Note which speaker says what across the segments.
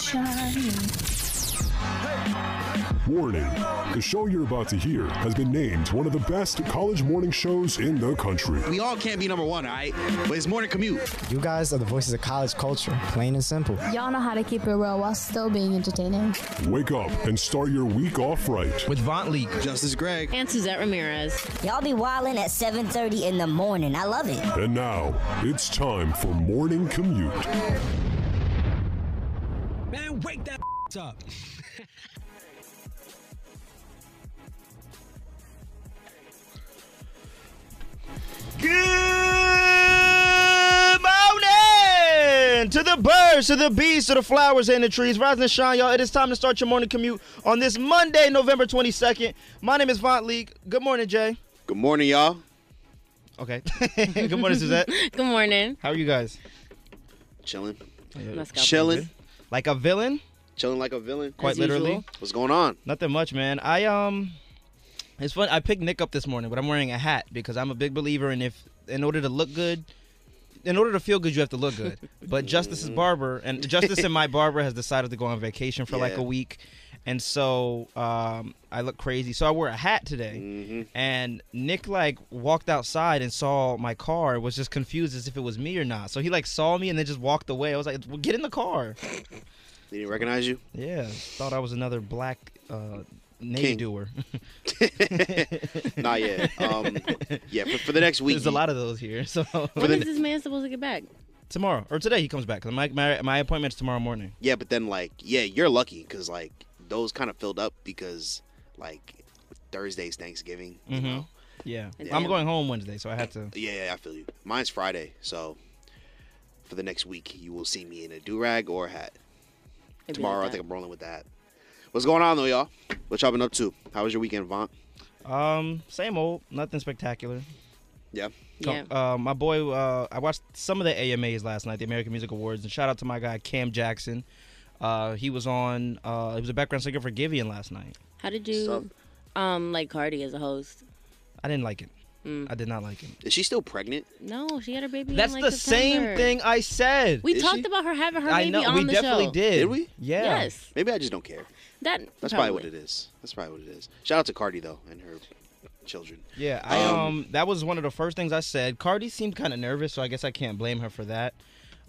Speaker 1: shining.
Speaker 2: Warning The show you're about to hear has been named one of the best college morning shows in the country.
Speaker 3: We all can't be number one, all right? But it's morning commute.
Speaker 4: You guys are the voices of college culture, plain and simple.
Speaker 5: Y'all know how to keep it real while still being entertaining.
Speaker 2: Wake up and start your week off right.
Speaker 6: with Vaunt Leak.
Speaker 3: Justice Greg.
Speaker 7: and Suzette Ramirez.
Speaker 8: Y'all be wildin' at 7.30 in the morning. I love it.
Speaker 2: And now, it's time for Morning Commute.
Speaker 6: Man, wake that up.
Speaker 9: Good morning to the birds, to the bees, to the flowers and the trees. Rise and shine, y'all. It is time to start your morning commute on this Monday, November 22nd. My name is Vaunt Leak. Good morning, Jay.
Speaker 3: Good morning, y'all.
Speaker 9: Okay. Good morning, Suzette.
Speaker 7: Good morning.
Speaker 9: How are you guys?
Speaker 3: Chilling.
Speaker 9: Uh,
Speaker 7: Let's go.
Speaker 3: Chilling.
Speaker 9: Like a villain?
Speaker 3: Chilling like a villain.
Speaker 9: Quite
Speaker 7: As
Speaker 9: literally.
Speaker 7: usual.
Speaker 3: What's going on?
Speaker 9: Nothing much, man. I um, it's fun. I picked Nick up this morning, but I'm wearing a hat because I'm a big believer in if in order to look good, in order to feel good, you have to look good. but Justice's barber and Justice and my barber has decided to go on vacation for like
Speaker 3: Yeah.
Speaker 9: a week, and so um, I look crazy. So I wore a hat today,
Speaker 3: Mm-hmm.
Speaker 9: and Nick like walked outside and saw my car. Was just confused as if it was me or not. So he like saw me and then just walked away. I was like, well, "Get in the car."
Speaker 3: Did he recognize you?
Speaker 9: Yeah, thought I was another black uh, Navy
Speaker 3: King.
Speaker 9: doer.
Speaker 3: Not yet. Um, yeah, for, for the next week.
Speaker 9: There's a lot of those here. So
Speaker 7: When is this man supposed to get back?
Speaker 9: tomorrow or today he comes back. 'cause My my my appointment's tomorrow morning.
Speaker 3: Yeah, but then, like, yeah, you're lucky because, like, those kind of filled up because, like, Thursday's Thanksgiving.
Speaker 9: Mm-hmm.
Speaker 3: You know?
Speaker 9: Yeah,
Speaker 7: And
Speaker 9: I'm
Speaker 7: then-
Speaker 9: going home Wednesday, so I had to.
Speaker 3: Yeah, yeah, I feel you. Mine's Friday, so for the next week, you will see me in a do rag or a hat.
Speaker 7: It'd be
Speaker 3: Tomorrow,
Speaker 7: like
Speaker 3: I
Speaker 7: that.
Speaker 3: think I'm rolling with that. What's going on, though, y'all? What y'all been up to? How was your weekend, Vaughn?
Speaker 9: Um, same old, nothing spectacular.
Speaker 3: Yeah.
Speaker 7: Yeah.
Speaker 9: Uh, my boy, uh, I watched some of the AMAs last night, the American Music Awards, and shout out to my guy Cam Jackson. Uh, he was on. Uh, he was a background singer for Givian last night.
Speaker 7: How did you um like Cardi as a host?
Speaker 9: I didn't like it.
Speaker 3: Mm.
Speaker 9: I did not like it.
Speaker 3: Is she still pregnant?
Speaker 7: No, she had her baby.
Speaker 9: That's
Speaker 7: in, like,
Speaker 9: the
Speaker 7: September.
Speaker 9: same thing I said.
Speaker 7: We
Speaker 3: Is
Speaker 7: talked
Speaker 3: she?
Speaker 7: about her having her
Speaker 9: I
Speaker 7: baby
Speaker 9: know
Speaker 7: on
Speaker 9: we
Speaker 7: the
Speaker 9: definitely
Speaker 7: show.
Speaker 9: did.
Speaker 3: Did we?
Speaker 9: Yeah.
Speaker 7: Yes.
Speaker 3: Maybe I just don't care.
Speaker 7: That.
Speaker 3: That's probably. what it is. That's probably what it is. Shout out to Cardi though and her children.
Speaker 9: Yeah, I
Speaker 3: Um,
Speaker 9: um, that was one of the first things I said. Cardi seemed kind of nervous, so I guess I can't blame her for that.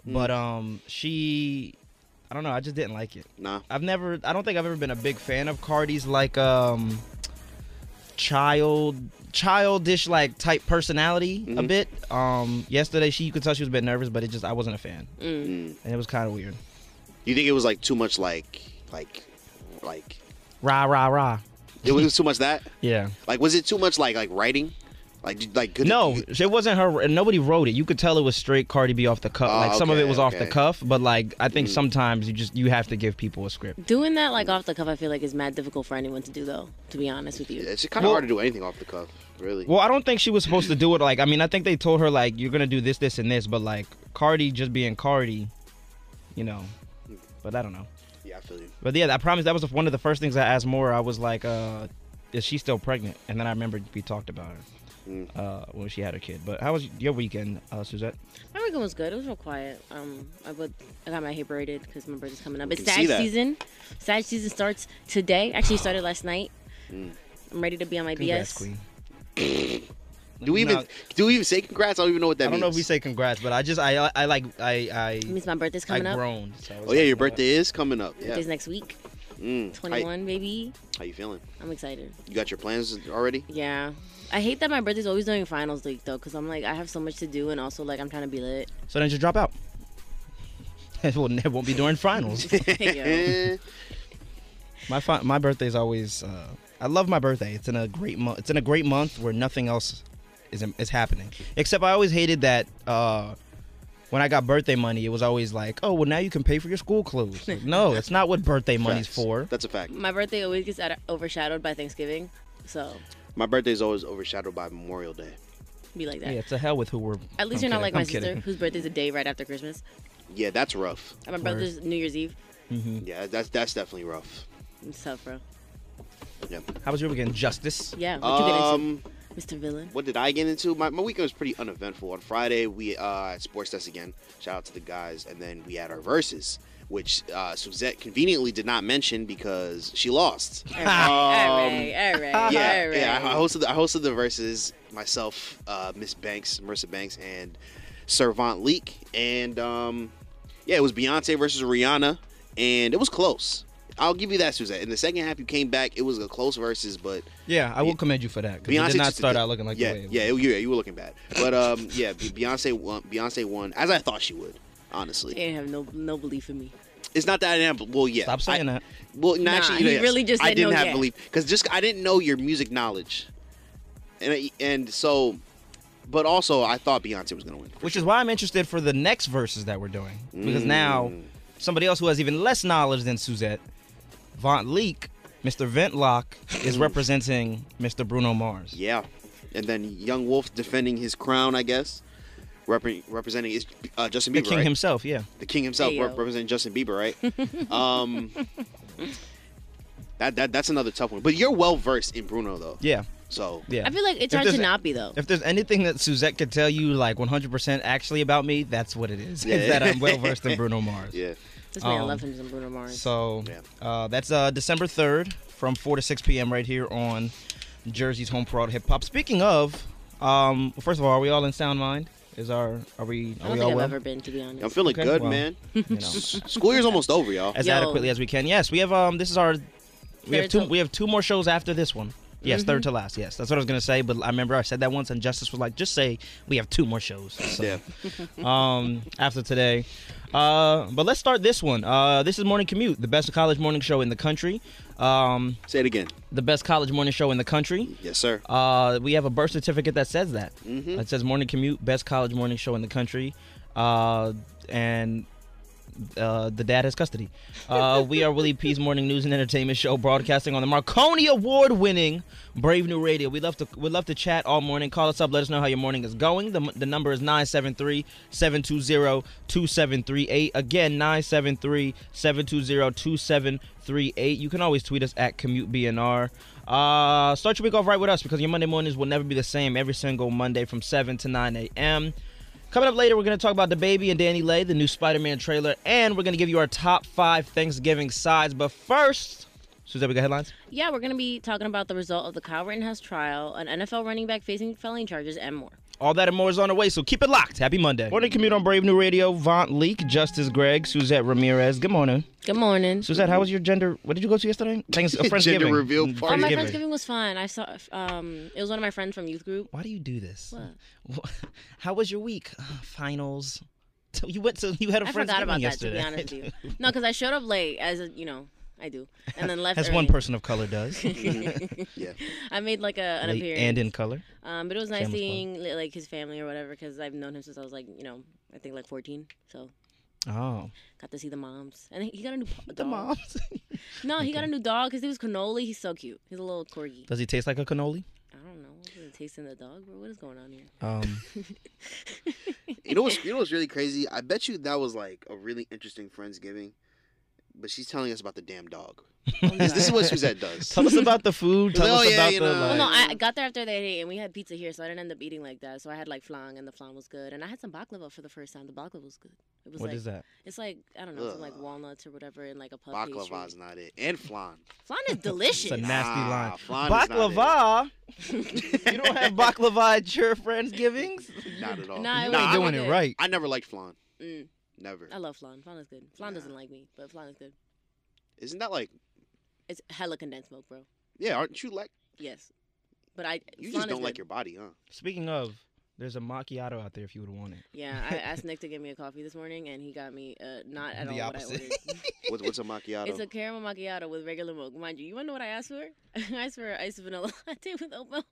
Speaker 3: Mm.
Speaker 7: Mm.
Speaker 9: But um, she, I don't know, I just didn't like it.
Speaker 3: Nah.
Speaker 9: I've never, I don't think I've ever been a big fan of Cardi's like um, child, childish like type personality a bit. Um, yesterday she, you could tell she was a bit nervous, but it just I wasn't a fan, and it was kind of weird.
Speaker 3: Mm. You think it was like too much like like like
Speaker 9: Rah rah rah.
Speaker 3: it was too much that?
Speaker 9: Yeah.
Speaker 3: Like was it too much like like writing? Like did- like good
Speaker 9: No, it wasn't her. Nobody wrote it. You could tell it was straight Cardi B off the cuff.
Speaker 3: Oh,
Speaker 9: like some of it
Speaker 3: okay,
Speaker 9: was off the
Speaker 3: okay. Mm.
Speaker 9: cuff, but like I think sometimes you just you have to give people a script.
Speaker 7: Doing that like off the cuff, I feel like is mad difficult for anyone to do though. To be honest with you.
Speaker 3: It's kind of hard to do anything off the cuff, really.
Speaker 9: Well, I don't think she was supposed to do it. Like I mean, I think they told her like you're gonna do this, this, and this, but like Cardi just being Cardi, you know. But I don't know.
Speaker 3: yeah, I feel you.
Speaker 9: But yeah, I promise that was one of the first things I asked Moore. I was like, uh, "Is she still pregnant?" And then I remembered we talked about her
Speaker 3: Mm.
Speaker 9: uh, when she had her kid. But how was your weekend, uh, Suzette?
Speaker 7: My weekend was good. It was real quiet. Um, I put, I got my hair braided because my birthday's coming up. It's
Speaker 3: can see
Speaker 7: Sag
Speaker 3: that.
Speaker 7: season. Sag season starts today. Actually, it started last night.
Speaker 3: Mm.
Speaker 7: I'm ready to be on my
Speaker 9: Congrats,
Speaker 7: BS.
Speaker 9: Queen.
Speaker 3: Do we even
Speaker 9: Now-
Speaker 3: do we even say congrats? I don't even know what that
Speaker 9: I don't
Speaker 3: means.
Speaker 9: know if we say congrats, but I just I I like I
Speaker 7: It
Speaker 9: I
Speaker 7: means my birthday's
Speaker 9: I
Speaker 7: coming up.
Speaker 9: groaned. So I was
Speaker 3: Oh yeah,
Speaker 9: like,
Speaker 3: your birthday is coming up. Yeah.
Speaker 7: Birthday's next week.
Speaker 3: Mm. How-
Speaker 7: 21, baby.
Speaker 3: How you feeling?
Speaker 7: I'm excited.
Speaker 3: You got your plans already?
Speaker 7: Yeah. I hate that my birthday's always during finals week though, because I'm like I have so much to do and also like I'm trying to be lit.
Speaker 9: So then just drop out. it, will, it won't be during finals.
Speaker 7: Yo.
Speaker 3: Eh,
Speaker 9: my fi- my birthday's always. Uh, I love my birthday. It's in a great month. It's in a great month where nothing else is is happening. Except I always hated that. Uh, when I got birthday money, it was always like, "Oh, well, now you can pay for your school clothes." Like, no, it's not what birthday money's
Speaker 3: facts.
Speaker 9: for.
Speaker 3: That's a fact.
Speaker 7: my birthday always gets out- overshadowed by Thanksgiving, so
Speaker 3: My birthday is always overshadowed by Memorial Day.
Speaker 7: be like that.
Speaker 9: Yeah, to hell with who we're.
Speaker 7: At least
Speaker 9: I'm
Speaker 7: you're not
Speaker 9: kidding,
Speaker 7: like my
Speaker 9: I'm
Speaker 7: sister,
Speaker 9: kidding.
Speaker 7: whose birthday's a day right after Christmas.
Speaker 3: Yeah, that's rough.
Speaker 7: And my brother's New Year's Eve.
Speaker 9: Mm-hmm.
Speaker 3: Yeah, that's that's definitely rough.
Speaker 7: It's tough, bro.
Speaker 3: Yeah.
Speaker 9: How was your weekend, Justice?
Speaker 7: Yeah, what you
Speaker 3: Um,
Speaker 7: get into, Mr. Villain?
Speaker 3: what did I get into? My, my weekend was pretty uneventful. On Friday, we uh, had sports test again. Shout out to the guys, and then we had our verses, which uh, Suzette conveniently did not mention because she lost.
Speaker 7: All
Speaker 9: Um,
Speaker 7: right, all right, all right.
Speaker 3: yeah,
Speaker 7: all Oh, right.
Speaker 3: yeah. I I hosted the, I hosted the verses myself, uh, Miss Banks, Marissa Banks, and Servant Leak, and um, yeah, it was Beyonce versus Rihanna, and it was close. I'll give you that, Suzette. In the second half, you came back. It was a close versus, but
Speaker 9: Yeah, I will commend you for that. Because did not
Speaker 3: just-
Speaker 9: start out looking like
Speaker 3: yeah,
Speaker 9: the way. it
Speaker 3: yeah,
Speaker 9: was.
Speaker 3: it- yeah, you were looking bad, but um, yeah, Be- Beyonce won. Beyonce won as I thought she would. Honestly,
Speaker 7: He didn't have no no belief in me.
Speaker 3: it's not that I didn't. have- Well, yeah,
Speaker 9: Stop saying
Speaker 3: I,
Speaker 9: that.
Speaker 3: Well, no,
Speaker 7: Nah,
Speaker 3: actually,
Speaker 7: he
Speaker 3: yes,
Speaker 7: really just
Speaker 3: I
Speaker 7: said
Speaker 3: didn't
Speaker 7: no
Speaker 3: have
Speaker 7: yet.
Speaker 3: belief because just I didn't know your music knowledge, and I- and so, but also I thought Beyonce was gonna win.
Speaker 9: Which is why I'm interested for the next verses that we're doing. Because now
Speaker 3: Mm.
Speaker 9: somebody else who has even less knowledge than Suzette, Vaunt Leak, Mr. Ventlock, is representing Mr. Bruno Mars.
Speaker 3: Mm. Yeah, and then Young Wolf defending his crown, I guess, repre- representing is uh, Justin
Speaker 9: The
Speaker 3: Bieber,
Speaker 9: king
Speaker 3: right?
Speaker 9: himself, yeah.
Speaker 3: the king himself
Speaker 7: Hey, yo.
Speaker 3: rep- representing Justin Bieber, right? um, that, that that's another tough one. But you're well versed in Bruno though.
Speaker 9: Yeah.
Speaker 3: So
Speaker 9: Yeah.
Speaker 7: I feel like
Speaker 9: If
Speaker 7: it's hard to
Speaker 9: there's-
Speaker 7: not be though.
Speaker 9: If there's anything that Suzette could tell you, like 100% actually about me, that's what it is.
Speaker 3: Yeah.
Speaker 9: Is that I'm well versed in Bruno Mars.
Speaker 3: yeah,
Speaker 7: This man
Speaker 9: um,
Speaker 7: love him some Bruno Mars.
Speaker 9: So
Speaker 3: Yeah.
Speaker 9: uh, that's uh, December 3rd from 4 to 6 p.m. right here on Jersey's Home for Auto Hip Hop. Speaking of, um, first of all, are we all in sound mind? Is our are
Speaker 7: I
Speaker 9: we are
Speaker 7: don't
Speaker 9: we
Speaker 7: think
Speaker 9: all
Speaker 7: I've
Speaker 9: well?
Speaker 7: ever been to be honest.
Speaker 3: I'm feeling
Speaker 9: Okay,
Speaker 3: good,
Speaker 9: well,
Speaker 3: man.
Speaker 9: you know,
Speaker 3: School year's almost over, y'all.
Speaker 9: as
Speaker 7: Yo.
Speaker 9: adequately as we can. Yes, we have um this is our we have
Speaker 7: Third
Speaker 9: two
Speaker 7: to- Mm-hmm.
Speaker 9: we have two more shows after this one. Yes, third to last. Yes, that's what I was gonna say. But I remember I said that once, and Justice was like, "Just say we have two more shows." So,
Speaker 3: Yeah.
Speaker 9: um, after today, uh, but let's start this one. Uh, this is Morning Commute, the best college morning show in the country. Um,
Speaker 3: Say it again.
Speaker 9: the best college morning show in the country.
Speaker 3: Yes, sir.
Speaker 9: Uh, we have a birth certificate that says that. It says morning commute, best college morning show in the country, uh, and uh, the dad has custody. Uh, we are Willie P's morning news and entertainment show, broadcasting on the Marconi Award-winning Brave New Radio. We love to we love to chat all morning. Call us up. Let us know how your morning is going. The, the number is 973-720-2738. Again, 973-720-2738. You can always tweet us at CommuteBNR. Uh, start your week off right with us because your Monday mornings will never be the same every single Monday from 7 to 9 a.m. Coming up later, we're going to talk about the baby and Danny Lay, the new Spider-Man trailer, and we're going to give you our top five Thanksgiving sides. But first, Suzette, we got headlines.
Speaker 7: Yeah, we're gonna be talking about the result of the Kyle Rittenhouse trial, an NFL running back facing felony charges, and more.
Speaker 9: All that and more is on the way, so keep it locked. Happy Monday. Morning commute on Brave New Radio. Vaunt Leak, Justice Greg, Suzette Ramirez. Good morning,
Speaker 7: Good morning.
Speaker 9: Suzette. How was your gender? What did you go to yesterday? Thanks, uh, Friendsgiving.
Speaker 3: Gender reveal
Speaker 9: Mm,
Speaker 3: party.
Speaker 7: Oh, my
Speaker 9: Friendsgiving.
Speaker 7: friendsgiving was fun. I saw. Um, it was one of my friends from youth group.
Speaker 9: Why do you do this? What? How was your week? Uh, finals. So You went to you had a
Speaker 7: I
Speaker 9: friendsgiving
Speaker 7: forgot about that to
Speaker 9: yesterday.
Speaker 7: be honest with you. No, because I showed up late, as a, you know, I do, and then left.
Speaker 9: As
Speaker 7: early.
Speaker 9: one person of color does,
Speaker 3: Yeah.
Speaker 7: I made like a an
Speaker 9: Late
Speaker 7: appearance.
Speaker 9: and in color.
Speaker 7: Um, but it was nice
Speaker 9: Sam was fun.
Speaker 7: seeing li- like his family or whatever because I've known him since I was like you know I think like 14. So
Speaker 9: Oh,
Speaker 7: got to see the moms, and he got a new p- dog.
Speaker 9: the moms.
Speaker 7: No, he got a new dog because he was cannoli. He's so cute. He's a little corgi.
Speaker 9: Does he taste like a cannoli?
Speaker 7: I don't know. Is it tasting the dog, bro? What is going on here?
Speaker 9: Um,
Speaker 3: You know what's you know what's really crazy? I bet you that was like a really interesting friendsgiving, but she's telling us about the damn dog.
Speaker 9: Oh,
Speaker 3: this, this is what Suzette does.
Speaker 9: tell us about the food. Tell
Speaker 3: Oh,
Speaker 9: us
Speaker 3: yeah,
Speaker 9: about
Speaker 3: you
Speaker 9: the.
Speaker 3: know.
Speaker 7: Well,
Speaker 9: Like,
Speaker 7: no, I I got there after they ate, and we had pizza here, so I didn't end up eating like that. So I had like flan, and the flan was good, and I had some baklava for the first time. The baklava was good. It was
Speaker 9: what
Speaker 7: like
Speaker 9: is that?
Speaker 7: it's like I don't know, some like
Speaker 3: Ugh.
Speaker 7: walnuts or whatever, and like a puff
Speaker 3: Baklava's
Speaker 7: pastry.
Speaker 3: not it, and flan.
Speaker 7: Flan is
Speaker 9: It's a
Speaker 7: delicious.
Speaker 9: nasty
Speaker 3: Nah,
Speaker 9: line.
Speaker 3: flan is
Speaker 9: baklava. you don't have baklava at your friendsgivings.
Speaker 3: Not at all.
Speaker 7: Nah, it
Speaker 9: You
Speaker 7: was
Speaker 9: ain't
Speaker 3: I,
Speaker 7: really
Speaker 9: doing it
Speaker 7: good.
Speaker 9: right.
Speaker 3: I never liked flan.
Speaker 7: Mm,
Speaker 3: Never.
Speaker 7: I love flan. Flan is good. Flan doesn't like me, but flan is good.
Speaker 3: Isn't that like?
Speaker 7: It's hella condensed milk, bro.
Speaker 3: Yeah, aren't you like?
Speaker 7: Yes, but I
Speaker 3: You
Speaker 7: flan is
Speaker 3: just don't
Speaker 7: good.
Speaker 3: like your body, huh?
Speaker 9: Speaking of, there's a macchiato out there if you would want it.
Speaker 7: Yeah, I asked Nick to get me a coffee this morning, and he got me uh, not at
Speaker 9: The
Speaker 7: all what
Speaker 9: opposite.
Speaker 7: I ordered.
Speaker 3: What, what's a macchiato?
Speaker 7: It's a caramel macchiato with regular milk. Mind you, you wanna know what I asked for? I asked for an iced vanilla latte with oat milk.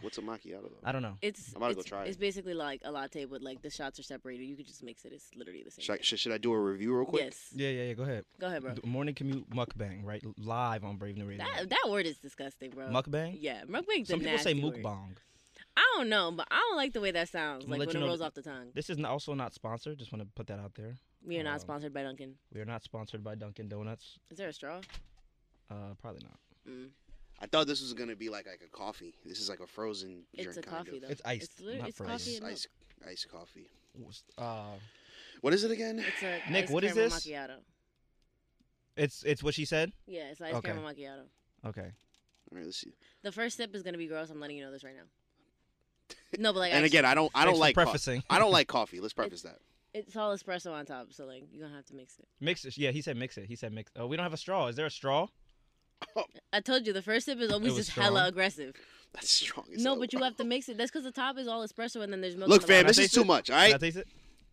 Speaker 3: What's a macchiato? Though?
Speaker 9: I don't know.
Speaker 7: It's
Speaker 3: I'm about to go
Speaker 7: it's-
Speaker 3: try it.
Speaker 7: It's basically like a latte, but like the shots are separated. You could just mix it. It's literally the same.
Speaker 3: Should I,
Speaker 7: thing.
Speaker 3: should, should I do a review real quick?
Speaker 7: Yes.
Speaker 9: Yeah, yeah, yeah. Go ahead.
Speaker 7: Go ahead, bro.
Speaker 9: The Morning commute mukbang, right? Live on Brave New Radio.
Speaker 7: That that word is disgusting, bro.
Speaker 9: Mukbang?
Speaker 7: Yeah, mukbang's
Speaker 9: Some
Speaker 7: a
Speaker 9: people say
Speaker 7: nasty word.
Speaker 9: mukbang.
Speaker 7: I don't know, but I don't like the way that sounds.
Speaker 9: I'ma
Speaker 7: Like
Speaker 9: let
Speaker 7: when it
Speaker 9: you know
Speaker 7: rolls
Speaker 9: that-
Speaker 7: off the tongue.
Speaker 9: This is not, also not sponsored. Just want to put that out there.
Speaker 7: We are
Speaker 9: Um,
Speaker 7: not sponsored by Dunkin'.
Speaker 9: We are not sponsored by Dunkin' Donuts.
Speaker 7: Is there a straw?
Speaker 9: Uh, probably not.
Speaker 7: Mm.
Speaker 3: I thought this was gonna be like like a coffee. This is like a frozen.
Speaker 7: It's
Speaker 3: drink,
Speaker 7: a
Speaker 3: kind
Speaker 7: coffee
Speaker 3: of.
Speaker 7: though.
Speaker 9: It's iced,
Speaker 7: It's, literally-
Speaker 9: not
Speaker 7: it's
Speaker 9: frozen.
Speaker 7: coffee
Speaker 3: It's
Speaker 7: and milk.
Speaker 3: ice. Iced coffee.
Speaker 9: Uh,
Speaker 3: What is it again?
Speaker 7: It's a
Speaker 9: Nick,
Speaker 7: ice
Speaker 9: what is
Speaker 7: caramel
Speaker 9: this?
Speaker 7: Macchiato.
Speaker 9: it's it's what she said.
Speaker 7: Yeah, it's ice
Speaker 9: Okay.
Speaker 7: caramel macchiato.
Speaker 9: Okay.
Speaker 3: All right, let's see.
Speaker 7: The first sip is gonna be gross. I'm letting you know this right now. No, but like,
Speaker 3: and
Speaker 7: I-
Speaker 3: again, I don't, I don't
Speaker 9: for
Speaker 3: like co-
Speaker 9: prefacing.
Speaker 3: I don't like coffee. Let's preface that.
Speaker 7: it's all espresso on top, so like you're gonna have to mix it.
Speaker 9: Mix it. Yeah, he said mix it. He said mix. Oh, we don't have a straw. Is there a straw?
Speaker 7: I told you the first sip is always
Speaker 9: was
Speaker 7: just hella
Speaker 9: strong.
Speaker 7: aggressive.
Speaker 3: That's strong. As
Speaker 7: No,
Speaker 3: hell.
Speaker 7: but you have to mix it. That's because the top is all espresso and then there's milk.
Speaker 3: Look,
Speaker 7: on the
Speaker 3: fam,
Speaker 7: bottom.
Speaker 3: this
Speaker 9: Can I
Speaker 3: is
Speaker 9: taste
Speaker 3: too
Speaker 9: it?
Speaker 3: much. All
Speaker 9: Can I
Speaker 3: right,
Speaker 9: taste it?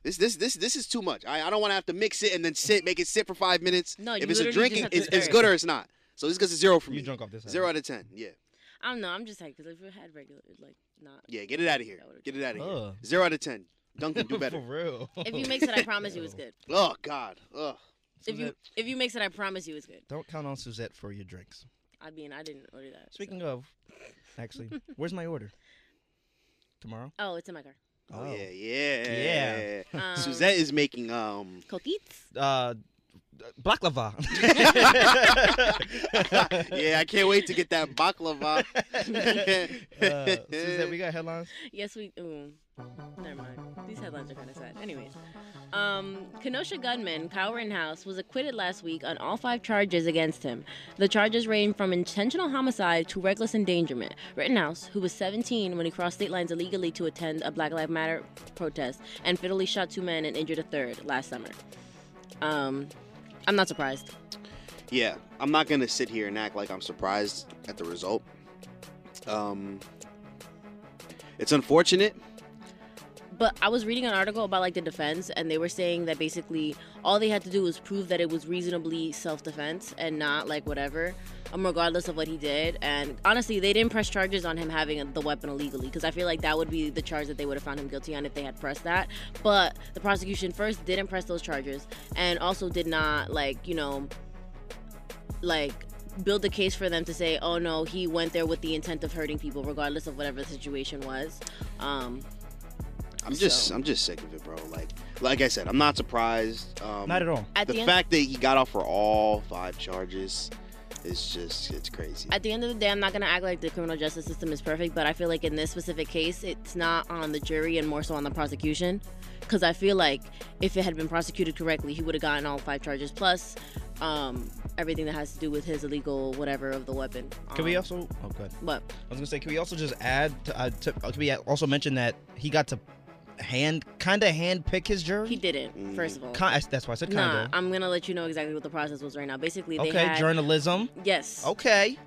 Speaker 3: this, this, this, this is too much. I, I don't want to have to mix it and then sit, make it sit for five minutes.
Speaker 7: No, you
Speaker 3: if it's a
Speaker 7: literally just
Speaker 3: drinking,
Speaker 7: have to
Speaker 3: it's, it's
Speaker 7: stir it.
Speaker 3: good or it's not. So this gets a zero from
Speaker 9: You
Speaker 3: me.
Speaker 9: drunk off this,
Speaker 3: Zero
Speaker 9: huh?
Speaker 3: out of ten. Yeah,
Speaker 7: I don't know. I'm just like, because if we had regular, like not.
Speaker 3: yeah. Get it out of here.
Speaker 7: That would've-
Speaker 3: Get it out of here.
Speaker 9: Ugh.
Speaker 3: Zero out of ten. Duncan, do
Speaker 9: For
Speaker 3: better.
Speaker 9: real.
Speaker 7: If you mix it, I promise you it's good.
Speaker 3: oh God. Ugh.
Speaker 7: If you if you mix it, I promise you it's good.
Speaker 9: Don't count on Suzette for your drinks.
Speaker 7: I mean, I didn't order that. so-
Speaker 9: Speaking of, actually, where's my order? Tomorrow.
Speaker 7: Oh, it's in my car.
Speaker 3: Oh, yeah, yeah,
Speaker 9: Yeah.
Speaker 7: Um,
Speaker 3: Suzette is making um.
Speaker 7: Coquitos.
Speaker 9: Uh, baklava.
Speaker 3: Yeah, I can't wait to get that baklava.
Speaker 9: uh, Suzette, we got headlines.
Speaker 7: Yes, we. Ooh, never mind. These headlines are kind of sad. Anyways, um, Kenosha gunman Kyle Rittenhouse was acquitted last week on all five charges against him. The charges range from intentional homicide to reckless endangerment. Rittenhouse, who was 17 when he crossed state lines illegally to attend a Black Lives Matter protest, and fatally shot two men and injured a third last summer. Um, I'm not surprised.
Speaker 3: yeah, I'm not gonna sit here and act like I'm surprised at the result. Um, it's unfortunate.
Speaker 7: But I was reading an article about like the defense, and they were saying that basically all they had to do was prove that it was reasonably self-defense and not like whatever, um, regardless of what he did. And honestly, they didn't press charges on him having the weapon illegally because I feel like that would be the charge that they would have found him guilty on if they had pressed that. But the prosecution first didn't press those charges, and also did not like you know like build a case for them to say, oh no, he went there with the intent of hurting people, regardless of whatever the situation was. Um,
Speaker 3: I'm just,
Speaker 7: So-
Speaker 3: I'm just sick of it, bro. Like, like I said, I'm not surprised. Um,
Speaker 9: Not at all.
Speaker 7: at
Speaker 3: the
Speaker 7: the end,
Speaker 3: fact that he got off for all five charges is just, it's crazy.
Speaker 7: at the end of the day, I'm not gonna act like the criminal justice system is perfect, but I feel like in this specific case, it's not on the jury and more so on the prosecution, because I feel like if it had been prosecuted correctly, he would have gotten all five charges plus um, everything that has to do with his illegal whatever of the weapon.
Speaker 9: Can we
Speaker 7: Um,
Speaker 9: also? Oh, good.
Speaker 7: What?
Speaker 9: I was gonna say, can we also just add? To, uh, to, uh, can we also mention that he got to hand, kind of hand pick his jury?
Speaker 7: He didn't. First of all,
Speaker 9: Ki- that's why I said
Speaker 7: nah.
Speaker 9: kind of.
Speaker 7: I'm gonna let you know exactly what the process was right now. Basically, they
Speaker 9: okay, Oh.
Speaker 7: had
Speaker 9: journalism.
Speaker 7: yes.
Speaker 9: Okay.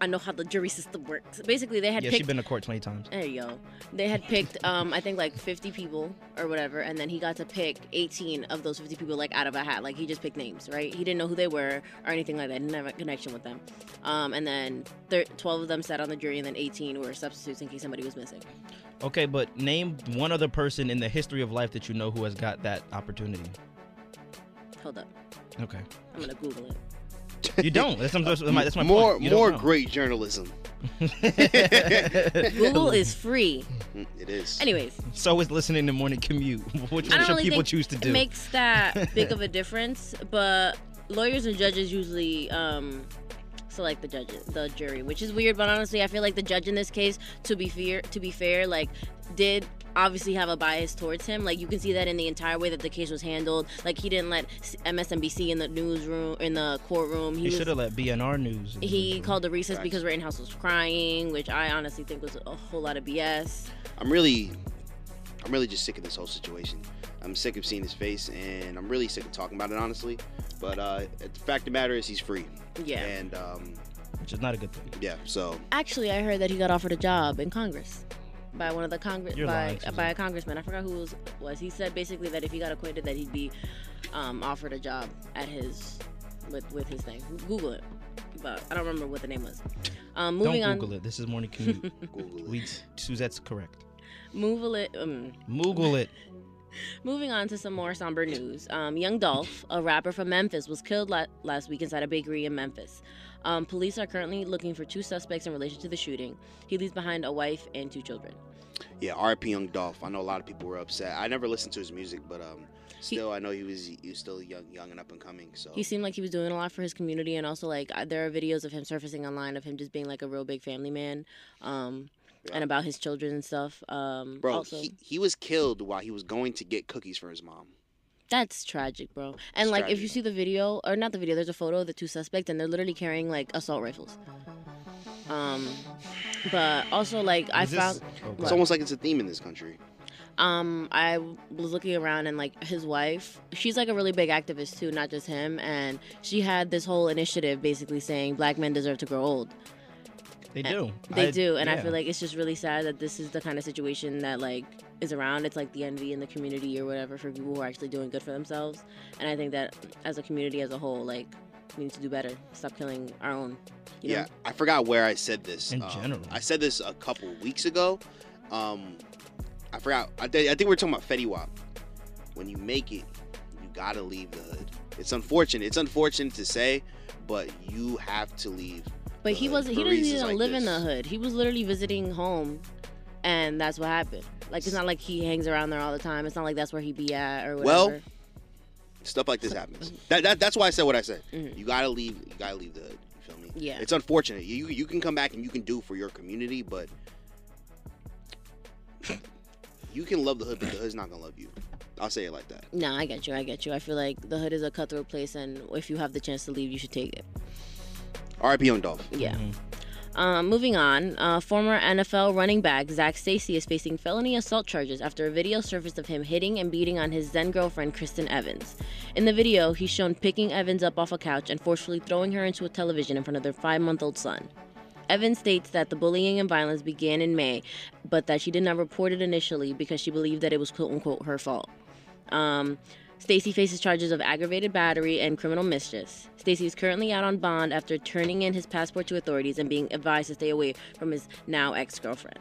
Speaker 7: I know how the jury system works. Basically, they had
Speaker 9: Yeah, she's
Speaker 7: picked
Speaker 9: been to court twenty times.
Speaker 7: There you go. They had picked, um, I think, like 50 people or whatever, and then he got to pick 18 of those 50 people, like out of a hat. Like he just picked names, right? He didn't know who they were or anything like that. Didn't have a connection with them. Um, and then thir- 12 of them sat on the jury, and then 18 were substitutes in case somebody was missing.
Speaker 9: Okay, but name one other person in the history of life that you know who has got that opportunity.
Speaker 7: Hold up,
Speaker 9: Okay.
Speaker 7: I'm gonna Google it.
Speaker 9: You don't. That's, that's, that's my, that's my
Speaker 3: more,
Speaker 9: point. You don't
Speaker 3: more
Speaker 9: know.
Speaker 3: great journalism.
Speaker 7: Google is free.
Speaker 3: Mm, It is.
Speaker 7: Anyways,
Speaker 9: So is listening to morning commute. Which
Speaker 7: I
Speaker 9: one
Speaker 7: don't
Speaker 9: should
Speaker 7: really
Speaker 9: people
Speaker 7: think
Speaker 9: choose to do?
Speaker 7: it makes that big of a difference, but lawyers and judges usually um, select the judge, the jury, which is weird. But honestly, I feel like the judge in this case, to be fair, to be fair, like did obviously have a bias towards him. Like you can see that in the entire way that the case was handled. Like he didn't let S- MSNBC in the newsroom, in the courtroom.
Speaker 9: he
Speaker 7: was-
Speaker 9: should have let BNR News.
Speaker 7: He called the recess because Rittenhouse was crying, which I honestly think was a whole lot of BS.
Speaker 3: I'm really, I'm really just sick of this whole situation. I'm sick of seeing his face, and I'm really sick of talking about it, honestly. But uh, the fact of the matter is, he's free,
Speaker 7: Yeah.
Speaker 3: and um,
Speaker 9: which is not a good thing.
Speaker 3: yeah. So
Speaker 7: Actually, I heard that he got offered a job in Congress by one of the Congress
Speaker 9: You're
Speaker 7: by
Speaker 9: lying, Susan.
Speaker 7: by a congressman. I forgot who it was, was. He said basically that if he got acquitted, that he'd be um, offered a job at his with with his thing. Google it, but I don't remember what the name was. Um, moving
Speaker 9: don't
Speaker 7: on,
Speaker 9: Google it. This is morning commute.
Speaker 3: Google it.
Speaker 9: we, Suzette's correct.
Speaker 7: Google it. Um,
Speaker 9: Moogle it.
Speaker 7: Moving on to some more somber news. Um, Young Dolph, a rapper from Memphis, was killed la- last week inside a bakery in Memphis. Um, police are currently looking for two suspects in relation to the shooting. He leaves behind a wife and two children.
Speaker 3: yeah, R.P. Young Dolph. I know a lot of people were upset. I never listened to his music, but um, still, I know he was he was still young, young and up and coming. So
Speaker 7: He seemed like he was doing a lot for his community, and also like I- there are videos of him surfacing online of him just being like a real big family man. Um, and about his children and stuff. Um,
Speaker 3: Bro,
Speaker 7: also,
Speaker 3: he, he was killed while he was going to get cookies for his mom.
Speaker 7: that's tragic, bro. And
Speaker 3: It's
Speaker 7: like, if
Speaker 3: tragic.
Speaker 7: you see the video or not the video, there's a photo of the two suspects, and they're literally carrying like assault rifles. Um, but also like I
Speaker 9: Is this- Oh,
Speaker 7: found.
Speaker 9: okay.
Speaker 3: It's
Speaker 7: What?
Speaker 3: almost like it's a theme in this country.
Speaker 7: um i was looking around and like his wife she's like a really big activist too not just him and she had this whole initiative basically saying black men deserve to grow old
Speaker 9: They do.
Speaker 7: Uh, they do and i
Speaker 9: yeah.
Speaker 7: feel like it's just really sad that this is the kind of situation that like is around it's like the envy in the community or whatever for people who are actually doing good for themselves and i think that as a community as a whole like we need to do better stop killing our own you
Speaker 3: yeah,
Speaker 7: know?
Speaker 3: I forgot where I said this.
Speaker 9: In
Speaker 3: Um,
Speaker 9: general.
Speaker 3: I said this a couple weeks ago. Um, I forgot. I, thi- I think we were talking about Fetty Wap. When you make it, you gotta leave the hood. It's unfortunate. It's unfortunate to say, but you have to leave.
Speaker 7: but he
Speaker 3: the hood
Speaker 7: wasn't
Speaker 3: for
Speaker 7: he doesn't
Speaker 3: reasons
Speaker 7: even
Speaker 3: like
Speaker 7: live in the
Speaker 3: this.
Speaker 7: hood he was literally visiting home and that's what happened like it's not like he hangs around there all the time it's not like that's where he be at or whatever
Speaker 3: Well, Stuff like this happens.
Speaker 7: mm-hmm.
Speaker 3: That, that that's why I said what I said. You gotta leave. You gotta leave the hood. You feel me?
Speaker 7: Yeah.
Speaker 3: It's unfortunate. You you can come back and you can do for your community, but you can love the hood, but the hood's not gonna love you. I'll say it like that.
Speaker 7: no i get you i get you i feel like the hood is a cutthroat place and if you have the chance to leave you should take it
Speaker 3: R.I.P. on Dolph.
Speaker 7: yeah Um, moving on, uh, former NFL running back Zach Stacy is facing felony assault charges after a video surfaced of him hitting and beating on his then girlfriend Kristen Evans. In the video, he's shown picking Evans up off a couch and forcefully throwing her into a television in front of their five-month-old son. Evans states that the bullying and violence began in May, but that she did not report it initially because she believed that it was quote unquote her fault. Um, Stacy faces charges of aggravated battery and criminal mischief. Stacy is currently out on bond after turning in his passport to authorities and being advised to stay away from his now ex-girlfriend.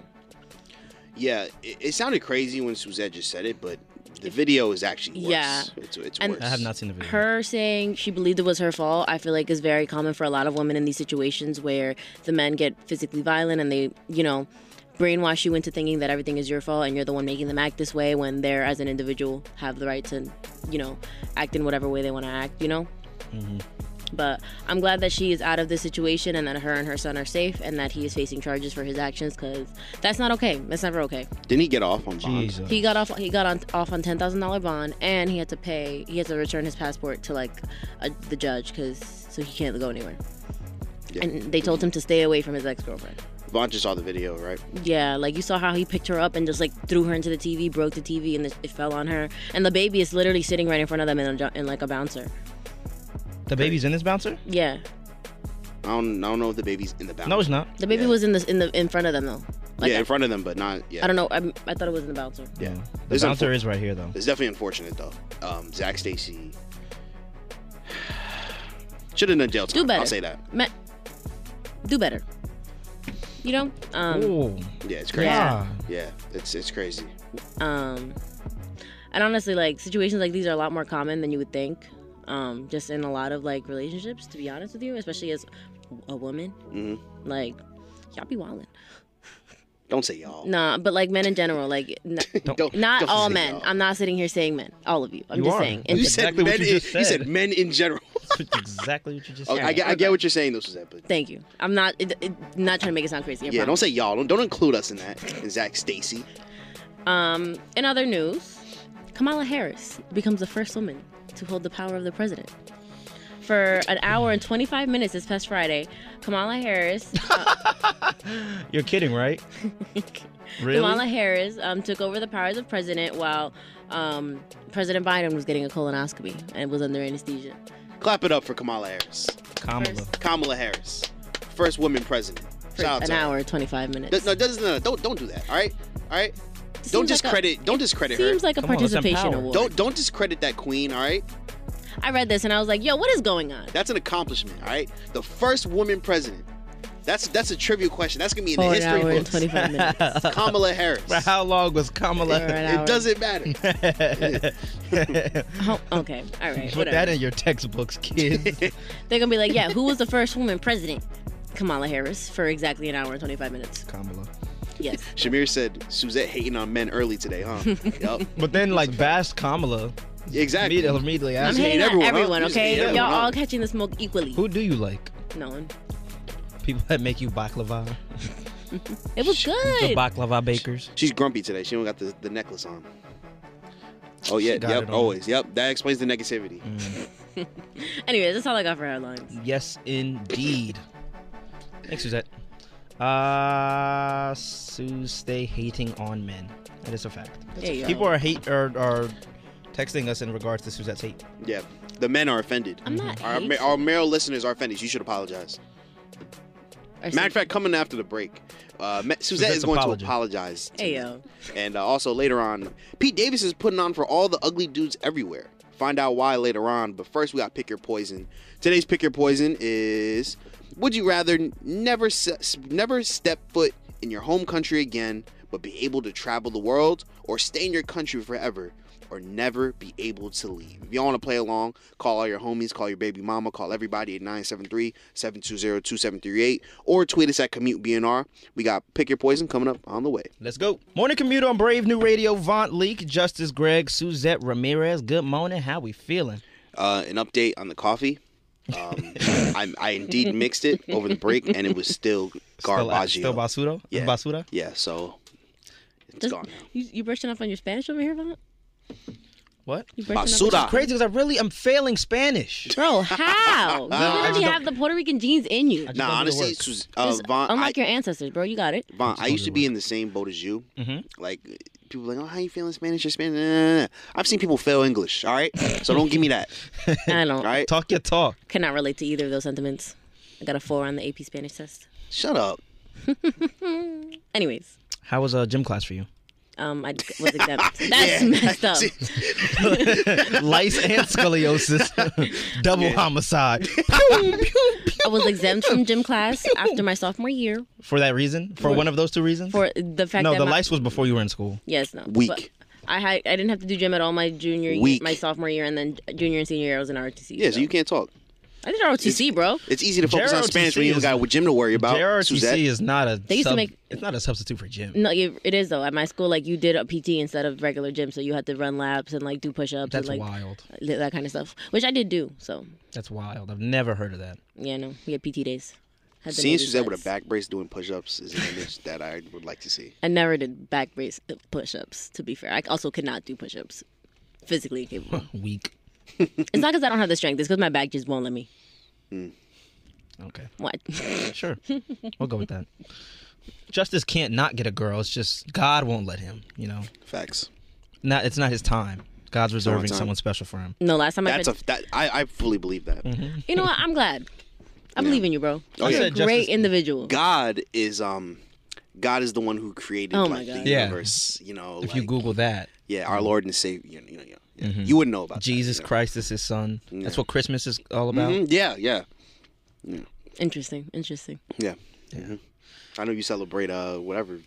Speaker 3: Yeah, it, it sounded crazy when Suzette just said it, but the video is actually worse.
Speaker 7: Yeah.
Speaker 3: it's, it's
Speaker 7: And-
Speaker 3: worse.
Speaker 9: I have not seen the video.
Speaker 7: Her saying she believed it was her fault, I feel like is very common for a lot of women in these situations where the men get physically violent and they, you know, brainwash you into thinking that everything is your fault and you're the one making them act this way when they're as an individual have the right to, you know, act in whatever way they want to act, you know? But I'm glad that she is out of this situation and that her and her son are safe and that he is facing charges for his actions because that's not okay. That's never okay.
Speaker 3: Didn't he get off on bond?
Speaker 9: Jesus.
Speaker 7: He got off. He got on off on ten thousand dollar bond, and he had to pay. He had to return his passport to like a, the judge, cause so he can't go anywhere.
Speaker 3: Yeah.
Speaker 7: And they told him to stay away from his ex girlfriend.
Speaker 3: Vaughn just saw the video, right?
Speaker 7: Yeah, like you saw how he picked her up and just like threw her into the TV, broke the TV, and it fell on her. And the baby is literally sitting right in front of them in, a, in like a bouncer.
Speaker 9: the baby's in this bouncer?
Speaker 7: Yeah,
Speaker 3: I don't, I don't know if the baby's in the back.
Speaker 9: No, it's not.
Speaker 7: the baby
Speaker 3: Yeah.
Speaker 7: was in the in the in front of them though. Like
Speaker 3: yeah,
Speaker 7: I,
Speaker 3: in front of them, but not. Yeah,
Speaker 7: I don't know. I, I thought it was in the bouncer.
Speaker 9: Yeah. The
Speaker 3: There's some
Speaker 9: bouncer
Speaker 3: fo-
Speaker 9: is right here though.
Speaker 3: It's definitely unfortunate though. Um, Zach Stacy should have done jail time.
Speaker 7: Do better.
Speaker 3: I'll say that.
Speaker 7: Ma- do better. You know. Um,
Speaker 9: Ooh.
Speaker 3: Yeah, it's crazy. Yeah,
Speaker 7: Yeah.
Speaker 3: it's it's crazy.
Speaker 7: Um, and honestly, like situations like these are a lot more common than you would think. Um, just in a lot of like relationships, to be honest with you, especially as a woman,
Speaker 3: Mhm.
Speaker 7: like y'all be wildin'.
Speaker 3: Don't say y'all.
Speaker 7: Nah, but like men in general, like n-
Speaker 3: Don't-
Speaker 7: not
Speaker 3: don't
Speaker 7: all
Speaker 3: say
Speaker 7: men.
Speaker 3: y'all.
Speaker 7: I'm not sitting here saying men, all of you. I'm
Speaker 9: You
Speaker 7: just
Speaker 9: are.
Speaker 7: saying.
Speaker 9: You
Speaker 7: in-
Speaker 3: You said
Speaker 9: Exactly what
Speaker 3: men.
Speaker 9: you
Speaker 3: in-
Speaker 9: just
Speaker 3: You
Speaker 9: said.
Speaker 3: said men in general.
Speaker 9: That's exactly what you just
Speaker 3: Okay,
Speaker 9: said.
Speaker 3: I get I get what you're saying though, Suzette, but
Speaker 7: thank you. I'm not it, it, not trying to make it sound crazy. I
Speaker 3: yeah, don't
Speaker 7: promise.
Speaker 3: say y'all. Don't don't include us in that. And Zach Stacy.
Speaker 7: Um, in other news, Kamala Harris becomes the first woman to hold the power of the president. For an hour and 25 minutes this past Friday, Kamala Harris, uh,
Speaker 9: You're kidding, right? really?
Speaker 7: Kamala Harris um, took over the powers of president while um, President Biden was getting a colonoscopy and was under anesthesia.
Speaker 3: Clap it up for Kamala Harris.
Speaker 9: Kamala.
Speaker 7: First-
Speaker 3: Kamala Harris, first woman president.
Speaker 7: For
Speaker 3: Shout out
Speaker 7: an
Speaker 3: to her.
Speaker 7: hour and 25 minutes.
Speaker 3: No, no, does- no, no, don't don't do that. All right, all right.
Speaker 7: Seems
Speaker 3: Don't
Speaker 7: like a-
Speaker 3: discredit. don't discredit her.
Speaker 7: Seems like a
Speaker 9: Come on, let's
Speaker 7: participation
Speaker 9: empower.
Speaker 7: award.
Speaker 3: don't don't discredit that queen. All right,
Speaker 7: I read this and I was like, yo, what is going on?
Speaker 3: that's an accomplishment. All right, the first woman president. That's that's a trivial question. That's gonna be in the
Speaker 7: For an hour
Speaker 3: history
Speaker 7: and 25
Speaker 3: books.
Speaker 7: minutes.
Speaker 3: Kamala Harris.
Speaker 9: For how long was
Speaker 7: For
Speaker 9: Kamala?
Speaker 7: an hour.
Speaker 3: It doesn't matter.
Speaker 7: Oh, okay, all right.
Speaker 9: Put
Speaker 7: whatever.
Speaker 9: that in your textbooks, kids.
Speaker 7: They're gonna be like, yeah, who was the first woman president? Kamala Harris for exactly an hour and 25 minutes.
Speaker 9: Kamala.
Speaker 7: Yes.
Speaker 3: Shamir said Suzette hating on men early today, huh? yup.
Speaker 9: But then, like, bash Kamala
Speaker 3: Exactly.
Speaker 9: immediately, immediately
Speaker 7: I'm
Speaker 9: after.
Speaker 3: hate
Speaker 7: hating on
Speaker 3: everyone,
Speaker 7: everyone,
Speaker 3: huh? You just
Speaker 7: okay?
Speaker 3: hate everyone,
Speaker 7: Y'all
Speaker 3: huh?
Speaker 7: all catching the smoke equally.
Speaker 9: Who do you like?
Speaker 7: No one.
Speaker 9: People that make you baklava?
Speaker 7: It was
Speaker 9: The
Speaker 7: good.
Speaker 9: baklava bakers.
Speaker 3: She's grumpy today. She don't got the, the necklace on. Oh yeah,
Speaker 9: got it
Speaker 3: yep,
Speaker 9: on. Mm.
Speaker 3: always, yep. That explains the negativity.
Speaker 7: Anyways, that's all I got for headlines.
Speaker 9: Yes, indeed. Thanks, Suzette. Uh, Sue, stay hating on men. That is a fact.
Speaker 7: There you
Speaker 9: People
Speaker 7: go.
Speaker 9: are hate are, are texting us in regards to Suzette's hate.
Speaker 3: Yeah, the men are offended.
Speaker 7: I'm not.
Speaker 3: Our, ma-
Speaker 7: hateful
Speaker 3: our male listeners are offended. You should apologize.
Speaker 7: or
Speaker 3: Matter
Speaker 7: something.
Speaker 3: of fact, coming after the break, uh, Ma- Suzette
Speaker 9: Suzette's
Speaker 3: is going
Speaker 9: apology.
Speaker 3: to apologize. to
Speaker 7: Hey,
Speaker 3: me.
Speaker 7: yo.
Speaker 3: And uh, also later on, Pete Davis is putting on for all the ugly dudes everywhere. Find out why later on. But first, we got pick your poison. Today's pick your poison is: Would you rather n- never se- s- never step foot in your home country again, but be able to travel the world, or stay in your country forever? Or never be able to leave. If y'all want to play along, call all your homies, call your baby mama, call everybody at 973 720 2738 or tweet us at Commute BNR. We got Pick Your Poison coming up on the way.
Speaker 9: Let's go. Morning commute on Brave New Radio. Vaunt Leak, Justice Greg, Suzette Ramirez. Good morning. How we feeling?
Speaker 3: uh, an update on the coffee. Um, I, I indeed mixed it over the break, and it was still
Speaker 9: Still,
Speaker 3: garbage.
Speaker 9: still basura.
Speaker 3: Yeah.
Speaker 9: Basura.
Speaker 3: Yeah, so it's
Speaker 7: Does-
Speaker 3: gone.
Speaker 7: You, you brushing off on your Spanish over here, Vaughn?
Speaker 9: What?
Speaker 7: You brushing up on
Speaker 3: Basura.
Speaker 7: your-
Speaker 9: Crazy because I really am failing Spanish.
Speaker 7: Bro, how? You literally have the Puerto Rican genes in you.
Speaker 9: just
Speaker 3: Nah,
Speaker 9: don't do the
Speaker 3: honestly,
Speaker 9: work.
Speaker 3: Suz- uh,
Speaker 7: Just
Speaker 3: Von, I,
Speaker 7: unlike your ancestors, bro. You got it.
Speaker 3: Von, I used to be in the same boat as you.
Speaker 9: Mm-hmm.
Speaker 3: Like people like, oh, how you feeling Spanish? You're Spanish? Nah, nah, nah. I've seen people fail English. All right, so don't give me that.
Speaker 7: I don't.
Speaker 3: All right,
Speaker 9: Talk your talk.
Speaker 7: Cannot relate to either of those sentiments. I got a four on the AP Spanish test.
Speaker 3: shut up.
Speaker 7: Anyways,
Speaker 9: How was uh, gym class for you?
Speaker 7: um, I was exempt. That's messed up.
Speaker 9: Lice and scoliosis. Double homicide.
Speaker 7: I was exempt from gym class after my sophomore year
Speaker 9: for that reason? For one of those two reasons?
Speaker 7: for the fact
Speaker 9: no,
Speaker 7: that
Speaker 9: the
Speaker 7: my,
Speaker 9: lice was before you were in school.
Speaker 7: Yes, no.
Speaker 3: Weak.
Speaker 7: but I had I didn't have to do gym at all my junior year,
Speaker 3: Weak.
Speaker 7: my sophomore year, and then junior and senior year I was in ROTC.
Speaker 3: Yeah, so you can't talk.
Speaker 7: I did ROTC, bro.
Speaker 3: It's easy to focus on
Speaker 9: JROTC
Speaker 3: Spanish when you don't
Speaker 9: is-
Speaker 3: got a gym to worry about. Suzette.
Speaker 9: JRTC is not a.
Speaker 7: They used to make- Mm,
Speaker 9: It's not a substitute for gym.
Speaker 7: No, you- it is though. At my school, like you did a PT instead of regular gym, so you had to run laps and like do push ups and
Speaker 9: That's
Speaker 7: like
Speaker 9: wild.
Speaker 7: li- that kind of stuff, which I did do. So
Speaker 9: That's wild. I've never heard of that.
Speaker 7: yeah, no, we had PT days. Had the
Speaker 3: Seeing
Speaker 7: Navy
Speaker 3: Suzette with a
Speaker 7: sets.
Speaker 3: back brace doing push-ups is an image that I would like to see.
Speaker 7: I never did back brace push ups. To be fair, I also could not do push ups. Physically incapable.
Speaker 9: Weak.
Speaker 7: it's not because I don't have the strength. It's because my back just won't let me.
Speaker 9: Okay.
Speaker 7: What?
Speaker 9: Sure. we'll go with that. Justice can't not get a girl. It's just God won't let him. You know,
Speaker 3: Facts.
Speaker 9: not. It's not his time. God's reserving
Speaker 3: time.
Speaker 9: someone special for him.
Speaker 7: no, last time
Speaker 3: That's
Speaker 7: I
Speaker 3: a that I, I fully believe that.
Speaker 9: Mm-hmm.
Speaker 7: You know what? I'm glad. I believe in you, bro.
Speaker 3: Oh, yeah.
Speaker 7: You're a
Speaker 9: Justice-
Speaker 7: great individual.
Speaker 3: God is um God is the one who created
Speaker 7: Oh my
Speaker 3: like
Speaker 7: God.
Speaker 3: the
Speaker 9: Yeah.
Speaker 3: universe. You know,
Speaker 9: If you Google that,
Speaker 3: yeah, our Lord and Savior. You know, you, know, yeah. you wouldn't know about that,
Speaker 9: Jesus
Speaker 3: you know.
Speaker 9: Christ is his son. That's what Christmas is all about.
Speaker 3: Mhm, Yeah, yeah,
Speaker 7: Interesting. Interesting.
Speaker 3: yeah. Mhm. I know you celebrate uh whatever.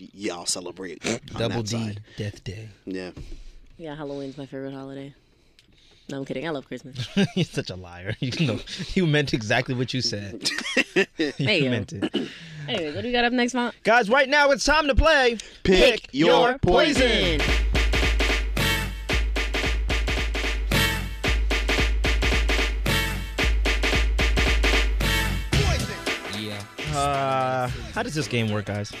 Speaker 3: Y- Y'all celebrate on
Speaker 9: Double
Speaker 3: that
Speaker 9: D,
Speaker 3: side.
Speaker 9: Death Day.
Speaker 3: Yeah,
Speaker 7: Yeah, Halloween's my favorite holiday. No, I'm kidding. I love Christmas.
Speaker 9: You're such a liar. You know, you meant exactly what you said. you
Speaker 7: Hey, yo.
Speaker 9: meant it.
Speaker 7: anyway, what do we got up next, Mom?
Speaker 9: Guys, right now it's time to play.
Speaker 3: Pick your
Speaker 9: poison. Uh, how does this game work, guys?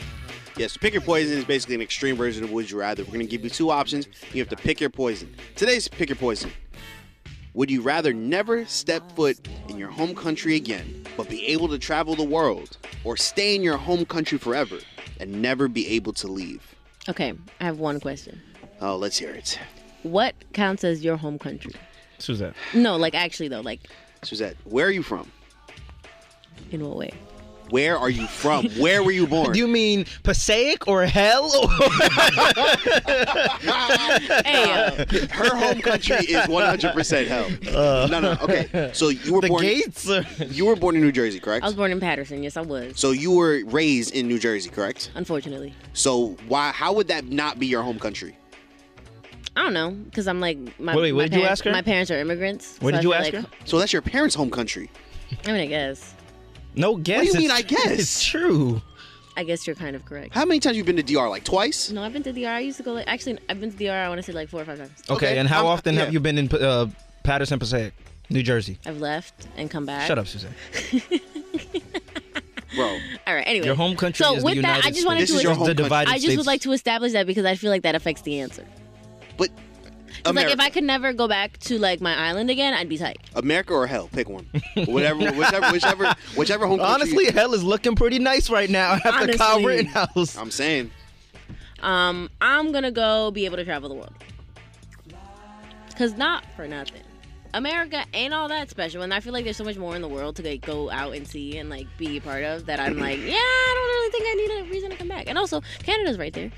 Speaker 3: yeah. So pick your poison is basically an extreme version of would you rather. We're gonna give you two options. You have to pick your poison. Today's pick your poison. Would you rather never step foot in your home country again, but be able to travel the world, or stay in your home country forever and never be able to leave?
Speaker 7: Okay, I have one question.
Speaker 3: Oh, let's hear it.
Speaker 7: What counts as your home country?
Speaker 9: Suzette.
Speaker 7: No, like actually though, like
Speaker 3: Suzette, where are you from?
Speaker 7: in what way?
Speaker 3: Where are you from? Where were you born?
Speaker 9: Do you mean Passaic or hell? Or
Speaker 7: hey, yo.
Speaker 3: Her home country is 100% hell. no, no. Okay. So you were
Speaker 9: the
Speaker 3: born
Speaker 9: gates? Or...
Speaker 3: you were born in New Jersey, correct?
Speaker 7: I was born in Patterson. Yes, I was.
Speaker 3: so you were raised in New Jersey, correct?
Speaker 7: Unfortunately,
Speaker 3: So why how would that not be your home country?
Speaker 7: I don't know because I'm like my.
Speaker 9: Wait, wait, what
Speaker 7: my
Speaker 9: did you
Speaker 7: parents,
Speaker 9: ask her?
Speaker 7: My parents are immigrants.
Speaker 9: What
Speaker 7: so
Speaker 9: did you
Speaker 7: I
Speaker 9: ask
Speaker 7: feel like,
Speaker 9: her?
Speaker 3: So that's your parents' home country.
Speaker 7: I mean, I guess.
Speaker 9: No guess.
Speaker 3: What do you mean,
Speaker 9: It's-
Speaker 3: I guess?
Speaker 9: It's true.
Speaker 7: I guess you're kind of correct.
Speaker 3: How many times you been to DR? Like twice?
Speaker 7: No, I've been to DR. I used to go like actually, I've been to DR. I want to say like four or five times.
Speaker 9: Okay,
Speaker 3: Okay,
Speaker 9: and how
Speaker 3: I'm-
Speaker 9: often
Speaker 3: yeah.
Speaker 9: have you been in uh, Patterson, Passaic, New Jersey?
Speaker 7: I've left and come back.
Speaker 9: Shut up, Suzette.
Speaker 3: bro.
Speaker 7: All right. Anyway,
Speaker 9: Your home country
Speaker 7: So
Speaker 9: is
Speaker 7: with
Speaker 9: the
Speaker 7: that,
Speaker 9: United
Speaker 7: I just wanted
Speaker 9: States.
Speaker 3: This
Speaker 7: to.
Speaker 3: is your
Speaker 9: The
Speaker 3: home country.
Speaker 9: divided
Speaker 7: I just would
Speaker 9: states.
Speaker 7: like to establish that because I feel like that affects the answer.
Speaker 3: But
Speaker 7: It's Like
Speaker 3: America,
Speaker 7: if I could never go back to like my island again, I'd be tight.
Speaker 3: America or hell, pick one. Whatever, whichever, whichever, whichever home country.
Speaker 9: Honestly, hell is looking pretty nice right now after Kyle
Speaker 7: Honestly.
Speaker 9: Rittenhouse.
Speaker 3: I'm saying
Speaker 7: Um, I'm gonna go be able to travel the world. Cause not for nothing, America ain't all that special, and I feel like there's so much more in the world to like go out and see and like be a part of that I'm like, yeah, I don't really think I need a reason to come back. And also, Canada's right there.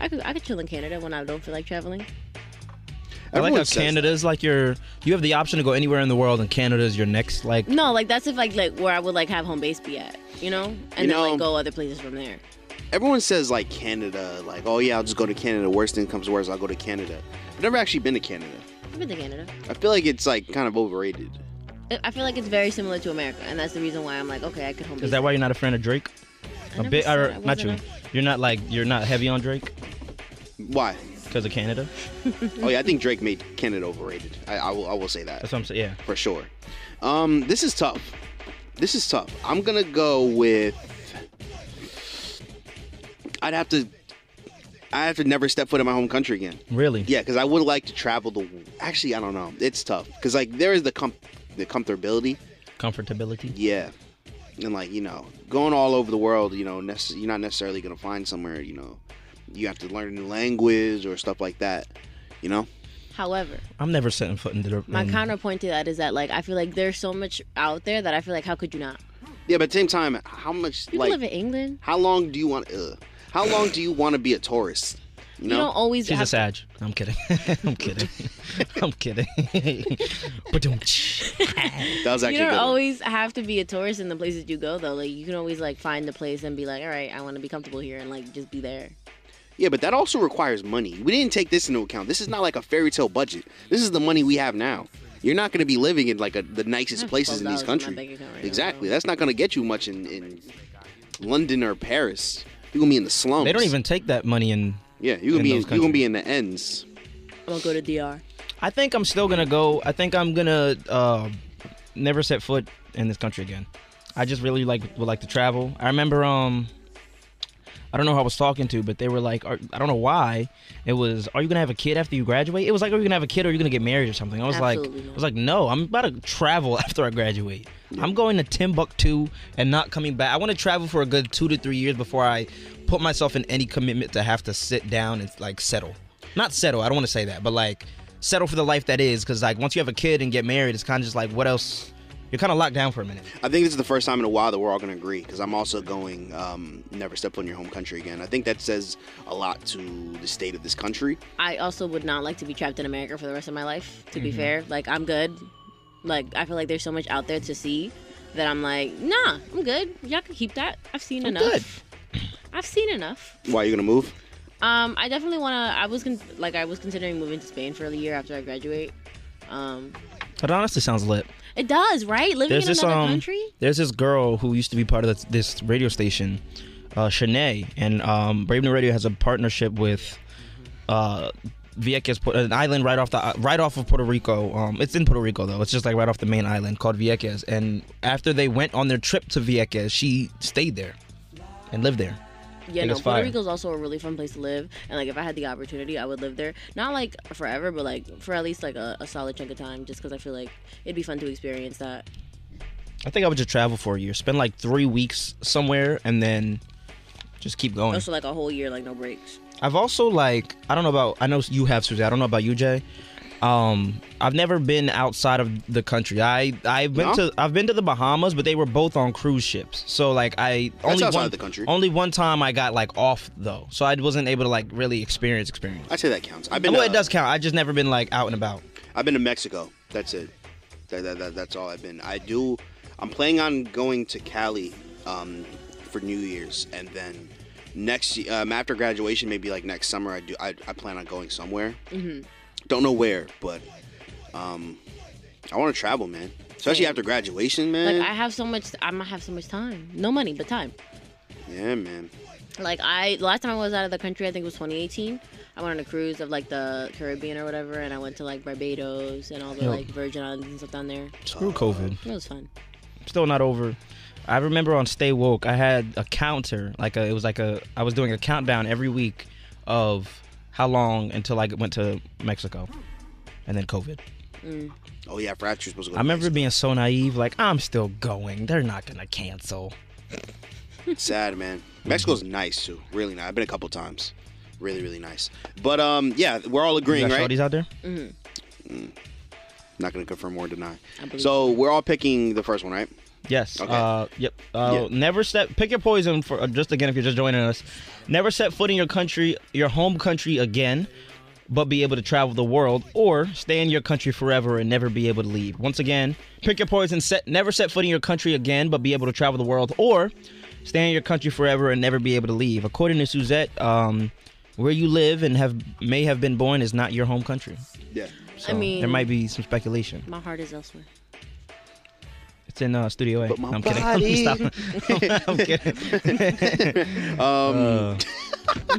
Speaker 7: I could I could chill in Canada when I don't feel like traveling.
Speaker 9: I like
Speaker 3: Everyone
Speaker 9: how
Speaker 3: says that.
Speaker 9: Canada's like your. You have the option to go anywhere in the world, and Canada's your next like.
Speaker 7: No, like that's if like like where I would like have home base be at, you know, and
Speaker 3: You
Speaker 7: then
Speaker 3: know-
Speaker 7: like go other places from there.
Speaker 3: everyone says like Canada, like oh yeah, I'll just go to Canada. Worst thing comes to worst, I'll go to Canada. I've never actually been to Canada.
Speaker 7: I've been to Canada.
Speaker 3: I feel like it's like kind of overrated.
Speaker 7: I- I feel like it's very similar to America, and that's the reason why I'm like, okay, I could home base.
Speaker 9: Is that why you're not a fan of Drake? A
Speaker 7: never
Speaker 9: bit,
Speaker 7: said
Speaker 9: or
Speaker 7: I
Speaker 9: not you?
Speaker 7: wasn't
Speaker 9: You're not like you're not heavy on Drake
Speaker 3: Why?
Speaker 9: because of Canada.
Speaker 3: Oh yeah, I think Drake made Canada overrated. I, I will I will say that
Speaker 9: That's what I'm saying. Yeah.
Speaker 3: for sure. Um, this is tough. This is tough. I'm gonna go with. I'd have to. I have to never step foot in my home country again.
Speaker 7: Mm.
Speaker 9: Really?
Speaker 3: Yeah, because I would like to travel the. Actually, I don't know. It's tough because like there is the com- the comfortability.
Speaker 9: Comfortability.
Speaker 3: Yeah, and like you know, going all over the world, you know, necess- you're not necessarily gonna find somewhere. You know, you have to learn a new language or stuff like that. You know,
Speaker 7: However,
Speaker 9: I'm never setting foot in the.
Speaker 7: my
Speaker 9: in-
Speaker 7: counterpoint to that is that like I feel like there's so much out there that I feel like how could you not?
Speaker 3: yeah, but at the same time, how much
Speaker 7: You
Speaker 3: like
Speaker 7: can live in England.
Speaker 3: how long do you want? Uh, how long do you want to be a tourist? You
Speaker 7: You don't
Speaker 3: know,
Speaker 7: always.
Speaker 9: She's a
Speaker 7: have-
Speaker 9: Sag. I'm kidding. I'm kidding. I'm kidding. But don't.
Speaker 3: that
Speaker 7: You
Speaker 3: was actually a
Speaker 7: don't
Speaker 3: good one.
Speaker 7: always have to be a tourist in the places you go though. Like you can always like find a place and be like, all right, I want to be comfortable here and like just be there.
Speaker 3: Yeah, but that also requires money. We didn't take this into account. This is not like a fairy tale budget. This is the money we have now. You're not going to be living in like a, the nicest places in these
Speaker 7: $12 in my
Speaker 3: countries.
Speaker 7: bank account right now,
Speaker 3: exactly.
Speaker 7: bro.
Speaker 3: That's not going to get you much in, in London or Paris. You're going to be in the slums.
Speaker 9: They don't even take that money in.
Speaker 3: Yeah, you're going to be in,
Speaker 9: in those
Speaker 3: you're going to be in the ends.
Speaker 7: I'm gonna go to DR.
Speaker 9: I think I'm still gonna go. I think I'm gonna uh, never set foot in this country again. I just really like would like to travel. I remember um, I don't know who I was talking to, but they were like, are, I don't know why. It was, are you gonna have a kid after you graduate? It was like, are you gonna have a kid or are you gonna get married or something? I was
Speaker 7: Absolutely
Speaker 9: like,
Speaker 7: not.
Speaker 9: I was like, no, I'm about to travel after I graduate. I'm going to Timbuktu and not coming back. I want to travel for a good two to three years before I put myself in any commitment to have to sit down and like settle. Not settle. I don't want to say that, but like settle for the life that is. Because like once you have a kid and get married, it's kind of just like what else? You're kind of locked down for a minute.
Speaker 3: I think this is the first time in a while that we're all going to agree because I'm also going um, never step on your home country again. I think that says a lot to the state of this country.
Speaker 7: I also would not like to be trapped in America for the rest of my life, to
Speaker 9: Mm-hmm.
Speaker 7: be fair. Like, I'm good. Like, I feel like there's so much out there to see that I'm like, nah, I'm good. Y'all can keep that. I've seen
Speaker 9: I'm
Speaker 7: enough.
Speaker 9: good.
Speaker 7: I've seen enough.
Speaker 3: Why are you going to move?
Speaker 7: Um, I definitely want to. I was con- like, I was considering moving to Spain for a year after I graduate. Um,
Speaker 9: But honestly, sounds lit.
Speaker 7: it does, right? Living
Speaker 9: there's
Speaker 7: in
Speaker 9: this
Speaker 7: another
Speaker 9: um,
Speaker 7: country.
Speaker 9: there's this girl who used to be part of this, this radio station, uh, Shanae, and um, Brave New Radio has a partnership with uh, Vieques, Pu- an island right off the uh, right off of Puerto Rico. Um, it's in Puerto Rico though. It's just like right off the main island called Vieques. And after they went on their trip to Vieques, she stayed there and lived there.
Speaker 7: Yeah,
Speaker 9: Like,
Speaker 7: no,
Speaker 9: it's
Speaker 7: Puerto
Speaker 9: fire.
Speaker 7: Rico's also a really fun place to live. And like, if I had the opportunity, I would live there. Not like forever, but like for at least like a, a solid chunk of time, just because I feel like it'd be fun to experience that.
Speaker 9: I think I would just travel for a year, spend like three weeks somewhere, and then just keep going.
Speaker 7: Also, like a whole year, like no breaks.
Speaker 9: I've also like I don't know about I know you have Susie. I don't know about you, Jay. Um, I've never been outside of the country. I I've been
Speaker 3: No?
Speaker 9: to I've been to the Bahamas, but they were both on cruise ships. So like I only
Speaker 3: outside
Speaker 9: one
Speaker 3: of the country.
Speaker 9: only one time I got like off though, so I wasn't able to like really experience experience.
Speaker 3: I say that counts. I've been
Speaker 9: Well,
Speaker 3: to- uh,
Speaker 9: it does count. I just never been like out and about.
Speaker 3: I've been to Mexico. That's it. That, that, that, that's all I've been. I do. I'm planning on going to Cali um, for New Year's, and then next y- um, after graduation, maybe like next summer, I do. I, I plan on going somewhere. Mm-hmm. Don't know where, but um, I want to travel, man. Especially after graduation,
Speaker 7: Like,
Speaker 3: man.
Speaker 7: I have so much. I might have so much time. No money, but time.
Speaker 3: yeah, man.
Speaker 7: Like I the last time I was out of the country, I think it was 2018. I went on a cruise of like the Caribbean or whatever, and I went to like Barbados and all the
Speaker 9: Yo.
Speaker 3: Uh,
Speaker 7: like Virgin Islands and stuff down there.
Speaker 9: Screw COVID.
Speaker 7: It was fun.
Speaker 9: Still not over. I remember on Stay Woke, I had a counter, like a, it was like a, I was doing a countdown every week of how long until I went to Mexico, and then COVID.
Speaker 3: Oh yeah, I forgot you were supposed to go.
Speaker 9: I remember being so naive, like I'm still going. They're not gonna cancel.
Speaker 3: sad, man. Mexico's nice too. Really nice. I've been a couple times. Really, really nice. But um, yeah, we're all
Speaker 9: You
Speaker 3: agreeing,
Speaker 9: got
Speaker 3: right?
Speaker 9: shorties out there?
Speaker 3: Not gonna confirm or deny. So we're all picking the first one, right?
Speaker 9: Yes.
Speaker 3: Okay.
Speaker 9: Uh, yep. Uh,
Speaker 3: Yeah.
Speaker 9: Never step. Pick your poison for uh, just again if you're just joining us. Never set foot in your country, your home country again, but be able to travel the world, or stay in your country forever and never be able to leave. Once again, pick your poison. Set. Never set foot in your country again, but be able to travel the world, or stay in your country forever and never be able to leave. According to Suzette, um, where you live and have may have been born is not your home country.
Speaker 3: Yeah.
Speaker 9: So
Speaker 7: mean-
Speaker 9: there might be some speculation.
Speaker 7: My heart is elsewhere.
Speaker 9: It's in uh, Studio A.
Speaker 3: But my
Speaker 9: No, I'm kidding. I'm
Speaker 3: body.
Speaker 9: stopping. I'm kidding.
Speaker 3: Um,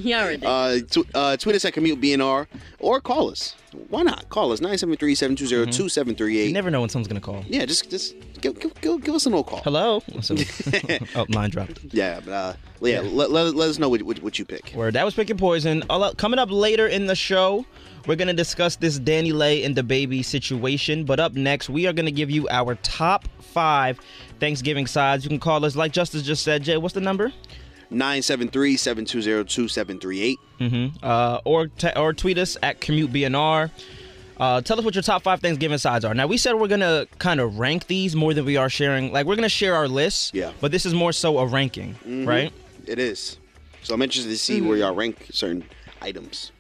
Speaker 7: yeah, right there.
Speaker 3: uh, tw- uh, tweet us at commute BNR or call us. Why not call us 973-720-2738.
Speaker 9: You never know when someone's gonna call.
Speaker 3: Yeah, just just give, give, give, give us an old call.
Speaker 9: Hello. So- oh, line dropped.
Speaker 3: Yeah, but uh, yeah, Let, let, let us know what, what, what you pick.
Speaker 9: Word. That was pick your poison. All up- coming up later in the show, we're gonna discuss this Danny Lay and the baby situation. But up next, we are gonna give you our top five Thanksgiving sides. You can call us, like Justice just said. Jay, what's the number?
Speaker 3: 973-720-2738.
Speaker 9: uh, or te- or tweet us at commute bnr. Uh, tell us what your top five Thanksgiving sides are. Now we said we're gonna kind of rank these more than we are sharing. Like we're gonna share our lists.
Speaker 3: Yeah.
Speaker 9: But this is more so a ranking, right?
Speaker 3: It is. So I'm interested to see where y'all rank certain items.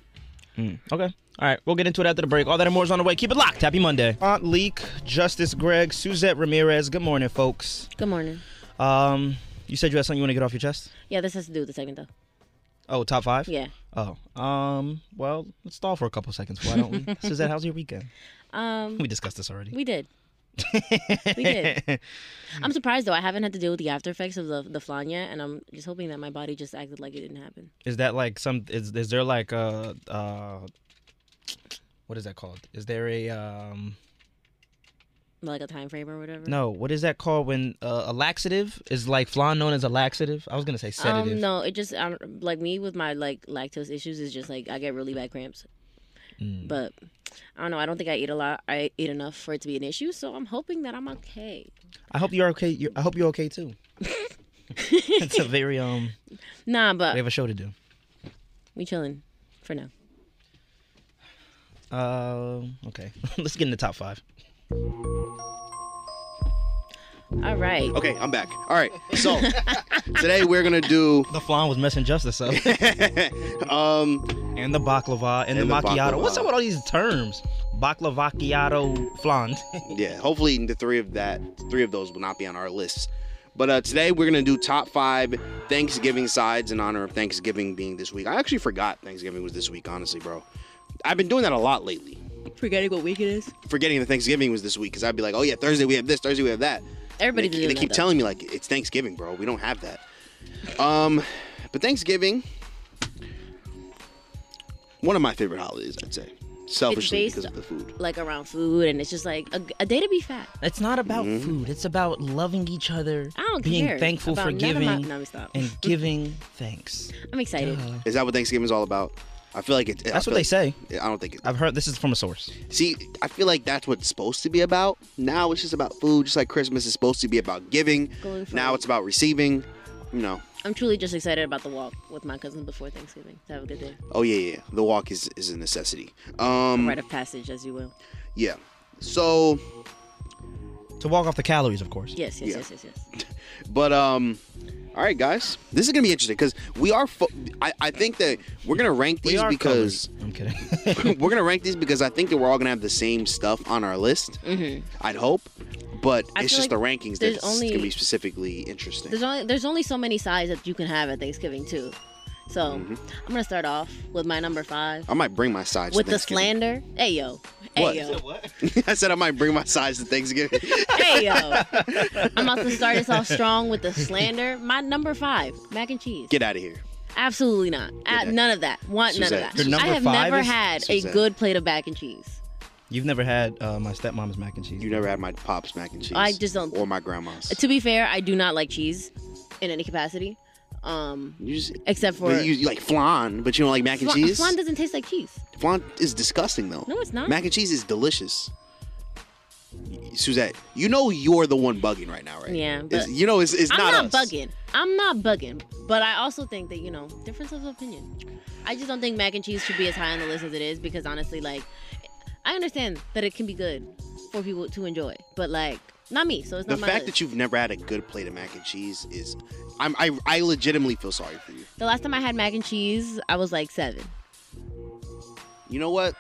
Speaker 9: Okay. All right, we'll get into it after the break. All that and more is on the way. Keep it locked. Happy Monday. Aunt Leek, Justice Greg, Suzette Ramirez. Good morning, folks.
Speaker 7: Good morning.
Speaker 9: Um, you said you had something you want to get off your chest.
Speaker 7: Yeah, this has to do with the segment though.
Speaker 9: Oh, top five.
Speaker 7: Yeah.
Speaker 9: Oh. Um. Well, let's stall for a couple seconds. Why don't we? Suzette, how's your weekend?
Speaker 7: Um,
Speaker 9: We discussed this already.
Speaker 7: we did. we did. I'm surprised though. I haven't had to deal with the after effects of the the flan yet, and I'm just hoping that my body just acted like it didn't happen.
Speaker 9: Is that like some? Is is there like a uh, what is that called? Is there a um?
Speaker 7: Like a time frame or whatever.
Speaker 9: No, what is that called when uh, a laxative is like flan known as a laxative? I was gonna say sedative.
Speaker 7: Um, no, it just I, don't- like me with my like lactose issues is just like I get really bad cramps.
Speaker 9: Mm.
Speaker 7: But I don't know. I don't think I eat a lot. I eat enough for it to be an issue. So I'm hoping that I'm okay.
Speaker 9: I hope you're okay. You're, I hope you're okay too. it's a very um.
Speaker 7: Nah,
Speaker 9: We
Speaker 7: but
Speaker 9: have a show to do.
Speaker 7: we chilling for now.
Speaker 9: Um. okay, let's get in the top five.
Speaker 7: All right.
Speaker 3: Okay, I'm back. All right. So today we're gonna do
Speaker 9: The flan was messing justice up,
Speaker 3: um
Speaker 9: and the baklava, and,
Speaker 3: And
Speaker 9: the
Speaker 3: the
Speaker 9: macchiato. What's
Speaker 3: baklava.
Speaker 9: up with all these terms? Baklava, macchiato, flan.
Speaker 3: yeah, hopefully the three of that three of those will not be on our lists. But uh, today we're gonna do top five Thanksgiving sides in honor of Thanksgiving being this week. I actually forgot Thanksgiving was this week, honestly, bro. I've been doing that a lot lately.
Speaker 7: Forgetting what week it is.
Speaker 3: Forgetting that Thanksgiving was this week because I'd be like, oh yeah, Thursday we have this, Thursday we have that.
Speaker 7: Everybody
Speaker 3: they,
Speaker 7: doing
Speaker 3: they
Speaker 7: that,
Speaker 3: keep
Speaker 7: though.
Speaker 3: telling me like it's Thanksgiving, bro. We don't have that. Um, but Thanksgiving, one of my favorite holidays, I'd say, selfishly
Speaker 7: based-
Speaker 3: because of the food.
Speaker 7: Like around food, and it's just like a, a day to be fat.
Speaker 9: It's not about
Speaker 3: Mm-hmm.
Speaker 9: food. It's about loving each other,
Speaker 7: I don't
Speaker 9: being
Speaker 7: care
Speaker 9: thankful,
Speaker 7: about none of
Speaker 9: forgiving,
Speaker 7: my- no, let me stop.
Speaker 9: and giving thanks.
Speaker 7: I'm excited.
Speaker 3: Is that what Thanksgiving is all about? I feel like it.
Speaker 9: That's what they say.
Speaker 3: I don't think it.
Speaker 9: I've heard this is from a source.
Speaker 3: See, I feel like that's what it's supposed to be about. Now it's just about food, just like Christmas is supposed to be about giving.
Speaker 7: Going for
Speaker 3: Now
Speaker 7: it.
Speaker 3: it's about receiving. You know.
Speaker 7: I'm truly just excited about the walk with my cousin before Thanksgiving. To have a good day.
Speaker 3: Oh yeah, yeah. The walk is is a necessity. Um,
Speaker 7: Rite of passage, as you will.
Speaker 3: yeah. So,
Speaker 9: To walk off the calories, of course.
Speaker 7: Yes, yes,
Speaker 3: Yeah.
Speaker 7: yes, yes, yes.
Speaker 3: but um, all right, guys, this is gonna be interesting because we are. Fo- I I think that we're gonna rank
Speaker 9: We
Speaker 3: these
Speaker 9: are
Speaker 3: because.
Speaker 9: colored. I'm kidding.
Speaker 3: we're gonna rank these because I think that we're all gonna have the same stuff on our list. Mm-hmm. I'd hope, but
Speaker 7: I
Speaker 3: it's
Speaker 7: feel
Speaker 3: just the
Speaker 7: like
Speaker 3: rankings
Speaker 7: there's
Speaker 3: that's
Speaker 7: only-
Speaker 3: gonna be specifically interesting.
Speaker 7: There's only there's only so many sides that you can have at Thanksgiving too. So
Speaker 3: Mm-hmm.
Speaker 7: I'm gonna start off with my number five
Speaker 3: I might bring my sides
Speaker 7: with
Speaker 3: to
Speaker 7: the
Speaker 3: Thanksgiving.
Speaker 7: slander. Hey yo,
Speaker 3: What?
Speaker 7: hey yo,
Speaker 3: I said I might bring my sides to Thanksgiving.
Speaker 7: hey yo. I'm about to start us off strong with the slander. My number five, mac and cheese.
Speaker 3: Get out of here.
Speaker 7: Absolutely not. Uh,
Speaker 3: that-
Speaker 7: none of that. Want none
Speaker 3: Suzette,
Speaker 7: of that.
Speaker 3: Your
Speaker 9: number
Speaker 7: I have
Speaker 9: five
Speaker 7: never
Speaker 9: is-
Speaker 7: had
Speaker 3: Suzette.
Speaker 7: a good plate of mac and cheese.
Speaker 9: You've never had uh, my stepmom's mac and cheese.
Speaker 3: You never had my pop's mac and cheese.
Speaker 7: I just don't-
Speaker 3: Or my grandma's.
Speaker 7: To be fair, I do not like cheese in any capacity. Um,
Speaker 3: you just,
Speaker 7: except for
Speaker 3: but you, you like flan, but you don't like mac and
Speaker 7: flan,
Speaker 3: cheese.
Speaker 7: flan doesn't taste like cheese.
Speaker 3: Flan is disgusting though.
Speaker 7: No, it's not.
Speaker 3: Mac and cheese is delicious. Suzette, you know you're the one bugging right now, right?
Speaker 7: Yeah,
Speaker 3: It's-
Speaker 7: but-
Speaker 3: you know it's, it's
Speaker 7: I'm
Speaker 3: not,
Speaker 7: not
Speaker 3: us.
Speaker 7: bugging. I'm not bugging. But I also think that, you know, difference of opinion. I just don't think mac and cheese should be as high on the list as it is because honestly, like, I understand that it can be good for people to enjoy, but like, not me. So it's
Speaker 3: The
Speaker 7: not my list.
Speaker 3: fact that you've never had a good plate of mac and cheese is, I'm, I I legitimately feel sorry for you.
Speaker 7: the last time I had mac and cheese, I was like seven
Speaker 3: You know what?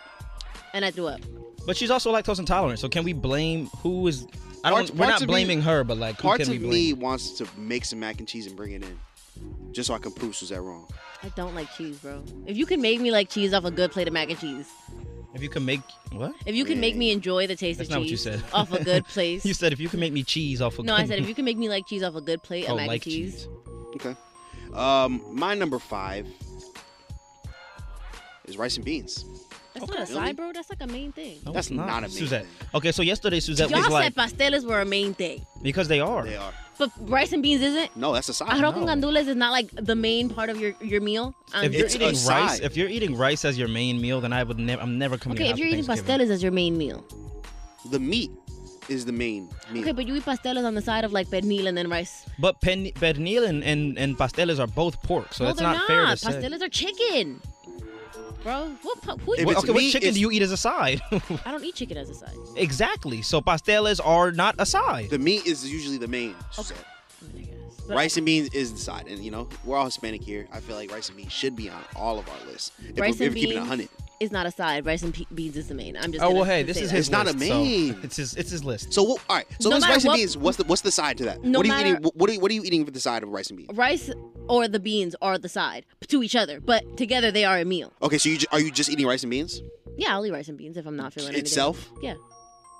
Speaker 7: and I threw up.
Speaker 9: But she's also lactose intolerant. So can we blame who is? I don't.
Speaker 3: Parts-
Speaker 9: we're
Speaker 3: parts
Speaker 9: not
Speaker 3: of me-
Speaker 9: blaming her, but like who
Speaker 3: Part
Speaker 9: can we
Speaker 3: of
Speaker 9: blame?
Speaker 3: me wants to make some mac and cheese and bring it in, just so I can prove Suzette wrong.
Speaker 7: I don't like cheese, bro. If you can make me like cheese off a good plate of mac and cheese,
Speaker 9: If you can make what?
Speaker 7: if you can make me enjoy the taste
Speaker 9: That's
Speaker 7: of
Speaker 9: not what
Speaker 7: cheese
Speaker 9: you said.
Speaker 7: off a good place.
Speaker 9: You said if you can make me cheese off of.
Speaker 7: no, I said if you can make me like cheese off a good plate
Speaker 9: oh,
Speaker 7: of mac
Speaker 9: like
Speaker 7: and cheese.
Speaker 9: cheese.
Speaker 3: Okay. Um, my number five is rice and beans.
Speaker 7: That's not a side, bro. That's like a main thing.
Speaker 9: No,
Speaker 3: That's
Speaker 9: it's not,
Speaker 3: not a main
Speaker 9: Suzette.
Speaker 3: thing.
Speaker 9: Okay, so yesterday Suzette
Speaker 7: Y'all
Speaker 9: was
Speaker 7: said
Speaker 9: like
Speaker 7: pasteles were a main thing,
Speaker 9: because they are.
Speaker 3: They are.
Speaker 7: but rice and beans isn't.
Speaker 3: No, that's a side.
Speaker 7: Arroz con
Speaker 9: know.
Speaker 7: gandules is not like the main part of your, your meal. Um,
Speaker 9: If
Speaker 3: It's
Speaker 9: you're
Speaker 3: a
Speaker 9: eating rice,
Speaker 3: side.
Speaker 9: if you're eating rice as your main meal, then I would never. I'm never coming. to
Speaker 7: okay, if
Speaker 9: your house
Speaker 7: you're
Speaker 9: for
Speaker 7: eating
Speaker 9: Thanksgiving.
Speaker 7: pasteles as your main meal,
Speaker 3: The meat is the main meal.
Speaker 7: okay, but you eat pasteles on the side of like pernil and then rice.
Speaker 9: But pen, pernil and, and, and pasteles are both pork, so
Speaker 7: no,
Speaker 9: it's
Speaker 7: they're
Speaker 9: not,
Speaker 7: not.
Speaker 9: fair to say.
Speaker 7: pasteles are chicken, bro. What? pa- Who?
Speaker 3: If
Speaker 9: Well,
Speaker 3: it's
Speaker 9: okay, what
Speaker 3: meat,
Speaker 9: chicken
Speaker 3: it's-
Speaker 9: do you eat as a side?
Speaker 7: I don't eat chicken as a side.
Speaker 9: exactly. So pasteles are not a side.
Speaker 3: the meat is usually the main. Suzette.
Speaker 7: I mean, I guess. But
Speaker 3: Rice and beans is the side, and you know we're all Hispanic here. I feel like rice and beans should be on all of our lists. If
Speaker 7: Rice
Speaker 3: we're, if
Speaker 7: and
Speaker 3: we're keeping it
Speaker 7: beans.
Speaker 3: hundred,
Speaker 7: It's not a side. Rice and pe- beans is the main. I'm just.
Speaker 9: Oh
Speaker 7: gonna
Speaker 9: well, hey,
Speaker 7: say
Speaker 9: this is
Speaker 7: that.
Speaker 9: his.
Speaker 3: It's not a
Speaker 9: list, so
Speaker 3: main.
Speaker 9: it's his. It's his list.
Speaker 3: so what, all right. So
Speaker 7: No
Speaker 3: it's
Speaker 7: matter
Speaker 3: rice and
Speaker 7: what-
Speaker 3: beans. What's the what's the side to that?
Speaker 7: No
Speaker 3: what are you
Speaker 7: matter-
Speaker 3: eating? What are, you- what are you eating for the side of rice and beans?
Speaker 7: rice or the beans are the side to each other, but together they are a meal.
Speaker 3: Okay, so you ju- are you just eating rice and beans?
Speaker 7: Yeah, I'll eat rice and beans if I'm not feeling anything.
Speaker 3: Itself?
Speaker 7: Yeah,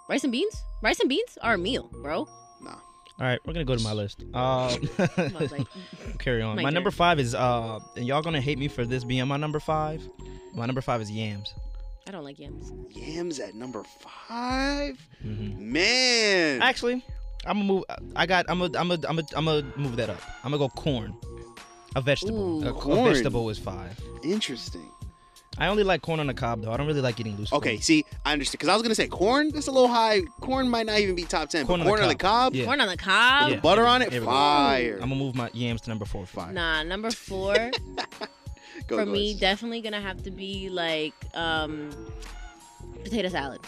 Speaker 7: rice and beans. Rice and beans are a meal, bro.
Speaker 3: Nah.
Speaker 9: All right, we're gonna go to my list. Uh,
Speaker 7: Come on, like,
Speaker 9: carry on.
Speaker 7: My
Speaker 9: My, number
Speaker 7: turn.
Speaker 9: five is uh, and y'all gonna hate me for this being my number five. My number five is yams.
Speaker 7: I don't like yams.
Speaker 3: Yams at number 5 Mm-hmm. Man,
Speaker 9: Actually, I'm gonna move. I got. I'm gonna. I'm gonna. I'm gonna. I'm gonna move that up. I'm gonna go corn. A vegetable.
Speaker 7: Ooh.
Speaker 9: A- a,
Speaker 3: Corn.
Speaker 9: vegetable is five.
Speaker 3: interesting.
Speaker 9: I only like corn on the cob though. I don't really like eating loose.
Speaker 3: Okay,
Speaker 9: corn.
Speaker 3: see, I understand because I was gonna say corn. That's a little high. Corn might not even be top ten. Corn, but corn on the cob,
Speaker 9: Yeah.
Speaker 7: Corn on the cob.
Speaker 9: Yeah.
Speaker 3: butter on it,
Speaker 9: Here we go.
Speaker 3: fire.
Speaker 9: I'm gonna move my yams to number four or five.
Speaker 7: Nah, number four
Speaker 3: Go,
Speaker 7: for
Speaker 3: go,
Speaker 7: me
Speaker 3: Suzette.
Speaker 7: definitely gonna have to be like um, potato salad.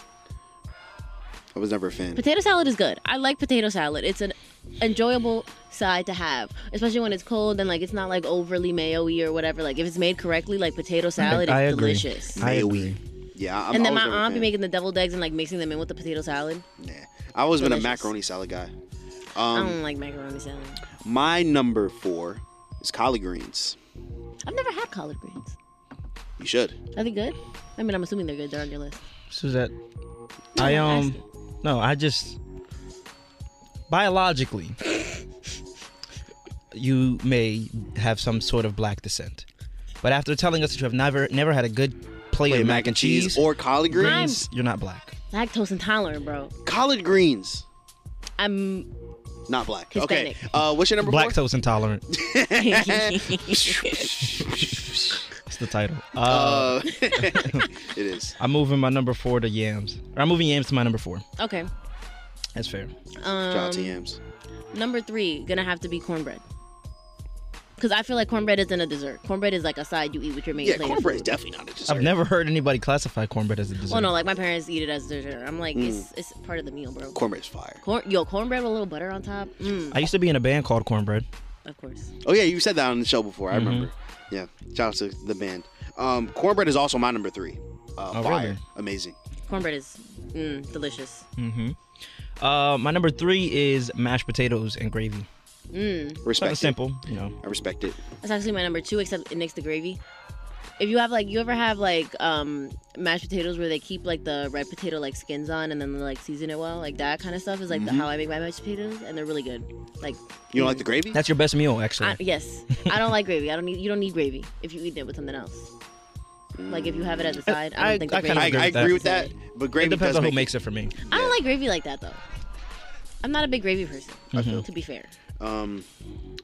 Speaker 3: I was never a fan.
Speaker 7: Potato salad is good. I like potato salad. It's an enjoyable side to have, especially when it's cold and like it's not like overly mayo-y or whatever. Like if it's made correctly, like potato salad
Speaker 9: I
Speaker 7: is
Speaker 9: agree.
Speaker 7: delicious.
Speaker 9: I agree.
Speaker 3: Yeah, I'm,
Speaker 7: and then
Speaker 3: I
Speaker 7: my
Speaker 3: was never a
Speaker 7: aunt be
Speaker 3: fan.
Speaker 7: making the deviled eggs and like mixing them in with the potato salad.
Speaker 3: Nah, I always been a
Speaker 7: Delicious.
Speaker 3: macaroni salad guy.
Speaker 7: I
Speaker 3: Um,
Speaker 7: don't like macaroni salad.
Speaker 3: my number four is collard greens.
Speaker 7: I've never had collard greens.
Speaker 3: You should.
Speaker 7: Are they good? I mean, I'm assuming they're good. They're on your list.
Speaker 9: Suzette, I um,
Speaker 7: asking.
Speaker 9: no, I just biologically, you may have some sort of black descent, but after telling us that you have never never had a good plate
Speaker 3: Play
Speaker 9: of mac and cheese,
Speaker 3: or collard greens.
Speaker 9: greens, you're not black.
Speaker 7: Lactose intolerant, bro.
Speaker 3: Collard greens,
Speaker 7: I'm.
Speaker 3: not black.
Speaker 7: Hispanic.
Speaker 3: Okay. Uh, what's your number
Speaker 9: Black
Speaker 3: four?
Speaker 9: toast intolerant. That's the title. Uh,
Speaker 3: Uh, it is.
Speaker 9: I'm moving my number four to yams. Or I'm moving yams to my number four.
Speaker 7: okay.
Speaker 9: That's fair.
Speaker 3: Shout out to
Speaker 7: Um,
Speaker 3: yams.
Speaker 7: number three gonna have to be cornbread. Cause I feel like cornbread isn't a dessert. Cornbread is like a side you eat with your main
Speaker 3: Yeah,
Speaker 7: plate. of
Speaker 3: cornbread is
Speaker 7: food.
Speaker 3: definitely not a dessert.
Speaker 9: I've never heard anybody classify cornbread as a dessert.
Speaker 7: Oh no, like my parents eat it as dessert. I'm like, it's
Speaker 9: Mm.
Speaker 7: it's part of the meal, bro.
Speaker 3: Cornbread is fire.
Speaker 7: Corn, yo, cornbread with a little butter on top. Mm,
Speaker 9: I used to be in a band called Cornbread.
Speaker 7: of course.
Speaker 3: Oh yeah, you said that on the show before.
Speaker 9: Mm-hmm.
Speaker 3: I remember. Yeah. Shout out to the band. Um, cornbread is also my number three. Uh,
Speaker 9: Oh,
Speaker 3: fire,
Speaker 9: really?
Speaker 3: amazing.
Speaker 7: Cornbread is mm, delicious.
Speaker 9: Mm-hmm. Uh, my number three is mashed potatoes and gravy.
Speaker 7: Mm.
Speaker 3: Respect.
Speaker 9: Something
Speaker 3: it.
Speaker 9: simple, you know.
Speaker 3: I respect it.
Speaker 7: That's actually my number two, except it next to gravy. If you have like, you ever have like um mashed potatoes where they keep like the red potato like skins on and then they like season it well, like that kind of stuff is like
Speaker 9: Mm-hmm.
Speaker 7: the, how I make my mashed potatoes, and they're really good. Like
Speaker 3: You don't like the gravy?
Speaker 9: That's your best meal, actually.
Speaker 7: I, yes, I don't like gravy. I don't need you don't need gravy if you eat it with something else. Like if you have it as a side, I,
Speaker 9: I-
Speaker 7: don't think the
Speaker 9: I kinda
Speaker 7: gravy
Speaker 9: agree
Speaker 3: I, I
Speaker 9: with
Speaker 3: agree
Speaker 9: that.
Speaker 3: with that, but gravy
Speaker 9: it depends
Speaker 3: does
Speaker 9: on who
Speaker 3: make
Speaker 9: makes it for me.
Speaker 7: I don't like gravy like that though. I'm not a big gravy person. To be fair,
Speaker 3: Um,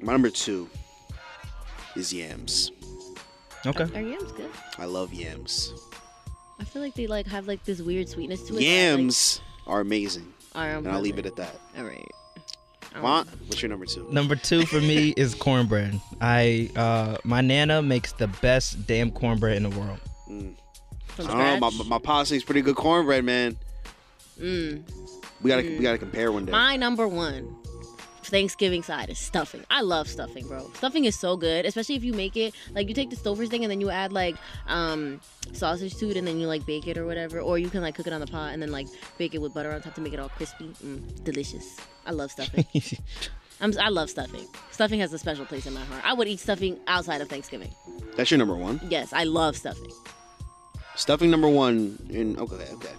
Speaker 3: my number two is yams.
Speaker 9: Okay.
Speaker 7: are yams good?
Speaker 3: I love yams.
Speaker 7: I feel like they like have like this weird sweetness to it. that, like,
Speaker 3: Yams are amazing,
Speaker 7: are
Speaker 3: and I'll leave it at that.
Speaker 7: All right. Um,
Speaker 3: Mont, what's your number two?
Speaker 9: Number two for me is cornbread. I uh, my nana makes the best damn cornbread in the world.
Speaker 7: From
Speaker 3: I don't know.
Speaker 7: scratch.
Speaker 3: My, my pops makes pretty good cornbread, man. We gotta we gotta compare one day.
Speaker 7: My number one Thanksgiving side is stuffing. I love stuffing, bro. Stuffing is so good, especially if you make it like you take the Stouffer's thing and then you add like um sausage to it and then you like bake it or whatever, or you can like cook it on the pot and then like bake it with butter on top to make it all crispy. Mm, delicious. I love stuffing. I'm, I love stuffing. Stuffing has a special place in my heart. I would eat stuffing outside of Thanksgiving.
Speaker 3: That's your number one.
Speaker 7: Yes, I love stuffing.
Speaker 3: Stuffing number one. In okay, okay.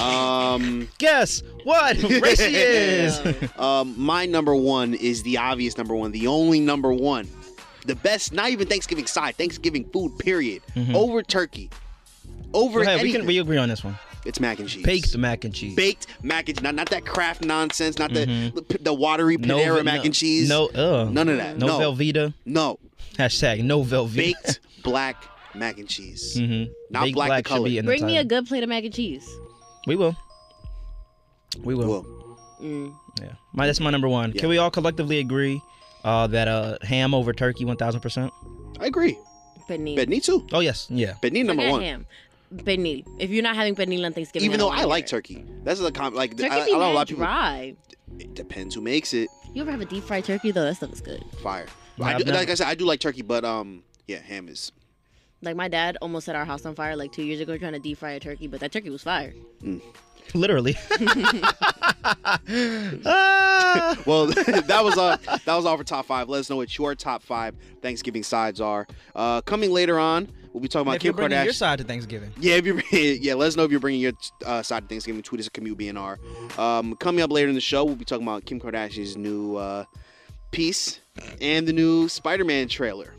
Speaker 3: Um,
Speaker 9: Guess what race she is?
Speaker 3: um, my number one is the obvious number one, the only number one, the best. Not even Thanksgiving side, Thanksgiving food. Period. Over turkey, over
Speaker 9: Mm-hmm. Go ahead, we
Speaker 3: anything.
Speaker 9: can we agree on this one.
Speaker 3: it's mac and cheese.
Speaker 9: Baked mac and cheese.
Speaker 3: baked mac and cheese. Not, not that craft nonsense. Not the the, watery
Speaker 9: Mm-hmm. No
Speaker 3: Panera
Speaker 9: ve-
Speaker 3: mac
Speaker 9: no-
Speaker 3: and cheese.
Speaker 9: No, uh, ugh.
Speaker 3: none of that.
Speaker 9: No,
Speaker 3: No,
Speaker 9: Velveeta.
Speaker 3: no.
Speaker 9: Hashtag no Velveeta.
Speaker 3: baked black mac and cheese.
Speaker 9: Mhm.
Speaker 3: Not
Speaker 9: Baked
Speaker 3: black,
Speaker 9: black
Speaker 3: the
Speaker 9: should
Speaker 3: color.
Speaker 9: be in the
Speaker 7: Bring me
Speaker 9: title.
Speaker 7: a good plate of mac and cheese.
Speaker 9: We will. We will.
Speaker 3: Well,
Speaker 7: Mm,
Speaker 9: Yeah. My that's my number one. Can we all collectively agree uh, that uh, ham over turkey one thousand percent?
Speaker 3: I agree.
Speaker 7: Pernil.
Speaker 3: Benny too.
Speaker 9: Oh yes. Yeah.
Speaker 3: Benny number
Speaker 7: Forget
Speaker 3: one.
Speaker 7: Ham. Pernil. If you're not having pernil on Thanksgiving,
Speaker 3: Even though
Speaker 7: don't
Speaker 3: I
Speaker 7: wanna
Speaker 3: like
Speaker 7: hear it.
Speaker 3: turkey. That's a com- like
Speaker 7: Turkey
Speaker 3: I, I
Speaker 7: be
Speaker 3: know a
Speaker 7: mad
Speaker 3: lot of people.
Speaker 7: dry.
Speaker 3: It depends who makes it.
Speaker 7: You ever have a deep fried turkey though? That stuff is good.
Speaker 3: Fire.
Speaker 9: No,
Speaker 3: I
Speaker 9: I've
Speaker 3: do,
Speaker 9: never-
Speaker 3: like I said, I do like turkey, but um, yeah, ham is.
Speaker 7: Like my dad almost set our house on fire like two years ago trying to deep fry a turkey, but that turkey was fire.
Speaker 9: Literally. Ah.
Speaker 3: Well, that was uh that was all for top five. Let us know what your top five Thanksgiving sides are. Uh, coming later on, we'll be talking about
Speaker 9: if you're
Speaker 3: Kim
Speaker 9: bringing
Speaker 3: Kardashian.
Speaker 9: your side to Thanksgiving.
Speaker 3: Yeah, if you're, yeah. Let us know if you're bringing your uh, side of Thanksgiving. Tweet us at Commute BNR. Um, coming up later in the show, we'll be talking about Kim Kardashian's new uh, piece and the new Spider-Man trailer.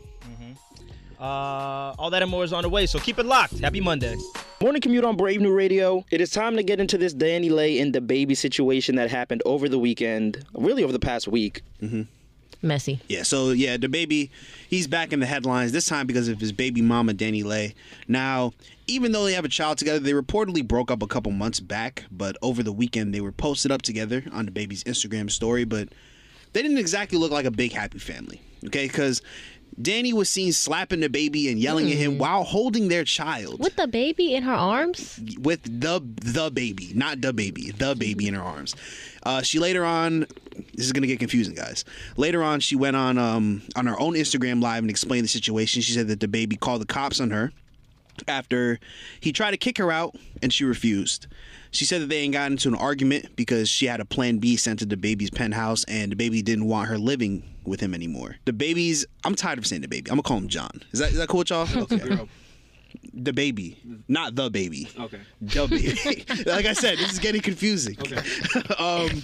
Speaker 9: Uh, all that and more is on the way, so keep it locked. Happy Monday. Morning commute on Brave New Radio. It is time to get into this Danny Lay and the baby situation that happened over the weekend, really over the past week.
Speaker 7: Messy.
Speaker 3: Yeah, so yeah, the baby, he's back in the headlines this time because of his baby mama, Danny Lay. Now, even though they have a child together, they reportedly broke up a couple months back, but over the weekend they were posted up together on the baby's Instagram story, but they didn't exactly look like a big happy family, okay? Because Danny was seen slapping the baby and yelling at him while holding their child
Speaker 7: With the baby in her arms?
Speaker 3: with the the baby, not the baby, the baby in her arms. Uh, she later on, this is gonna get confusing, guys. Later on, she went on um, on her own Instagram live and explained the situation. She said that the baby called the cops on her after he tried to kick her out and she refused. She said that they ain't got into an argument because she had a plan B sent to the baby's penthouse and the baby didn't want her living with him anymore. The baby's I'm tired of saying the baby. I'm gonna call him John. Is that is that cool with y'all? Okay. the baby. Not the baby. Okay. The baby. like I said, this is getting confusing. Okay. um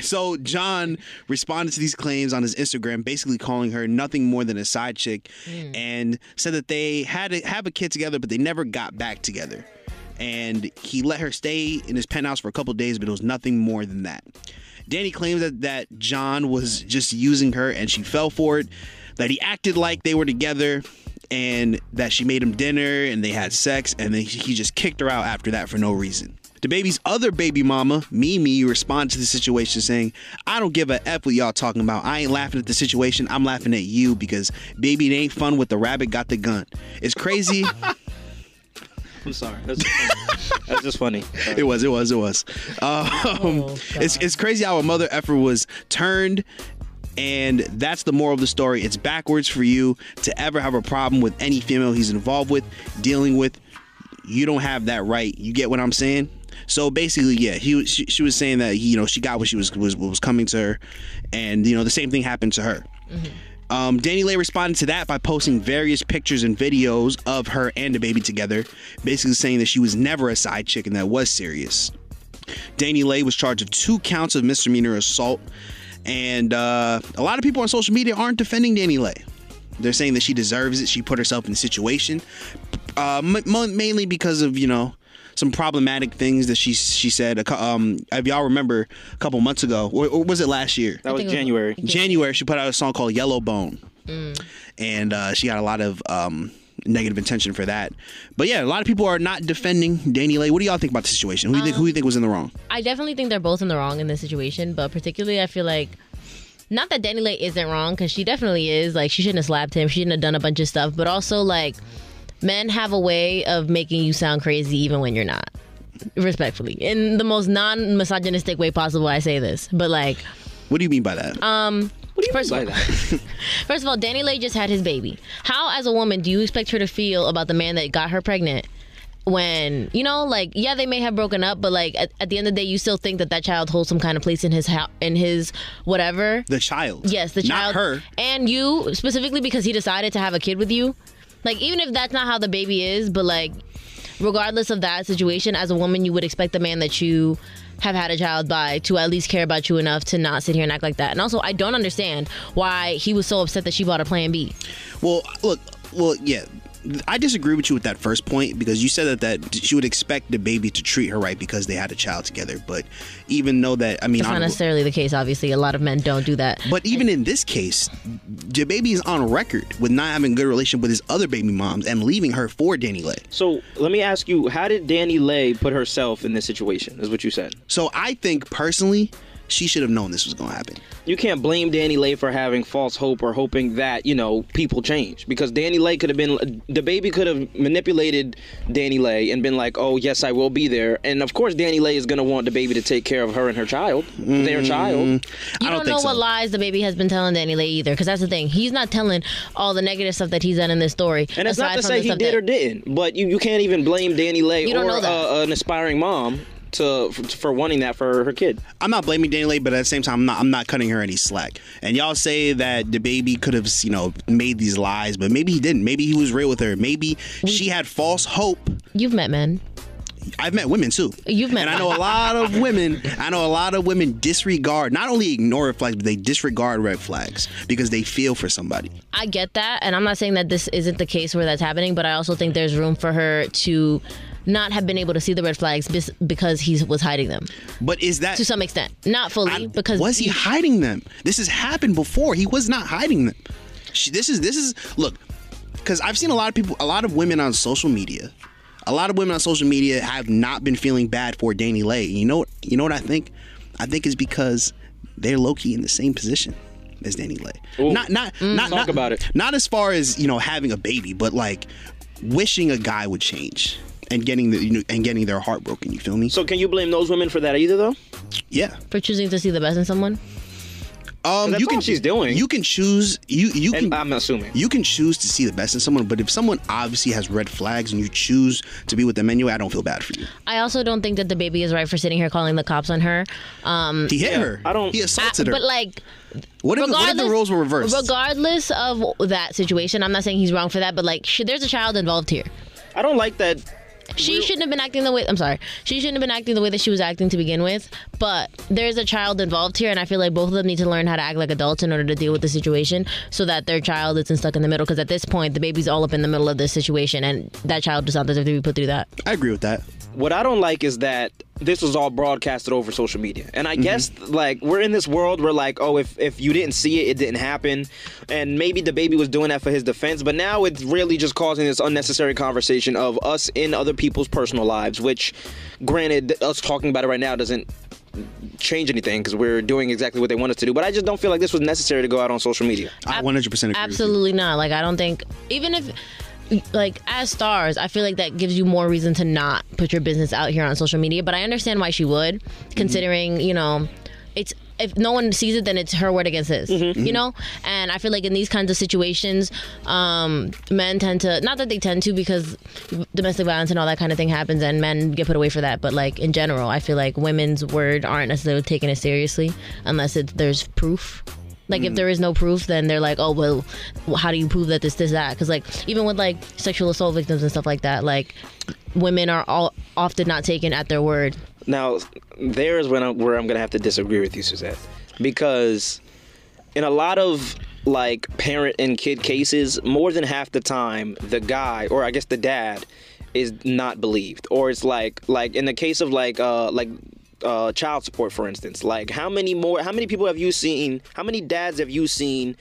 Speaker 3: so John responded to these claims on his Instagram, basically calling her nothing more than a side chick, and said that they had to have a kid together, but they never got back together. And he let her stay in his penthouse for a couple days, but it was nothing more than that. Danny claims that, that John was just using her and she fell for it, that he acted like they were together, and that she made him dinner and they had sex and then he just kicked her out after that for no reason. The baby's other baby mama, Mimi, responded to the situation saying, I don't give a F what y'all talking about. I ain't laughing at the situation. I'm laughing at you because baby, it ain't fun with the rabbit got the gun. It's crazy.
Speaker 9: I'm sorry. That's, that's just funny.
Speaker 3: it was, it was, it was. Um, it's, it's crazy how a mother effort was turned. And that's the moral of the story. It's backwards for you to ever have a problem with any female he's involved with, dealing with. You don't have that right. You get what I'm saying? So basically, yeah, he was- she, she was saying that he, you know she got what she was, was what was coming to her, and you know the same thing happened to her. Um, Danny Lay responded to that by posting various pictures and videos of her and the baby together, basically saying that she was never a side chick and that was serious. Danny Lay was charged of two counts of misdemeanor assault, and uh, a lot of people on social media aren't defending Danny Lay. They're saying that she deserves it. She put herself in the situation. uh, m- mo- mainly because of you know some problematic things that she she said. A cou- Um, if y'all remember, a couple months ago, or, or was it last year?
Speaker 9: That was
Speaker 7: think it was-
Speaker 9: January.
Speaker 3: January, she put out a song called Yellow Bone.
Speaker 9: Mm.
Speaker 3: And uh, she got a lot of um, negative attention for that. But yeah, a lot of people are not defending Danny Lay. What do y'all think about the situation? Who do you think who do
Speaker 9: Um,
Speaker 3: you think was in the wrong?
Speaker 7: I definitely think they're both in the wrong in this situation, but particularly I feel like not that Danny Lay isn't wrong because she definitely is. Like she shouldn't have slapped him. She shouldn't have done a bunch of stuff. But also like men have a way of making you sound crazy even when you're not. Respectfully, in the most non-misogynistic way possible, I say this. But like,
Speaker 3: What do you mean by that?
Speaker 9: What do you
Speaker 7: First
Speaker 9: mean by
Speaker 7: of all-
Speaker 9: that?
Speaker 7: first of all, Danny Lay just had his baby. How, as a woman, do you expect her to feel about the man that got her pregnant? When you know, like, yeah, they may have broken up, but like at, at the end of the day, you still think that that child holds some kind of place in his house, in his whatever.
Speaker 3: the child.
Speaker 7: Yes, the child.
Speaker 3: Not her.
Speaker 7: And you specifically because he decided to have a kid with you. Like even if that's not how the baby is, but like regardless of that situation, as a woman you would expect the man that you have had a child by to at least care about you enough to not sit here and act like that. And also I don't understand why he was so upset that she bought a plan B.
Speaker 3: Well, look, well, yeah. I disagree with you with that first point because you said that that she would expect the baby to treat her right because they had a child together. But even though that, I mean,
Speaker 7: That's not
Speaker 3: on-
Speaker 7: necessarily the case, obviously. A lot of men don't do that.
Speaker 3: but even in this case, the baby is on record with not having a good relationship with his other baby moms and leaving her for Danny Lay.
Speaker 9: So let me ask you, how did Danny Lay put herself in this situation? Is what you said.
Speaker 3: So I think personally, she should have known this was going to happen.
Speaker 9: You can't blame Danny Lay for having false hope or hoping that you know people change because Danny Lay could have been the baby could have manipulated Danny Lay and been like, oh yes, I will be there, and of course Danny Lay is gonna want the baby to take care of her and her child,
Speaker 7: Mm-hmm.
Speaker 9: their child.
Speaker 7: You
Speaker 3: I
Speaker 7: don't,
Speaker 3: don't,
Speaker 7: know
Speaker 3: think
Speaker 7: what
Speaker 3: so.
Speaker 7: lies the baby has been telling Danny Lay either, because that's the thing. He's not telling all the negative stuff that he's done in this story.
Speaker 9: And it's
Speaker 7: aside
Speaker 9: not to
Speaker 7: from
Speaker 9: say
Speaker 7: the
Speaker 9: he
Speaker 7: stuff
Speaker 9: did
Speaker 7: that-
Speaker 9: or didn't, but you, you can't even blame Danny Lay
Speaker 7: You don't
Speaker 9: or
Speaker 7: know that.
Speaker 9: Uh, an aspiring mom to for, for wanting that for her kid.
Speaker 3: I'm not blaming Danny Lay, but at the same time, I'm not, I'm not cutting her any slack. And y'all say that the baby could have, you know, made these lies, but maybe he didn't. Maybe he was real with her. Maybe she had false hope.
Speaker 7: You've met men.
Speaker 3: I've met women too.
Speaker 7: You've met
Speaker 3: and I know a lot of women. I know a lot of women disregard, not only ignore red flags, but they disregard red flags because they feel for somebody.
Speaker 7: I get that, and I'm not saying that this isn't the case where that's happening, but I also think there's room for her to not have been able to see the red flags bis- because he was hiding them
Speaker 3: But is that
Speaker 7: to some extent, not fully,
Speaker 3: I-
Speaker 7: because
Speaker 3: was he hiding them? This has happened before. He was not hiding them. She, this is this is look, because I've seen a lot of people, a lot of women on social media, a lot of women on social media have not been feeling bad for Danny Lay. You know, you know what I think? I think it's because they're low key in the same position as Danny Lay. Not not
Speaker 9: Talk
Speaker 3: not not-
Speaker 9: about it.
Speaker 3: Not as far as you know having a baby, but like wishing a guy would change. And getting the you know, and getting their heart broken, you feel me?
Speaker 9: So can you blame those women for that either though?
Speaker 3: yeah,
Speaker 7: for choosing to see the best in someone.
Speaker 3: um,
Speaker 9: that's
Speaker 3: you can
Speaker 9: all she's doing.
Speaker 3: You can choose. You you
Speaker 9: And
Speaker 3: can.
Speaker 9: I'm assuming.
Speaker 3: You can choose to see the best in someone, but if someone obviously has red flags and you choose to be with them anyway, I don't feel bad for you.
Speaker 7: I also don't think that the baby is right for sitting here calling the cops on her. Um,
Speaker 3: He hit her.
Speaker 9: I don't-
Speaker 3: He assaulted her.
Speaker 7: but like
Speaker 3: what, if, what if the
Speaker 7: regardless-
Speaker 3: roles were reversed?
Speaker 7: Regardless of that situation, I'm not saying he's wrong for that, but like, sh- there's a child involved here.
Speaker 9: I don't like that.
Speaker 7: She shouldn't have been acting the way. I'm sorry. She shouldn't have been acting the way that she was acting to begin with. But there's a child involved here, and I feel like both of them need to learn how to act like adults in order to deal with the situation, so that their child isn't stuck in the middle. Because at this point, the baby's all up in the middle of this situation, and that child does not deserve to be put through that.
Speaker 3: I agree with that.
Speaker 9: What I don't like is that this was all broadcasted over social media. And I guess like we're in this world where like, oh, if if you didn't see it, it didn't happen. And maybe the baby was doing that for his defense, but now it's really just causing this unnecessary conversation of us in other people's personal lives, which granted th- us talking about it right now doesn't change anything because we're doing exactly what they want us to do but i just don't feel like this was necessary to go out on social media
Speaker 3: I 100 percent agree. with you.
Speaker 7: Absolutely not. Like I don't think even if like as stars, I feel like that gives you more reason to not put your business out here on social media. But I understand why she would, considering you know, it's if no one sees it, then it's her word against his. You know, and I feel like in these kinds of situations, um, men tend to not that they tend to because domestic violence and all that kind of thing happens, and men get put away for that. But like in general, I feel like women's word aren't necessarily taken as seriously unless it, there's proof. Like
Speaker 9: Mm.
Speaker 7: if there is no proof, then they're like, oh well, how do you prove that this, this, that? Because like even with like sexual assault victims and stuff like that, like women are all often not taken at their word.
Speaker 9: Now, there is when I'm, where I'm going to have to disagree with you, Suzette, because in a lot of like parent and kid cases, more than half the time the guy or I guess the dad is not believed or it's like like in the case of like uh like uh child support for instance, like how many more how many people have you seen how many dads have you seen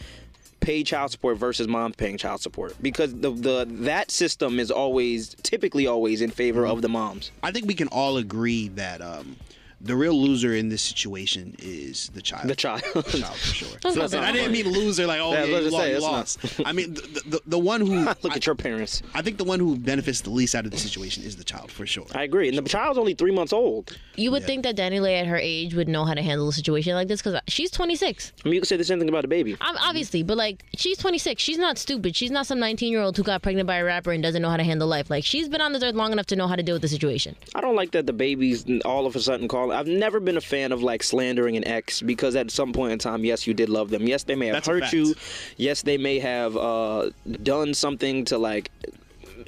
Speaker 9: pay child support versus mom paying child support because the the that system is always typically always in favor of the moms.
Speaker 1: I think we can all agree that um, the real loser in this situation is the child.
Speaker 9: The child.
Speaker 1: The child for sure.
Speaker 9: not
Speaker 1: And I didn't mean loser like oh
Speaker 9: Yeah, I
Speaker 1: yeah,
Speaker 9: was
Speaker 1: you
Speaker 9: about
Speaker 1: lo-
Speaker 9: to
Speaker 1: you
Speaker 9: say,
Speaker 1: lost.
Speaker 9: that's
Speaker 1: I mean the, the, the one who
Speaker 9: Look
Speaker 1: I,
Speaker 9: at your parents.
Speaker 1: I think the one who benefits the least out of the situation is the child for sure.
Speaker 9: I agree. And the child's only three months old.
Speaker 7: You would think that Daniela at her age would know how to handle a situation like this because she's 26.
Speaker 9: I mean, you could say the same thing about the baby.
Speaker 7: I'm obviously, but like she's 26. She's not stupid. She's not some 19 year old who got pregnant by a rapper and doesn't know how to handle life. Like she's been on this earth long enough to know how to deal with the situation.
Speaker 9: I don't like that the babies all of a sudden call. I've never been a fan of like slandering an ex because at some point in time, yes, you did love them. Yes, they may have
Speaker 1: That's a
Speaker 9: hurt
Speaker 1: fact.
Speaker 9: you. Yes, they may have uh, done something to like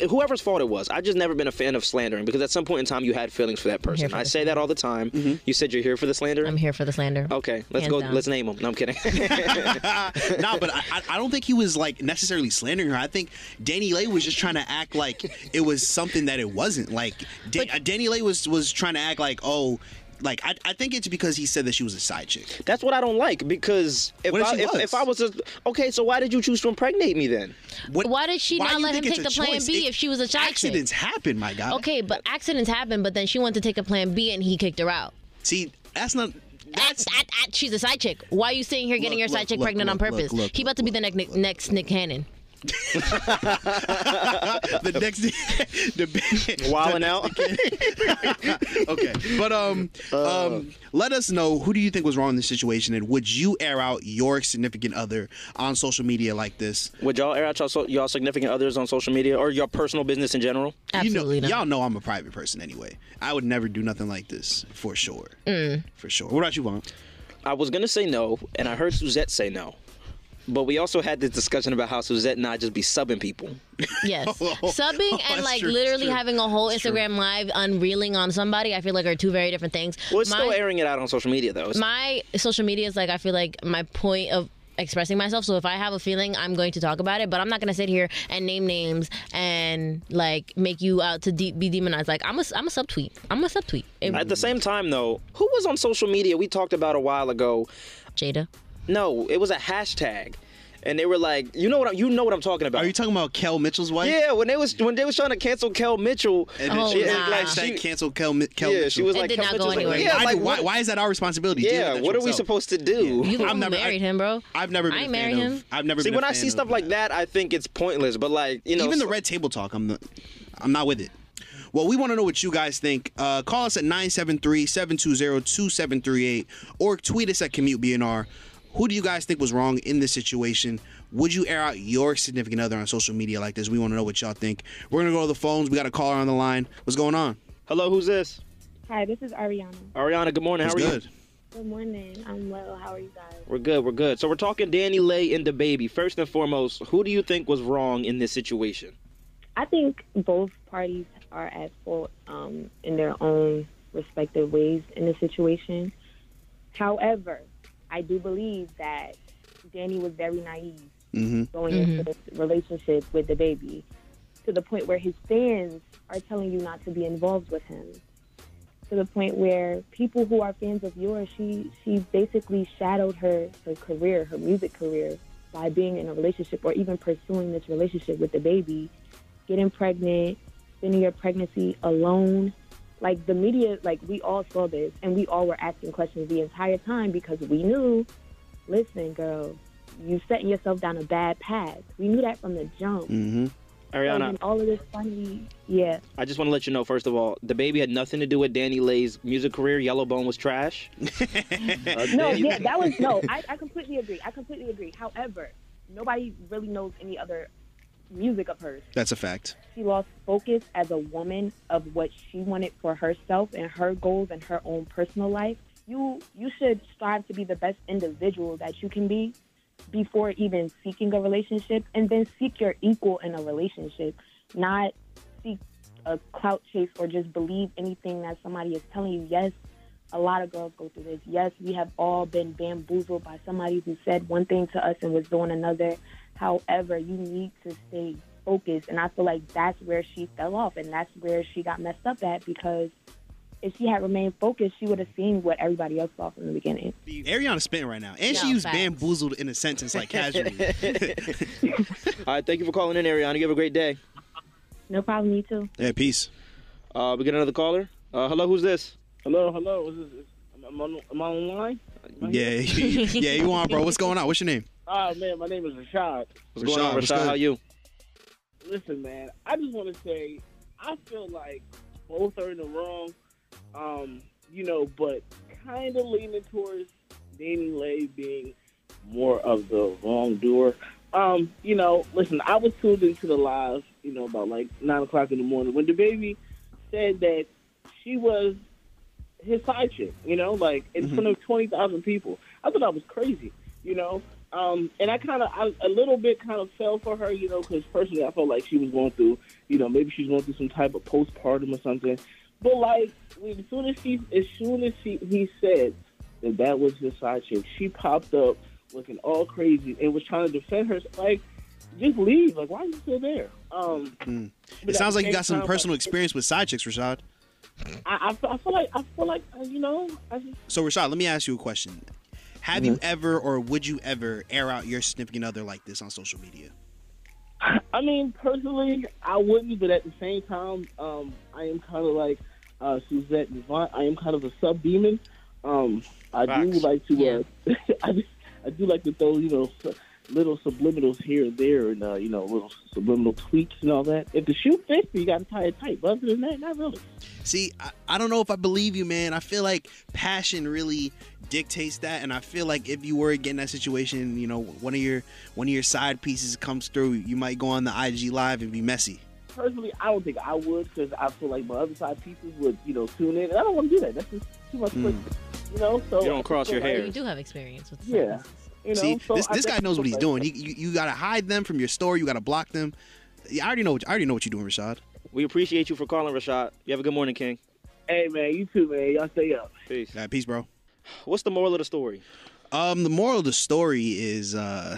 Speaker 9: whoever's fault it was. I've just never been a fan of slandering because at some point in time, you had feelings for that person.
Speaker 7: for
Speaker 9: I
Speaker 7: the
Speaker 9: say that all the time. You said you're here for the slandering.
Speaker 7: I'm here for the slander.
Speaker 9: Okay, let's
Speaker 7: Hands
Speaker 9: go.
Speaker 7: down.
Speaker 9: Let's name them. No, I'm kidding.
Speaker 1: nah, but I, I- I don't think he was like necessarily slandering her. I think Danny Lay was just trying to act like it was something that it wasn't. Like da- uh Danny Lay was was trying to act like oh, like I, I think it's because he said that she was a side chick.
Speaker 9: That's what I don't like because if
Speaker 1: What if
Speaker 9: I,
Speaker 1: she
Speaker 9: if,
Speaker 1: was?
Speaker 9: if I was a, okay, so why did you choose to impregnate me then?
Speaker 1: What,
Speaker 7: Why did she not
Speaker 1: do you
Speaker 7: let him
Speaker 1: think
Speaker 7: take
Speaker 1: it's
Speaker 7: the
Speaker 1: a
Speaker 7: plan
Speaker 1: choice?
Speaker 7: B if she was a side chick?
Speaker 1: Accidents happen, my guy.
Speaker 7: Okay, but accidents happen. But then she went to take a plan B and he kicked her out.
Speaker 1: See, that's not. That's
Speaker 7: That's at, at, she's a side chick. Why are you sitting here
Speaker 1: Look,
Speaker 7: getting your side
Speaker 1: look,
Speaker 7: chick
Speaker 1: look,
Speaker 7: pregnant on
Speaker 1: look, look,
Speaker 7: purpose?
Speaker 1: look,
Speaker 7: he about to be the next Nick, next Nick Cannon.
Speaker 1: the next the
Speaker 9: Wilding out.
Speaker 1: okay but um
Speaker 9: Uh.
Speaker 1: um let us know who do you think was wrong in this situation and would you air out your significant other on social media like this
Speaker 9: Would y'all air out y'all, so, y'all significant others on social media or your personal business in general?
Speaker 7: Absolutely
Speaker 1: you know,
Speaker 7: not.
Speaker 1: y'all know i'm a private person anyway i would never do nothing like this for sure
Speaker 7: Mm.
Speaker 1: for sure what about you Vaughn?
Speaker 9: I was gonna say no, and I heard Suzette say no. But we also had this discussion about how Suzette and I just be subbing people.
Speaker 7: Yes,
Speaker 1: oh,
Speaker 7: subbing
Speaker 1: that's
Speaker 7: and like
Speaker 1: true, that's
Speaker 7: literally
Speaker 1: true.
Speaker 7: having a whole Instagram live unreeling on somebody. I feel like are two very different things.
Speaker 9: Well, it's still
Speaker 7: My-
Speaker 9: airing it out on social media though. It's-
Speaker 7: my social media is like I feel like my point of expressing myself. So if I have a feeling, I'm going to talk about it, but I'm not going to sit here and name names and like make you out to de- be demonized. Like I'm a I'm a subtweet. I'm a subtweet. It-
Speaker 9: At the same time though, who was on social media? We talked about a while ago.
Speaker 7: Jada.
Speaker 9: No, it was a hashtag, and they were like, you know what? I, you know what I'm talking about.
Speaker 1: are you talking about kel mitchell's wife
Speaker 9: yeah, when they was when they was trying to cancel Kel Mitchell,
Speaker 1: and
Speaker 7: Oh,
Speaker 1: she
Speaker 7: nah.
Speaker 9: like,
Speaker 1: hashtag
Speaker 9: she-
Speaker 1: cancel kel, Mi- kel
Speaker 9: Yeah,
Speaker 1: mitchell
Speaker 9: she was
Speaker 7: It
Speaker 9: like,
Speaker 7: did not
Speaker 9: Kel
Speaker 7: go
Speaker 9: Mitchell was like,
Speaker 7: anywhere.
Speaker 9: yeah,
Speaker 1: I
Speaker 9: like,
Speaker 1: do- why,
Speaker 9: what-
Speaker 1: why is that our responsibility Deal
Speaker 9: Yeah,
Speaker 1: with that
Speaker 9: what are we
Speaker 1: yourself.
Speaker 9: supposed to do?
Speaker 7: You the one who
Speaker 1: never- I-
Speaker 7: married him, bro.
Speaker 1: I've never been
Speaker 7: I
Speaker 1: a
Speaker 7: ain't
Speaker 1: fan
Speaker 7: married
Speaker 1: of-
Speaker 7: him.
Speaker 1: I've never
Speaker 9: See,
Speaker 1: been a
Speaker 9: when I
Speaker 1: fan
Speaker 9: see
Speaker 1: of
Speaker 9: stuff like that, I think it's pointless. But like, you know,
Speaker 1: even the
Speaker 9: so-
Speaker 1: red table talk i'm the, i'm not with it well we want to know what you guys think uh, call us at 973-720-2738 or tweet us at commute bnr who do you guys think was wrong in this situation would you air out your significant other on social media like this we want to know what y'all think we're gonna go to the phones we got a caller on the line what's going on
Speaker 9: hello, who's this?
Speaker 3: Hi, this is Ariana.
Speaker 9: Ariana, good morning.
Speaker 1: What's
Speaker 9: How are
Speaker 1: good
Speaker 9: you?
Speaker 3: Good morning. I'm well. How are you guys?
Speaker 9: We're good. We're good. So we're talking Danny Lay and the baby. First and foremost, who do you think was wrong in this situation?
Speaker 3: I think both parties are at fault um, in their own respective ways in the situation. However, I do believe that Danny was very naive
Speaker 1: mm-hmm.
Speaker 3: going into this relationship with the baby to the point where his fans are telling you not to be involved with him. To the point where people who are fans of yours, she she basically shadowed her her career, her music career, by being in a relationship or even pursuing this relationship with the baby, getting pregnant, spending your pregnancy alone. Like the media, like we all saw this and we all were asking questions the entire time because we knew, listen, girl, you setting yourself down a bad path. We knew that from the jump.
Speaker 1: Mm-hmm.
Speaker 3: So
Speaker 9: Ariana,
Speaker 3: when all of this funny, yeah.
Speaker 9: I just want to let you know, first of all, the baby had nothing to do with Danny Lay's music career. Yellowbone was trash. Uh,
Speaker 3: No,
Speaker 9: Danny-
Speaker 3: yeah, that was no. I, I completely agree. I completely agree. However, nobody really knows any other music of hers.
Speaker 1: that's a fact
Speaker 3: She lost focus as a woman of what she wanted for herself and her goals and her own personal life. You you should strive to be the best individual that you can be before even seeking a relationship and then seek your equal in a relationship, not seek a clout chase or just believe anything that somebody is telling you. Yes,
Speaker 5: a lot of girls go through this. Yes, we have all been bamboozled by somebody who said one thing to us and was doing another. However, you need to stay focused. And I feel like that's where she fell off and that's where she got messed up at because if she had remained focused, she would have seen what everybody else saw from the beginning.
Speaker 3: Ariana's spitting right now, and she
Speaker 5: No,
Speaker 3: used
Speaker 5: facts.
Speaker 3: bamboozled in a sentence like casually.
Speaker 1: All right, thank you for calling in, Ariana. You have a great day.
Speaker 5: No problem, you too.
Speaker 3: Yeah, peace.
Speaker 1: Uh, we get another caller. Uh, hello, who's this?
Speaker 10: Hello, hello. Is this, is, am, I on, am I online?
Speaker 1: Oh,
Speaker 3: yeah, yeah, you on, bro? What's going on? What's your name?
Speaker 10: Oh, man, my name is Rashad.
Speaker 1: What's going on,
Speaker 3: Rashad, what's
Speaker 1: Rashad?
Speaker 3: good?
Speaker 1: How you?
Speaker 10: Listen, man, I just want to say I feel like both are in the wrong, um, you know, but kind of leaning towards Danny Lay being more of the wrongdoer. Um, you know, listen, I was tuned into the live, you know, about like nine o'clock in the morning when the baby said that she was his side chick, you know, like in front
Speaker 1: Mm-hmm.
Speaker 10: of twenty thousand people. I thought I was crazy, you know. Um, and I kind of, I a little bit kind of fell for her, you know, because personally I felt like she was going through, you know, maybe she's going through some type of postpartum or something. But like, when- as soon as she, as soon as she, he said that that was his side chick, she popped up looking all crazy and was trying to defend herself. Like, just leave. Like, why are you still there? Um,
Speaker 3: Mm.
Speaker 10: But
Speaker 3: It
Speaker 10: at
Speaker 3: sounds
Speaker 10: the
Speaker 3: like you
Speaker 10: same
Speaker 3: got some
Speaker 10: time,
Speaker 3: personal
Speaker 10: like-
Speaker 3: experience with side chicks, Rashad.
Speaker 10: I, I, feel- I feel like, I feel like, uh, you know, I just,
Speaker 3: So, Rashad, let me ask you a question. Have you ever, or would you ever, air out your significant other like this on social media?
Speaker 10: I mean, personally, I wouldn't, but at the same time, um, I am kind of like uh, Suzette Devant. I am kind of a sub demon. Um, I do
Speaker 11: Facts.
Speaker 10: like to, uh, I, do, I do like to throw, you know, s- little subliminals here and there, and uh, you know, little subliminal tweaks and all that. If the shoe fits, you got to tie it tight. But other than that, not really.
Speaker 3: See, I, I don't know if I believe you, man. I feel like passion really dictates that, and I feel like if you were getting that situation, you know, one of your one of your side pieces comes through, you might go on the IG live and be messy.
Speaker 10: Personally, I don't think I would because I feel like my other side pieces would, you know, tune in, and I don't want to do that. That's just too much,
Speaker 3: Mm.
Speaker 10: work, you know. So
Speaker 1: You don't cross your
Speaker 10: so, like,
Speaker 1: hairs.
Speaker 12: You do have experience with the
Speaker 10: Yeah. You know,
Speaker 3: See,
Speaker 10: so
Speaker 3: this
Speaker 10: I
Speaker 3: this guy
Speaker 10: definitely
Speaker 3: knows what
Speaker 10: feel
Speaker 3: he's
Speaker 10: like-
Speaker 3: doing. He, you you gotta hide them from your store. You gotta block them. I already know. What, I already know what you're doing, Rashad.
Speaker 1: We appreciate you for calling, Rashad. You have a good morning, King.
Speaker 10: Hey, man, you too, man. Y'all stay up.
Speaker 1: Peace.
Speaker 3: All right, peace, bro.
Speaker 1: What's the moral of the story?
Speaker 3: Um, the moral of the story is uh,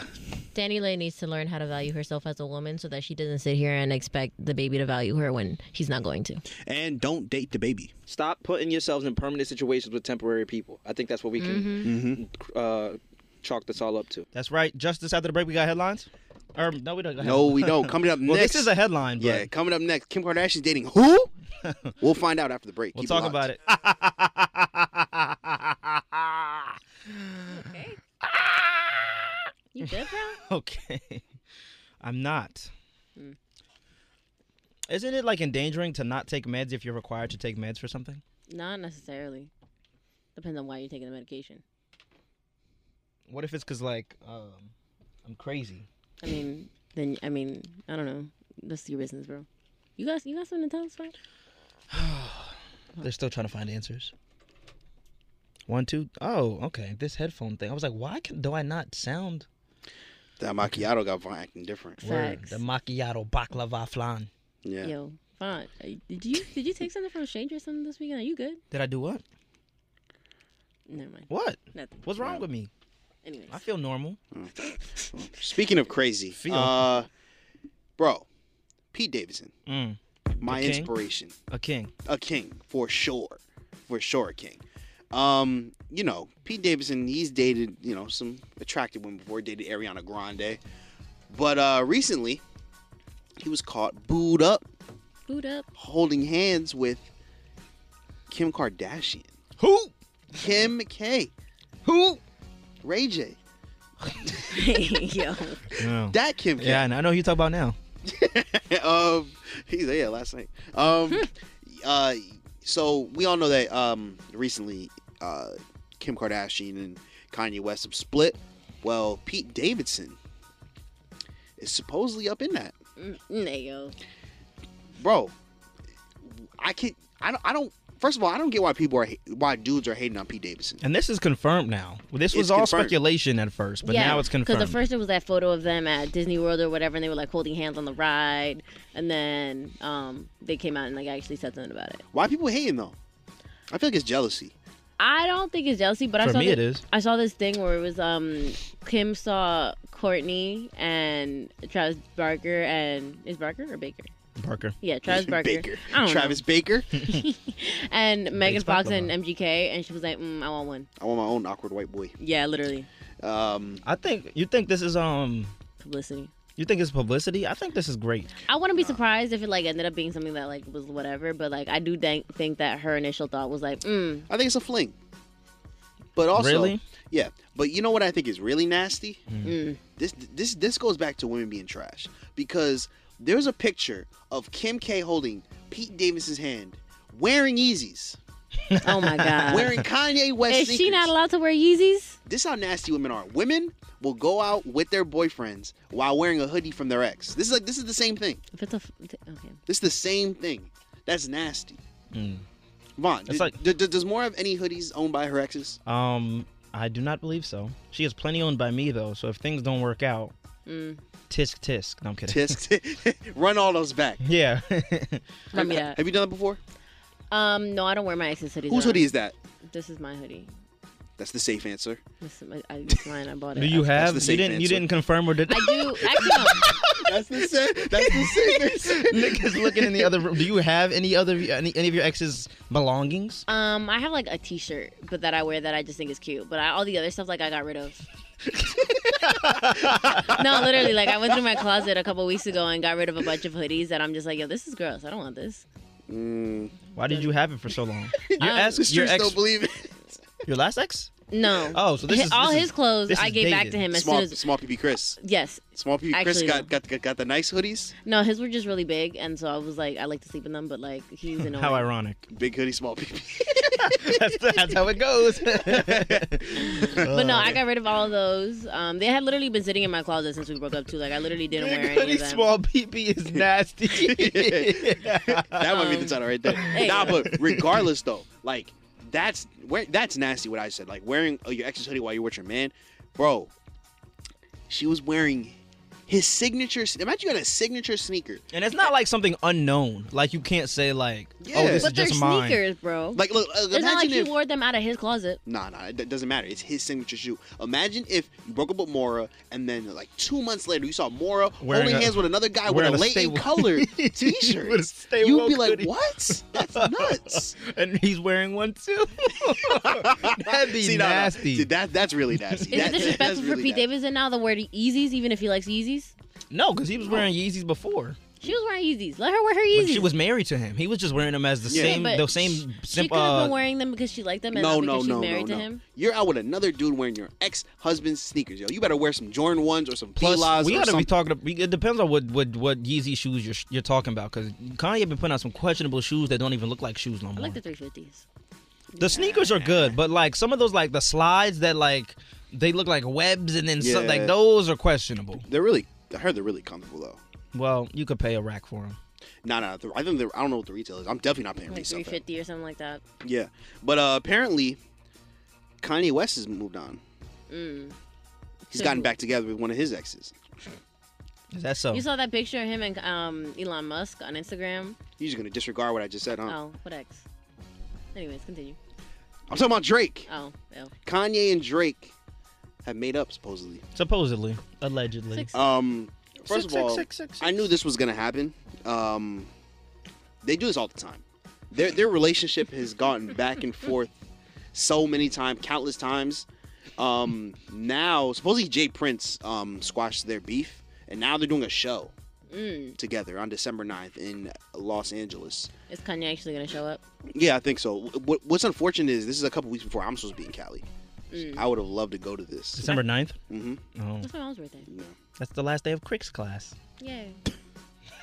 Speaker 12: Danny Lay needs to learn how to value herself as a woman so that she doesn't sit here and expect the baby to value her when he's not going to.
Speaker 3: and don't date the baby.
Speaker 1: Stop putting yourselves in permanent situations with temporary people. I think that's what we can uh, chalk this all up to.
Speaker 9: That's right. Just this after the break, we got headlines. Or no, we don't. got
Speaker 3: No,
Speaker 9: headlines.
Speaker 3: we don't. Coming up
Speaker 9: well,
Speaker 3: next.
Speaker 9: this is a headline. But
Speaker 3: Yeah, coming up next. Kim Kardashian's dating who? we'll find out after the break.
Speaker 9: We'll
Speaker 3: Keep
Speaker 9: talk
Speaker 3: locked.
Speaker 9: about it.
Speaker 12: You good,
Speaker 9: bro? okay. I'm not.
Speaker 12: Mm.
Speaker 9: Isn't it like endangering to not take meds if you're required to take meds for something?
Speaker 7: Not necessarily. Depends on why you're taking the medication.
Speaker 9: What if it's because like um, I'm crazy?
Speaker 7: I mean, then I mean, I don't know. That's your business, bro. You guys, you got something to tell us, right?
Speaker 9: They're still trying to find answers. One, two. Oh, okay. This headphone thing. I was like, why can, do I not sound?
Speaker 3: That macchiato got Von acting different.
Speaker 9: Word. The macchiato baklava flan.
Speaker 3: Yeah.
Speaker 7: Yo, Font, are you- did you did you take something from a stranger or something this weekend? Are you good?
Speaker 9: Did I do what?
Speaker 7: Never mind.
Speaker 9: What?
Speaker 7: Nothing.
Speaker 9: What's wrong with me?
Speaker 7: Anyways.
Speaker 9: I feel normal.
Speaker 3: Speaking of crazy,
Speaker 9: Feel.
Speaker 3: uh, bro, Pete Davidson,
Speaker 9: Mm.
Speaker 3: my
Speaker 9: A king?
Speaker 3: inspiration,
Speaker 9: A king.
Speaker 3: a king for sure, for sure, a king. Um, you know, Pete Davidson, he's dated, you know, some attractive women before, dated Ariana Grande, but uh, recently he was caught booed up
Speaker 7: Boot up.
Speaker 3: holding hands with Kim Kardashian.
Speaker 9: Who?
Speaker 3: Kim K.
Speaker 9: Who?
Speaker 3: Ray J.
Speaker 7: Yo.
Speaker 3: That Kim K.
Speaker 9: Yeah, and I know who you talk about now.
Speaker 3: um, he's yeah, last night.
Speaker 7: Hmm.
Speaker 3: Um, uh, so we all know that um, recently, uh, Kim Kardashian and Kanye West have split. Well, Pete Davidson is supposedly up in that,
Speaker 7: Mm, Nah, yo.
Speaker 3: bro. I can't. I don't. I don't. First of all, I don't get why people are ha- why dudes are hating on Pete Davidson.
Speaker 9: And this is confirmed now. Well, this
Speaker 3: It's
Speaker 9: was all
Speaker 3: confirmed.
Speaker 9: speculation at first, but
Speaker 7: Yeah,
Speaker 9: now it's confirmed.
Speaker 7: Because at first there was that photo of them at Disney World or whatever, and they were like holding hands on the ride, and then um, they came out and like actually said something about it.
Speaker 3: Why people hating though? I feel like it's jealousy.
Speaker 7: I don't think it's jealousy, but I
Speaker 9: For
Speaker 7: saw
Speaker 9: me,
Speaker 7: thi-
Speaker 9: it is.
Speaker 7: I saw this thing where it was um Kim saw Courtney and Travis Barker and is Barker or Baker?
Speaker 9: Barker.
Speaker 7: Yeah, Travis Barker. I don't know.
Speaker 3: Travis Baker.
Speaker 7: and Megan
Speaker 3: baklava.
Speaker 7: Fox and MGK, and she was like, mm, "I want one."
Speaker 3: I want my own awkward white boy.
Speaker 7: Yeah, literally.
Speaker 3: Um,
Speaker 9: I think you think this is um
Speaker 7: publicity.
Speaker 9: You think it's publicity? I think this is great.
Speaker 7: I wouldn't be surprised if it like ended up being something that like was whatever, but like I do think think that her initial thought was like, mm.
Speaker 3: I think it's a fling. But also,
Speaker 7: Really?
Speaker 3: yeah. But you know what I think is really nasty?
Speaker 7: Mm.
Speaker 3: This this this goes back to women being trash because there's a picture of Kim K holding Pete Davidson's hand, wearing Yeezys.
Speaker 7: Oh my god.
Speaker 3: Wearing Kanye West.
Speaker 7: Is she
Speaker 3: sneakers.
Speaker 7: not allowed to wear Yeezys?
Speaker 3: This is how nasty women are. Women will go out with their boyfriends while wearing a hoodie from their ex. This is like this is the same thing.
Speaker 7: If it's a f- t- okay.
Speaker 3: This is the same thing. That's nasty.
Speaker 9: Mm.
Speaker 3: Vaughn,
Speaker 9: It's
Speaker 3: d-
Speaker 9: like-
Speaker 3: d- d- does more have any hoodies owned by her exes?
Speaker 9: Um, I do not believe so. She is plenty owned by me though, so if things don't work out,
Speaker 7: Mm.
Speaker 9: tisk tisk. No, I'm kidding.
Speaker 3: Tisk. Run all those back.
Speaker 9: yeah.
Speaker 7: Run me that.
Speaker 3: Have you done that before?
Speaker 7: Um, no, I don't wear my ex's hoodies. around.
Speaker 3: Whose hoodie is that?
Speaker 7: This is my hoodie.
Speaker 3: That's the safe answer.
Speaker 7: This is my, I, it's mine. I bought it.
Speaker 9: do you
Speaker 3: That's
Speaker 9: have? You
Speaker 3: the safe
Speaker 9: didn't. You
Speaker 3: answer.
Speaker 9: didn't confirm or did?
Speaker 7: I do. Actually, no.
Speaker 3: That's the same. That's the same answer.
Speaker 9: Nick is looking in the other room. Do you have any other any, any of your ex's belongings?
Speaker 7: Um, I have like a T-shirt, but that I wear that I just think is cute. But I, all the other stuff, like I got rid of. no, literally, like I went through my closet a couple weeks ago and got rid of a bunch of hoodies that I'm just like, yo, this is gross. I don't want this.
Speaker 9: Why did you have it for so long? Your
Speaker 7: Um,
Speaker 9: ex.
Speaker 7: The
Speaker 9: your
Speaker 7: streets
Speaker 9: ex.
Speaker 7: don't
Speaker 3: believe it.
Speaker 9: Your last ex.
Speaker 7: No.
Speaker 9: Oh, so this
Speaker 7: Hi-
Speaker 9: is
Speaker 7: all
Speaker 9: this
Speaker 7: his
Speaker 9: is-
Speaker 7: clothes.
Speaker 9: this
Speaker 7: I
Speaker 9: is
Speaker 7: gave back
Speaker 9: dated.
Speaker 7: to him as
Speaker 3: Small,
Speaker 7: soon as.
Speaker 3: small PB Chris.
Speaker 7: Yes.
Speaker 3: Small PB Chris
Speaker 7: Actually,
Speaker 3: got, got, got got the nice hoodies.
Speaker 7: No, his were just really big, and so I was like, I like to sleep in them, but like he's annoying.
Speaker 9: How ironic.
Speaker 3: Big hoodie, small PB.
Speaker 9: that's, that's how it goes.
Speaker 7: But no, I got rid of all of those. Um, they had literally been sitting in my closet since we broke up too. Like I literally didn't wear any of them.
Speaker 9: small PP is nasty.
Speaker 3: that might be the title right there.
Speaker 7: hey.
Speaker 3: Nah, but regardless though, like that's where that's nasty. What I said, like wearing uh, your ex's hoodie while you're with your man, bro. She was wearing his signature. Imagine you got a signature sneaker.
Speaker 9: and it's not like something unknown. Like you can't say like, oh,
Speaker 3: Yeah.
Speaker 9: this
Speaker 7: but
Speaker 9: is
Speaker 7: they're
Speaker 9: just mine.
Speaker 7: sneakers, bro.
Speaker 3: Like, look, uh,
Speaker 7: it's not like
Speaker 3: imagine
Speaker 7: he
Speaker 3: if-
Speaker 7: wore them out of his closet.
Speaker 3: Nah, nah, it doesn't matter. It's his signature shoe. Imagine if you broke up with Mora, and then like two months later, you saw Mora
Speaker 9: Wearing
Speaker 3: holding
Speaker 9: a-
Speaker 3: hands with another guy with
Speaker 9: wearing
Speaker 3: a
Speaker 9: a
Speaker 3: Leighton
Speaker 9: Stay-
Speaker 3: color T-shirt.
Speaker 9: With a Stay
Speaker 3: You'd
Speaker 9: Woke
Speaker 3: be like,
Speaker 9: hoodie.
Speaker 3: "What? That's nuts."
Speaker 9: and he's wearing one too. That'd be
Speaker 3: See, nah, nah.
Speaker 9: nasty.
Speaker 3: See, that that's really
Speaker 7: Is
Speaker 3: nasty. That-
Speaker 7: it
Speaker 3: that's
Speaker 7: disrespectful for
Speaker 3: really
Speaker 7: Pete
Speaker 3: nasty.
Speaker 7: Davidson now to wear the Yeezys, even if he likes Yeezys?
Speaker 9: No, because he was wearing Yeezys before.
Speaker 7: She was wearing Yeezys. Let her wear her
Speaker 9: But
Speaker 7: Yeezys.
Speaker 9: she was married to him. He was just wearing them as the
Speaker 3: Yeah.
Speaker 9: same,
Speaker 7: but
Speaker 9: the same.
Speaker 7: She
Speaker 9: simp-
Speaker 7: could have
Speaker 9: uh,
Speaker 7: been wearing them because she liked them, and
Speaker 3: No,
Speaker 7: not
Speaker 3: no,
Speaker 7: because she's
Speaker 3: no, no,
Speaker 7: married to
Speaker 3: no.
Speaker 7: him.
Speaker 3: You're out with another dude wearing your ex husband's sneakers, yo. You better wear some Jordan ones or some
Speaker 9: Plus,
Speaker 3: Fila's
Speaker 9: we
Speaker 3: or
Speaker 9: gotta
Speaker 3: something.
Speaker 9: be talking. ab- It depends on what what what Yeezy shoes you're you're talking about. Because Kanye been putting out some questionable shoes that don't even look like shoes no
Speaker 7: I
Speaker 9: more.
Speaker 7: like the 350s.
Speaker 9: The sneakers are good, but like some of those, like the slides that like they look like webs, and then some,
Speaker 3: Yeah.
Speaker 9: like those are questionable.
Speaker 3: they're really. I heard they're really comfortable though.
Speaker 9: Well, you could pay a rack for them.
Speaker 3: Nah, nah. I think they're, I don't know what the retail is. I'm definitely not paying
Speaker 7: Like
Speaker 3: resale. for that.
Speaker 7: 350 or something like that.
Speaker 3: Yeah, but uh, apparently, Kanye West has moved on.
Speaker 7: Mm.
Speaker 3: He's
Speaker 7: So
Speaker 3: gotten
Speaker 7: who-
Speaker 3: back together with one of his exes.
Speaker 9: Is that so?
Speaker 7: You saw that picture of him and um, Elon Musk on Instagram.
Speaker 3: You're just gonna disregard what I just said, huh?
Speaker 7: Oh, what ex? Anyways, continue.
Speaker 3: I'm talking about Drake.
Speaker 7: Oh, well.
Speaker 3: Kanye and Drake have made up supposedly.
Speaker 9: Supposedly, allegedly.
Speaker 3: Um, first
Speaker 9: Six,
Speaker 3: of all,
Speaker 9: six, six, six,
Speaker 3: I knew this was gonna happen. Um, they do this all the time. Their their relationship has gotten back and forth so many times, countless times. Um, now supposedly Jay Prince um squashed their beef, and now they're doing a show
Speaker 7: Mm.
Speaker 3: together on December 9th in Los Angeles.
Speaker 7: Is Kanye actually going to show up?
Speaker 3: Yeah, I think so. What, what's unfortunate is this is a couple weeks before I'm supposed to be in Cali.
Speaker 7: Mm.
Speaker 3: I would have loved to go to this.
Speaker 9: December 9th?
Speaker 3: Mm-hmm.
Speaker 9: Oh,
Speaker 7: That's my mom's birthday.
Speaker 9: that's the last day of Crick's class.
Speaker 7: Yay.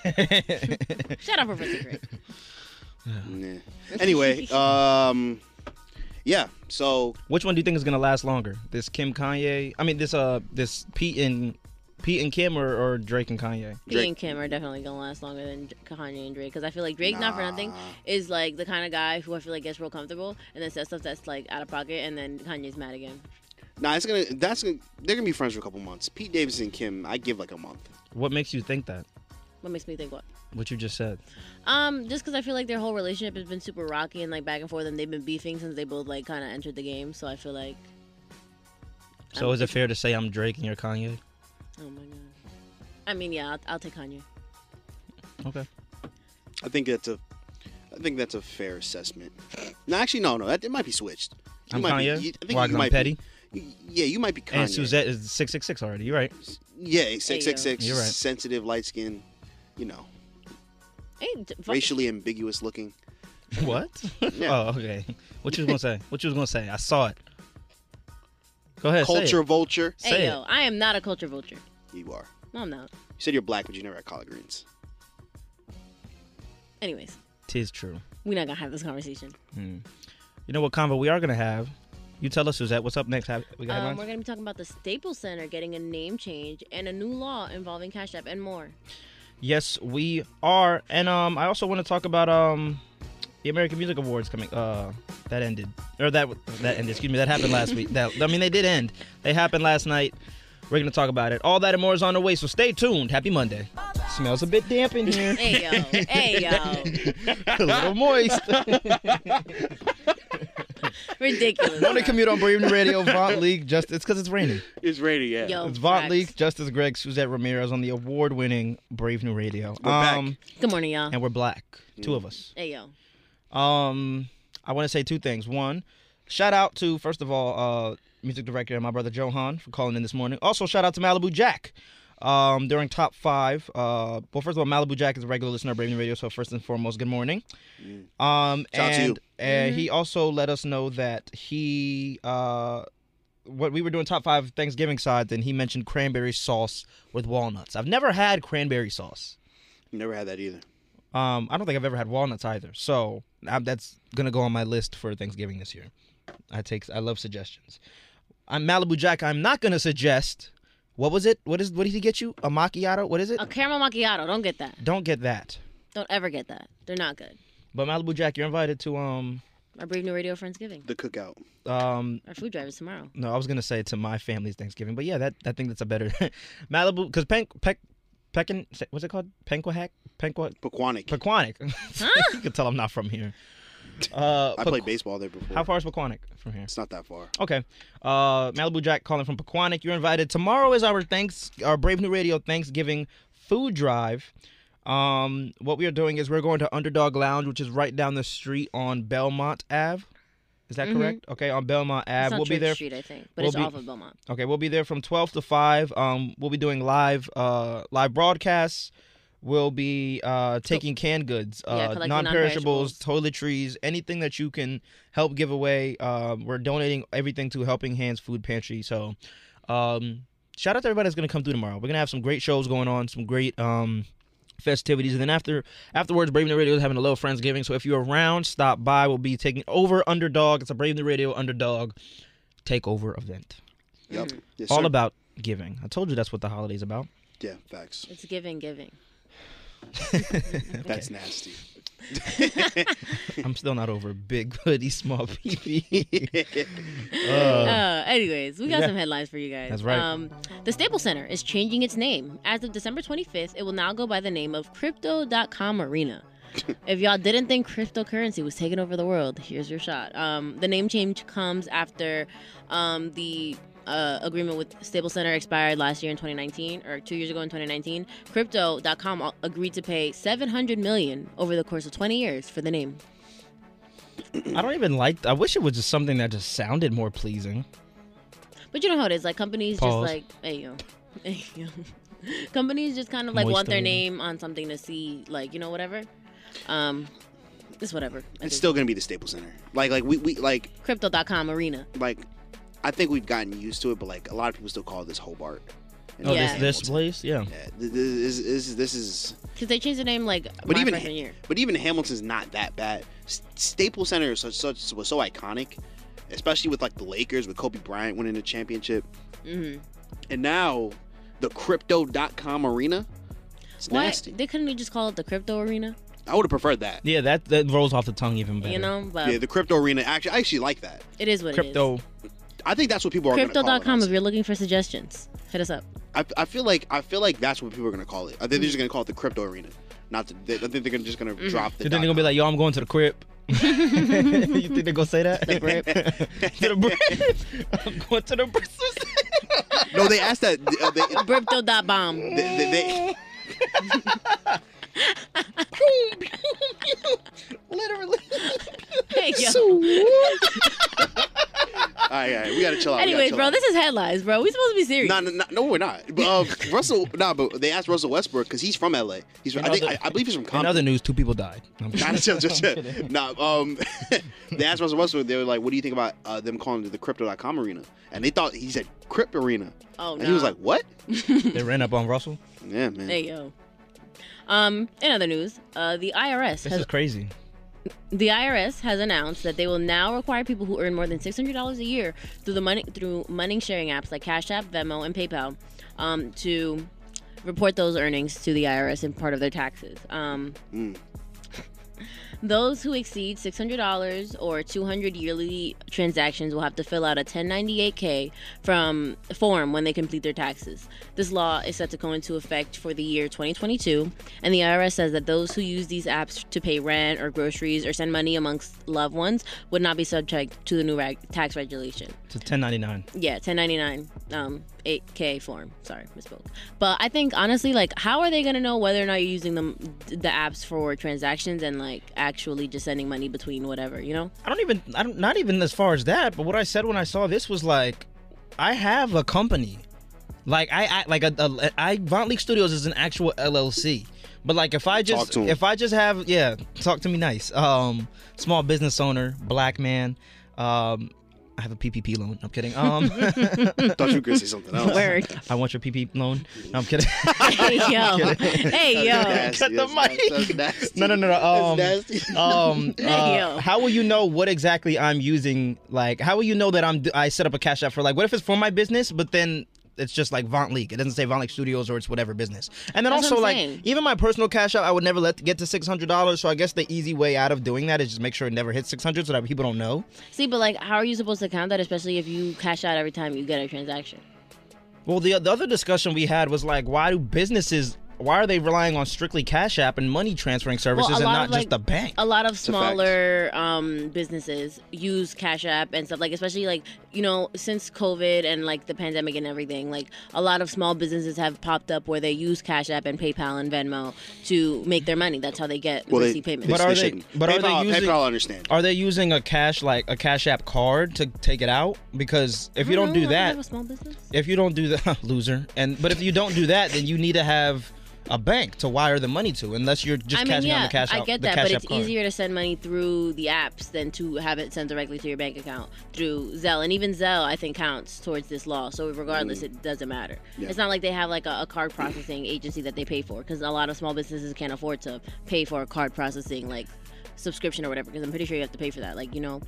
Speaker 7: Shut up, Professor Greg.
Speaker 3: Nah. Anyway, um, yeah. So
Speaker 9: Which one do you think is gonna last longer? This Kim Kanye? I mean, this uh, this Pete and Pete and Kim, or, or Drake and Kanye?
Speaker 7: Pete and Kim are definitely gonna last longer than J- Kanye and Drake because I feel like Drake, not for nothing,
Speaker 3: Nah.
Speaker 7: is like the kind of guy who I feel like gets real comfortable and then says stuff that's like out of pocket, and then Kanye's mad again.
Speaker 3: nah, it's gonna. That's gonna. They're gonna be friends for a couple months. Pete Davidson, Kim. I give like a month.
Speaker 9: What makes you think that?
Speaker 7: What makes me think what?
Speaker 9: What you just said.
Speaker 7: Um, just because I feel like their whole relationship has been super rocky and like back and forth, and they've been beefing since they both like kind of entered the game. So I feel like,
Speaker 9: So is it fair to say I'm Drake and you're Kanye?
Speaker 7: oh my god. I mean, yeah, I'll, I'll take Kanye.
Speaker 9: Okay.
Speaker 3: I think that's a, I think that's a fair assessment. No, actually, no, no, that it might be switched. You
Speaker 9: I'm
Speaker 3: might be-
Speaker 9: Kanye?
Speaker 3: you- I think
Speaker 9: Why,
Speaker 3: you
Speaker 9: 'cause I'm
Speaker 3: might
Speaker 9: petty?
Speaker 3: Be, you- yeah, you might be Kanye.
Speaker 9: And Suzette is six six six already. You're right.
Speaker 3: Yeah, six six six.
Speaker 9: You're right.
Speaker 3: Sensitive, light skin, you know,
Speaker 7: Hey, d- fuck-
Speaker 3: racially ambiguous looking.
Speaker 9: What? Oh, okay. What you was gonna say? What you was gonna say? I saw it. Go ahead. say it.
Speaker 3: Culture vulture.
Speaker 7: Hey yo, I am not a culture vulture.
Speaker 3: You are.
Speaker 7: No, I'm not.
Speaker 3: You said you're black, but you never had collard greens.
Speaker 7: Anyways,
Speaker 9: Tis true.
Speaker 7: we're not gonna have this conversation.
Speaker 9: Hmm. You know what convo we are gonna have? You tell us, Suzette. What's up next? Have- We got
Speaker 7: Um,
Speaker 9: headlines?
Speaker 7: we're gonna be talking about the Staples Center getting a name change and a new law involving Cash App and more.
Speaker 9: Yes, we are. And um, I also want to talk about um, the American Music Awards coming. Uh, that ended, or that that ended. Excuse me, that happened last week. That I mean, they did end. They happened last night. We're gonna talk about it. All that and more is on the way. So stay tuned. Happy Monday. Smells a bit damp in here.
Speaker 7: Hey yo, hey yo,
Speaker 9: a little moist.
Speaker 7: ridiculous.
Speaker 9: Morning commute on Brave New Radio. Vaughn League. Just it's because it's raining.
Speaker 3: It's ready, yeah.
Speaker 7: Yo,
Speaker 9: it's Vaughn
Speaker 7: facts.
Speaker 9: League. Justice Greg. Suzette Ramirez on the award-winning Brave New Radio. Um,
Speaker 7: We're back. Good morning, y'all.
Speaker 9: And we're black. Two of us.
Speaker 7: Hey yo,
Speaker 9: Um, I want to say two things. One, shout out to first of all, uh, music director and my brother Johan for calling in this morning. Also, shout out to Malibu Jack. Um, during top five. Uh, well, first of all, Malibu Jack is a regular listener of Brave New Radio, so first and foremost, good morning. Um,
Speaker 3: Mm. Shout out to
Speaker 9: and,
Speaker 3: you.
Speaker 9: and
Speaker 3: Mhm.
Speaker 9: he also let us know that he uh. What we were doing top five Thanksgiving sides, and he mentioned cranberry sauce with walnuts. I've never had cranberry sauce.
Speaker 3: Never had that either.
Speaker 9: Um, I don't think I've ever had walnuts either. So I, that's gonna go on my list for Thanksgiving this year. I take I love suggestions. I'm Malibu Jack. I'm not gonna suggest. What was it? What is what did he get you? A macchiato? What is it?
Speaker 7: a caramel macchiato. Don't get that.
Speaker 9: Don't get that.
Speaker 7: Don't ever get that. They're not good.
Speaker 9: But Malibu Jack, you're invited to um
Speaker 7: Our Brave New Radio Friendsgiving.
Speaker 3: the cookout.
Speaker 9: um
Speaker 7: Our food drive is tomorrow.
Speaker 9: No, I was gonna say to my family's Thanksgiving, but yeah, that I think that's a better Malibu because Pen Peck Peckin what's it called? Penquahack Penqua
Speaker 3: Pequanic
Speaker 9: Pequanic. you can tell I'm not from here. Uh,
Speaker 3: I
Speaker 9: Pequ-
Speaker 3: played baseball there before.
Speaker 9: How far is Pequanic from here?
Speaker 3: It's not that far.
Speaker 7: Mm-hmm.
Speaker 9: Okay. Uh, Malibu Jack calling from Pequannock. You're invited. Tomorrow is our thanks our Brave New Radio Thanksgiving food drive. Um, what we are doing is we're going to Underdog Lounge, which is right down the street on Belmont Ave. Is that
Speaker 7: Mhm.
Speaker 9: correct? Okay, on Belmont Ave.
Speaker 7: It's on
Speaker 9: we'll be
Speaker 7: Church
Speaker 9: there.
Speaker 7: Street, I think, but
Speaker 9: we'll
Speaker 7: it's
Speaker 9: be-
Speaker 7: off of Beaumont.
Speaker 9: Okay, we'll be there from 12 to 5. Um, we'll be doing live uh live broadcasts. We'll be uh taking canned goods,
Speaker 7: Yeah,
Speaker 9: uh
Speaker 7: collecting
Speaker 9: non-perishables, toiletries, anything that you can help give away. Um, we're donating everything to Helping Hands Food Pantry. So, um, shout out to everybody that's gonna come through tomorrow. We're gonna have some great shows going on, some great um festivities, and then after afterwards, Brave New Radio is having a little friendsgiving. So if you're around, stop by. We'll be taking over Underdog. It's a Brave New Radio Underdog takeover event.
Speaker 3: Yep. Yes,
Speaker 9: All
Speaker 3: sir.
Speaker 9: about giving. I told you that's what the holiday's about.
Speaker 3: Yeah, facts.
Speaker 7: It's giving, giving.
Speaker 3: That's nasty.
Speaker 9: I'm still not over big hoodie, small peepee.
Speaker 7: Uh, anyways, we got
Speaker 9: yeah.
Speaker 7: some headlines for you guys.
Speaker 9: That's right.
Speaker 7: Um, the Staples Center is changing its name. As of December 25th, it will now go by the name of Crypto.com Arena. if y'all didn't think cryptocurrency was taking over the world, here's your shot. Um, the name change comes after um, the uh, agreement with Staples Center expired last year in 2019, or two years ago in 2019. Crypto.com al- uh, agreed to pay 700 million over the course of 20 years for the name.
Speaker 9: I don't even like. I wish it was just something that just sounded more pleasing.
Speaker 7: But you know how it is. Like companies
Speaker 9: Pause.
Speaker 7: just like hey yo, hey yo. companies just kind of like want their
Speaker 9: Moisturizer.
Speaker 7: name on something to see like you know whatever. Um, it's whatever.
Speaker 3: It's still gonna be the Staples Center. Like, like we, we like
Speaker 7: Crypto.com Arena.
Speaker 3: like I think we've gotten used to it, but like a lot of people still call this Hobart. And
Speaker 9: Oh,
Speaker 3: all
Speaker 9: this this place, yeah.
Speaker 3: Yeah, th- th- this, is this is.
Speaker 7: Cause they changed the name like
Speaker 3: But
Speaker 7: my
Speaker 3: even
Speaker 7: freshman year.
Speaker 3: but even Hamilton's not that bad. S- Staples Center is such, such was so iconic, especially with like the Lakers with Kobe Bryant winning the championship,
Speaker 7: Mm-hmm.
Speaker 3: and now the Crypto.com Arena. It's
Speaker 7: Why
Speaker 3: nasty.
Speaker 7: they couldn't just call it the Crypto Arena?
Speaker 3: I would have preferred that.
Speaker 9: Yeah, that that rolls off the tongue even better.
Speaker 7: You know, but
Speaker 3: Yeah, the Crypto Arena. Actually, I actually like that.
Speaker 7: it is what
Speaker 9: crypto.
Speaker 3: I think that's what people are going to call it.
Speaker 7: Crypto.com. If you're looking for suggestions, hit us up.
Speaker 3: I, I feel like I feel like that's what people are gonna call it. I think they're
Speaker 7: Mm.
Speaker 3: just gonna call it the crypto arena. Not the, they, I think they're gonna, just
Speaker 7: Mm-hmm.
Speaker 3: gonna drop
Speaker 9: So
Speaker 3: the.
Speaker 9: then they're gonna be like, yo, I'm going to the crib. you think they're gonna say that? The crib. to the crib. I'm going to the crib.
Speaker 3: no, they asked that. Uh, they,
Speaker 7: Crypto dot bomb.
Speaker 3: they,
Speaker 9: Literally.
Speaker 7: Hey, yo.
Speaker 3: all right, all right, we gotta chill out. we gotta
Speaker 7: Anyways,
Speaker 3: chill
Speaker 7: bro,
Speaker 3: out.
Speaker 7: this is headlines, bro. We supposed to be serious.
Speaker 3: No, no, no, no, we're not. But uh, Russell, nah, but they asked Russell Westbrook because he's from LA. He's from, I, think, I, I believe he's from
Speaker 9: In
Speaker 3: Compton.
Speaker 9: other news, two people died. Um, I'm
Speaker 3: Nah, chill, chill, chill. Nah, um, they asked Russell Westbrook. They were like, "What do you think about uh, them calling it the Crypto.com arena?" And they thought he said Crypt Arena.
Speaker 7: Oh,
Speaker 3: And he was
Speaker 7: nah.
Speaker 3: like, "What?"
Speaker 9: they ran up on Russell.
Speaker 3: Yeah, man.
Speaker 7: There you go. Um, in other news, uh, the IRS
Speaker 9: This
Speaker 7: has
Speaker 9: is crazy.
Speaker 7: The IRS has announced that they will now require people who earn more than six hundred dollars a year through the money through money sharing apps like Cash App, Venmo, and PayPal um, to report those earnings to the IRS and part of their taxes. Um,
Speaker 3: Mm.
Speaker 7: those who exceed six hundred dollars or two hundred yearly transactions will have to fill out a ten ninety eight K from form when they complete their taxes. This law is set to go into effect for the year twenty twenty two, and the IRS says that those who use these apps to pay rent or groceries or send money amongst loved ones would not be subject to the new reg- tax regulation.
Speaker 9: It's a 1099.
Speaker 7: Yeah, 1099 um 8K form. Sorry, misspoke. But I think honestly like how are they going to know whether or not you're using them the apps for transactions and like actually just sending money between whatever, you know?
Speaker 9: I don't even. I don't. Not even as far as that. But what I said when I saw this was like, I have a company. Like I, I like a, a I Vaunt League Studios is an actual LLC. But like if I
Speaker 3: Talk
Speaker 9: just
Speaker 3: to 'em.
Speaker 9: if I just have yeah, talk to me nice. Um, small business owner, black man. Um, I have a PPP loan. I'm kidding. Um,
Speaker 3: Thought you were gonna say something else.
Speaker 7: Word.
Speaker 9: I want your PPP loan. No, I'm kidding.
Speaker 7: hey yo.
Speaker 3: That's
Speaker 7: hey yo.
Speaker 3: nasty.
Speaker 9: Cut the
Speaker 3: That's nasty. That's nasty.
Speaker 9: No, no, no, no. Um,
Speaker 3: That's nasty.
Speaker 9: um,
Speaker 7: Hey,
Speaker 9: uh,
Speaker 7: yo.
Speaker 9: how will you know what exactly I'm using? Like, how will you know that I'm I set up a cash app for? Like, what if it's for my business, but then it's just like Vaunt League. It doesn't say Vaunt League Studios or it's whatever business. And then
Speaker 7: That's
Speaker 9: also
Speaker 7: what I'm
Speaker 9: like
Speaker 7: saying.
Speaker 9: even my personal cash app, I would never let get to six hundred dollars. So I guess the easy way out of doing that is just make sure it never hits six hundred, so that people don't know.
Speaker 7: See, but like how are you supposed to count that especially if you cash out every time you get a transaction?
Speaker 9: Well, the, the other discussion we had was like, why do businesses? Why are they relying on strictly cash app and money transferring services
Speaker 7: a
Speaker 9: and
Speaker 7: lot
Speaker 9: not
Speaker 7: of,
Speaker 9: just
Speaker 7: like-
Speaker 9: the bank?
Speaker 7: a lot of
Speaker 3: a fact.
Speaker 7: smaller um, businesses use Cash App and stuff like, especially like you know since COVID and like the pandemic and everything, like a lot of small businesses have popped up where they use Cash App and PayPal and Venmo to make their money. That's how they get
Speaker 3: Well, they,
Speaker 7: receipt
Speaker 3: they,
Speaker 7: payments.
Speaker 9: But are they-
Speaker 3: shouldn't.
Speaker 9: but are they
Speaker 3: PayPal,
Speaker 9: using-
Speaker 3: PayPal? I understand.
Speaker 9: Are they using a cash like a cash app card to take it out? Because if you don't do that,
Speaker 7: have a small business.
Speaker 9: if you don't do that, loser. And but if you don't do that, then you need to have a bank to wire the money to, unless you're just
Speaker 7: I mean,
Speaker 9: cashing
Speaker 7: yeah,
Speaker 9: out the cash
Speaker 7: I
Speaker 9: out-
Speaker 7: get
Speaker 9: the
Speaker 7: that,
Speaker 9: cash
Speaker 7: but
Speaker 9: app
Speaker 7: it's
Speaker 9: card.
Speaker 7: easier to send money through the apps than to have it sent directly to your bank account through Zelle. And even Zelle, I think, counts towards this law. So regardless, it doesn't matter.
Speaker 3: Mm. Yeah.
Speaker 7: It's not like they have like a, a card processing agency that they pay for, because a lot of small businesses can't afford to pay for a card processing like subscription or whatever. Because I'm pretty sure you have to pay for that. Like you know,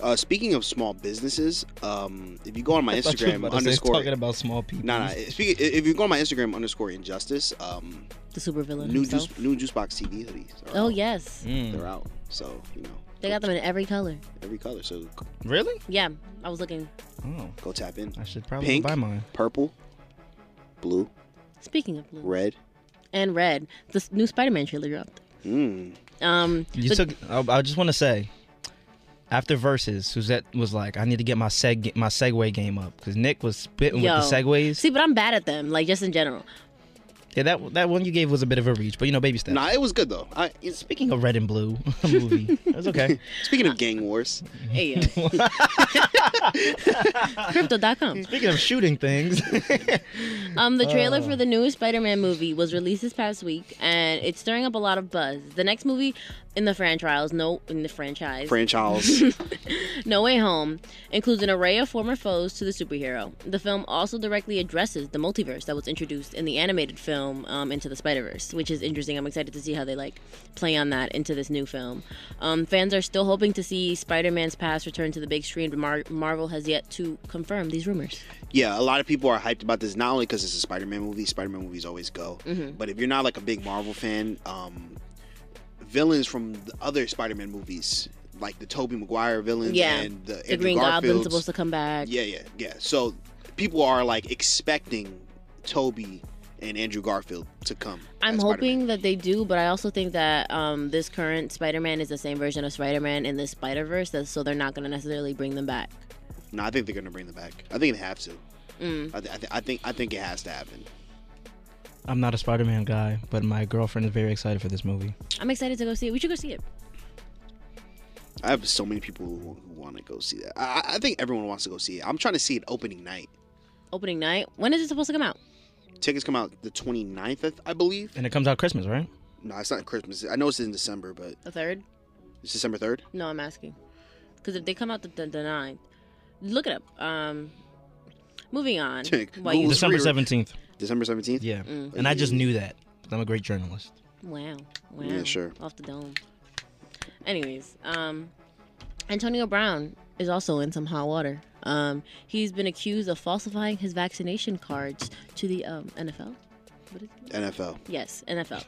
Speaker 3: Uh, speaking of small businesses, um, if you go on my
Speaker 9: I thought you were
Speaker 3: Instagram
Speaker 9: about to say,
Speaker 3: underscore,
Speaker 9: talking about small people.
Speaker 3: nah, nah. Speaking, if you go on my Instagram underscore injustice, um,
Speaker 7: the supervillain
Speaker 3: new
Speaker 7: himself.
Speaker 3: juice, new juice box TV hoodies. Are
Speaker 7: Oh
Speaker 3: out.
Speaker 7: yes,
Speaker 9: Mm.
Speaker 3: they're out. So you know,
Speaker 7: they got them in every color.
Speaker 3: every color. So go-
Speaker 9: Really?
Speaker 7: Yeah, I was looking.
Speaker 9: Oh,
Speaker 3: go tap in.
Speaker 9: I should probably
Speaker 3: Pink,
Speaker 9: buy mine.
Speaker 3: purple, blue,
Speaker 7: Speaking of blue
Speaker 3: red.
Speaker 7: and red, the new Spider-Man trailer dropped.
Speaker 3: Mm.
Speaker 7: Um,
Speaker 9: You
Speaker 7: but-
Speaker 9: took. I, I just want to say, after verses, Suzette was like, "I need to get my seg my segue game up," because Nick was spitting with the
Speaker 7: Yo.
Speaker 9: segues.
Speaker 7: See, but I'm bad at them, like just in general.
Speaker 9: yeah, that that one you gave was a bit of a reach, but you know, baby steps.
Speaker 3: Nah, it was good though. I, it's-
Speaker 9: Speaking of red and blue movie, it was okay.
Speaker 3: speaking of gang wars,
Speaker 9: Mm-hmm.
Speaker 7: Hey, yo. Crypto.com.
Speaker 9: Speaking of shooting things,
Speaker 7: Um, the trailer
Speaker 9: Uh.
Speaker 7: for the newest Spider-Man movie was released this past week, and it's stirring up a lot of buzz. The next movie in the franchise, no, in the franchise,
Speaker 3: franchise.
Speaker 7: No Way Home, includes an array of former foes to the superhero. The film also directly addresses the multiverse that was introduced in the animated film um, Into the Spider Verse, which is interesting. I'm excited to see how they like play on that into this new film. Um, fans are still hoping to see Spider-Man's past return to the big screen, but Mar- Marvel has yet to confirm these rumors.
Speaker 3: yeah, a lot of people are hyped about this not only because it's a Spider-Man movie. Spider-Man movies always go,
Speaker 7: Mm-hmm.
Speaker 3: but if you're not like a big Marvel fan, um, villains from the other Spider-Man movies, like the Tobey Maguire villains
Speaker 7: Yeah,
Speaker 3: and the,
Speaker 7: The
Speaker 3: Andrew
Speaker 7: Green Goblin's
Speaker 3: Garfields-
Speaker 7: supposed to come back.
Speaker 3: Yeah, yeah, yeah. So people are like expecting Toby and Andrew Garfield to come.
Speaker 7: I'm hoping that they do, but I also think that um, this current Spider-Man is the same version of Spider-Man in this Spider-Verse, that's- so they're not going to necessarily bring them back.
Speaker 3: No, I think they're gonna bring them back. I think they have to.
Speaker 7: Mm.
Speaker 3: I, th- I, th- I think I think it has to happen.
Speaker 9: I'm not a Spider-Man guy, but my girlfriend is very excited for this movie.
Speaker 7: I'm excited to go see it. We should go see it.
Speaker 3: I have so many people who, who want to go see that. I, I- I think everyone wants to go see it. I'm trying to see it opening night.
Speaker 7: Opening night. When is it supposed to come out?
Speaker 3: Tickets come out the 29th, I, th- I believe.
Speaker 9: And it comes out Christmas, right?
Speaker 3: No, it's not Christmas. I know it's in December, but
Speaker 7: The third?
Speaker 3: it's December 3rd.
Speaker 7: No, I'm asking. Because if they come out the, the, the ninth, look it up. Um, moving on. While you-
Speaker 9: December 17th.
Speaker 3: December 17th?
Speaker 9: Yeah.
Speaker 7: Mm.
Speaker 9: And I just knew that. 'cause I'm a great journalist.
Speaker 7: Wow. Wow.
Speaker 9: Yeah, sure.
Speaker 7: Off the dome. Anyways, um, Antonio Brown is also in some hot water. Um, he's been accused of falsifying his vaccination cards to the um, NFL. What is it?
Speaker 3: NFL.
Speaker 7: Yes, NFL.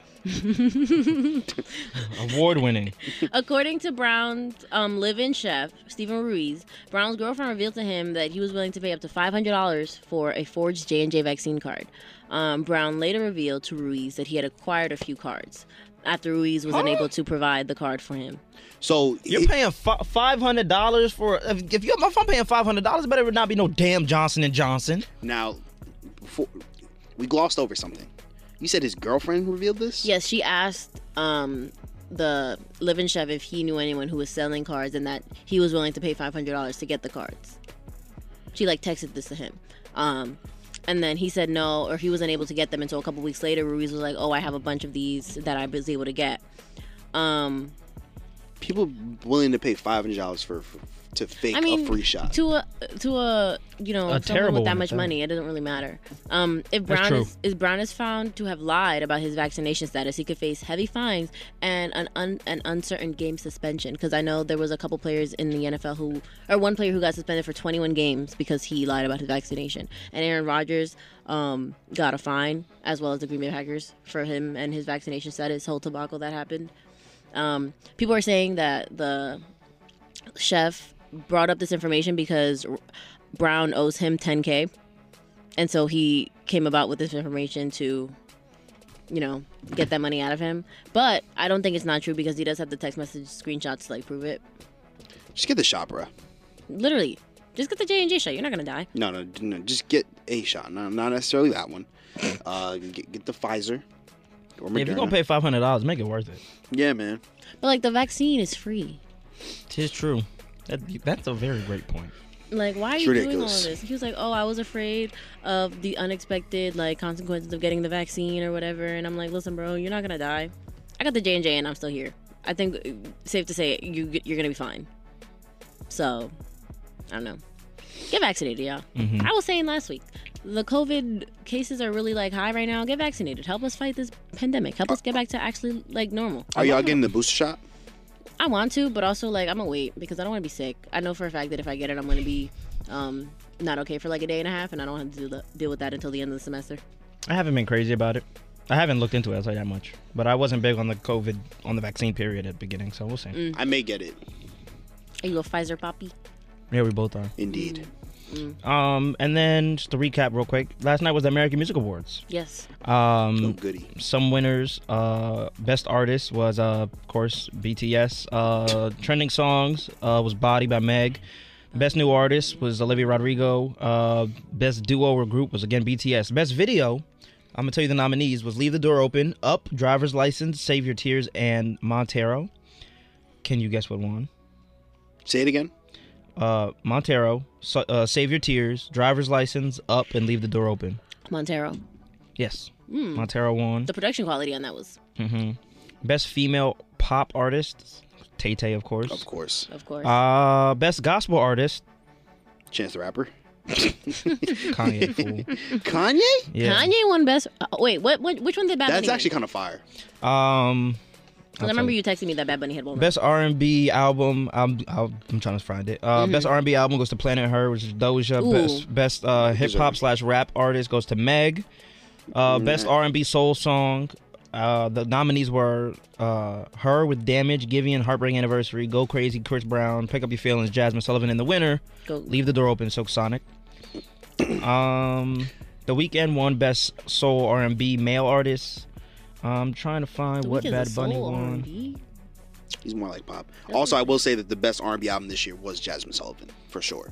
Speaker 9: Award-winning.
Speaker 7: According to Brown's um, live-in chef Stephen Ruiz, Brown's girlfriend revealed to him that he was willing to pay up to five hundred dollars for a forged J and J vaccine card. Um, Brown later revealed to Ruiz that he had acquired a few cards after Ruiz was unable to provide the card for him.
Speaker 3: So
Speaker 9: You're paying fi- five hundred dollars for if, if you if I'm paying five hundred dollars, better not be no damn Johnson and Johnson.
Speaker 3: Now, before, we glossed over something. You said his girlfriend revealed this?
Speaker 7: Yes, she asked um, the live-in chef if he knew anyone who was selling cards and that he was willing to pay five hundred dollars to get the cards. She like texted this to him, um, and then he said no, or he was unable to get them until a couple weeks later. Ruiz was like, "Oh, I have a bunch of these that I was able to get." Um,
Speaker 3: People willing to pay $500 for, for to fake
Speaker 7: I mean,
Speaker 3: a free shot.
Speaker 7: to a to a you know someone
Speaker 3: A terrible
Speaker 7: with that
Speaker 3: one,
Speaker 7: much
Speaker 3: though.
Speaker 7: money. It doesn't really matter. Um, if
Speaker 3: That's
Speaker 7: Brown
Speaker 3: true.
Speaker 7: is, if Brown is found to have lied about his vaccination status, he could face heavy fines and an un, an uncertain game suspension. Because I know there was a couple players in the NFL who, or one player who got suspended for 21 games because he lied about his vaccination. And Aaron Rodgers um, got a fine as well as the Green Bay Packers for him and his vaccination status. Whole tobacco that happened. Um, people are saying that the chef brought up this information because R- Brown owes him 10k, and so he came about with this information to, you know, get that money out of him. But I don't think it's not true because he does have the text message screenshots to like prove it.
Speaker 3: Just get the shot, bruh.
Speaker 7: Literally, just get the J and J shot. You're not gonna die.
Speaker 3: No, no, no, just get a shot. No, not necessarily that one. Uh, get, get the Pfizer or Moderna.
Speaker 9: If you're gonna pay five hundred dollars, make it worth it.
Speaker 3: yeah, man.
Speaker 7: But like the vaccine is free.
Speaker 9: Tis true. That, that's a very great point.
Speaker 7: Like why are
Speaker 9: It's
Speaker 7: you doing all
Speaker 9: ridiculous.
Speaker 7: of this? He was like, oh, I was afraid of the unexpected like consequences of getting the vaccine or whatever. And I'm like, listen, bro, you're not gonna die. I got the J and J, and I'm still here. I think uh, safe to say you you're gonna be fine. So, I don't know. Get vaccinated, y'all.
Speaker 11: Mhm.
Speaker 7: I was saying last week, the COVID cases are really like high right now. Get vaccinated. Help us fight this pandemic. Help us get back to actually like normal.
Speaker 3: Are y'all getting the booster shot?
Speaker 7: I want to, but also like I'm gonna wait because I don't want to be sick. I know for a fact that if I get it, I'm gonna be um, not okay for like a day and a half, and I don't have to deal, the, deal with that until the end of the semester.
Speaker 9: I haven't been crazy about it. I haven't looked into it, I'll tell you that much. But I wasn't big on the COVID, on the vaccine period at the beginning, so we'll see.
Speaker 7: Mm.
Speaker 3: I may get it.
Speaker 7: Are you a Pfizer poppy?
Speaker 9: Yeah, we both are.
Speaker 3: Indeed.
Speaker 7: Mm.
Speaker 9: Um, and then just to recap real quick, last night was the American Music Awards.
Speaker 7: Yes.
Speaker 9: Um,
Speaker 3: goody.
Speaker 9: Some winners. Uh, best artist was, uh, of course, BTS. Uh, trending songs uh, was Body by Meg. Best new artist was Olivia Rodrigo. Uh, best duo or group was again BTS. Best video. I'm gonna tell you the nominees was Leave the Door Open, Up, Driver's License, Save Your Tears, and Montero. Can you guess what won?
Speaker 3: Say it again.
Speaker 9: Uh, Montero, so, uh, Save Your Tears, Driver's License, Up, and Leave the Door Open.
Speaker 7: Montero.
Speaker 9: Yes.
Speaker 7: Mm.
Speaker 9: Montero won.
Speaker 7: The production quality on that was,
Speaker 9: hmm Best female pop artist, Tay Tay, of course. Of
Speaker 3: course.
Speaker 7: of course.
Speaker 9: Uh, best gospel artist,
Speaker 3: Chance the Rapper.
Speaker 9: Kanye. fool.
Speaker 7: Mm-hmm.
Speaker 3: Kanye?
Speaker 9: Yeah.
Speaker 7: Kanye won best. Uh, wait, what, what? Which one did Bad Bunny?
Speaker 3: That's actually kind of fire.
Speaker 9: Um,
Speaker 7: Because I remember you texting me that Bad Bunny had won.
Speaker 9: Best R and B album. I'm I'll, I'm trying to find it. Uh,
Speaker 7: Mhm.
Speaker 9: Best R and B album goes to Planet Her, which is Doja.
Speaker 7: Ooh.
Speaker 9: Best best uh, hip hop slash rap artist goes to Meg. Uh, best R and B soul song. Uh, the nominees were uh, her with Damage, Givian, Heartbreak Anniversary, Go Crazy, Chris Brown, Pick Up Your Feelings, Jasmine Sullivan, and the winner.
Speaker 7: Go.
Speaker 9: Leave the door open, Silk Sonic. um, The Weekend won Best Soul R&B Male Artist. I'm trying to find
Speaker 3: The
Speaker 9: what
Speaker 3: Weeknd's a
Speaker 9: Bad Bunny
Speaker 3: soul
Speaker 9: won.
Speaker 3: He's more like pop. Also, I will say that the best R&B album this year was Jasmine Sullivan for sure.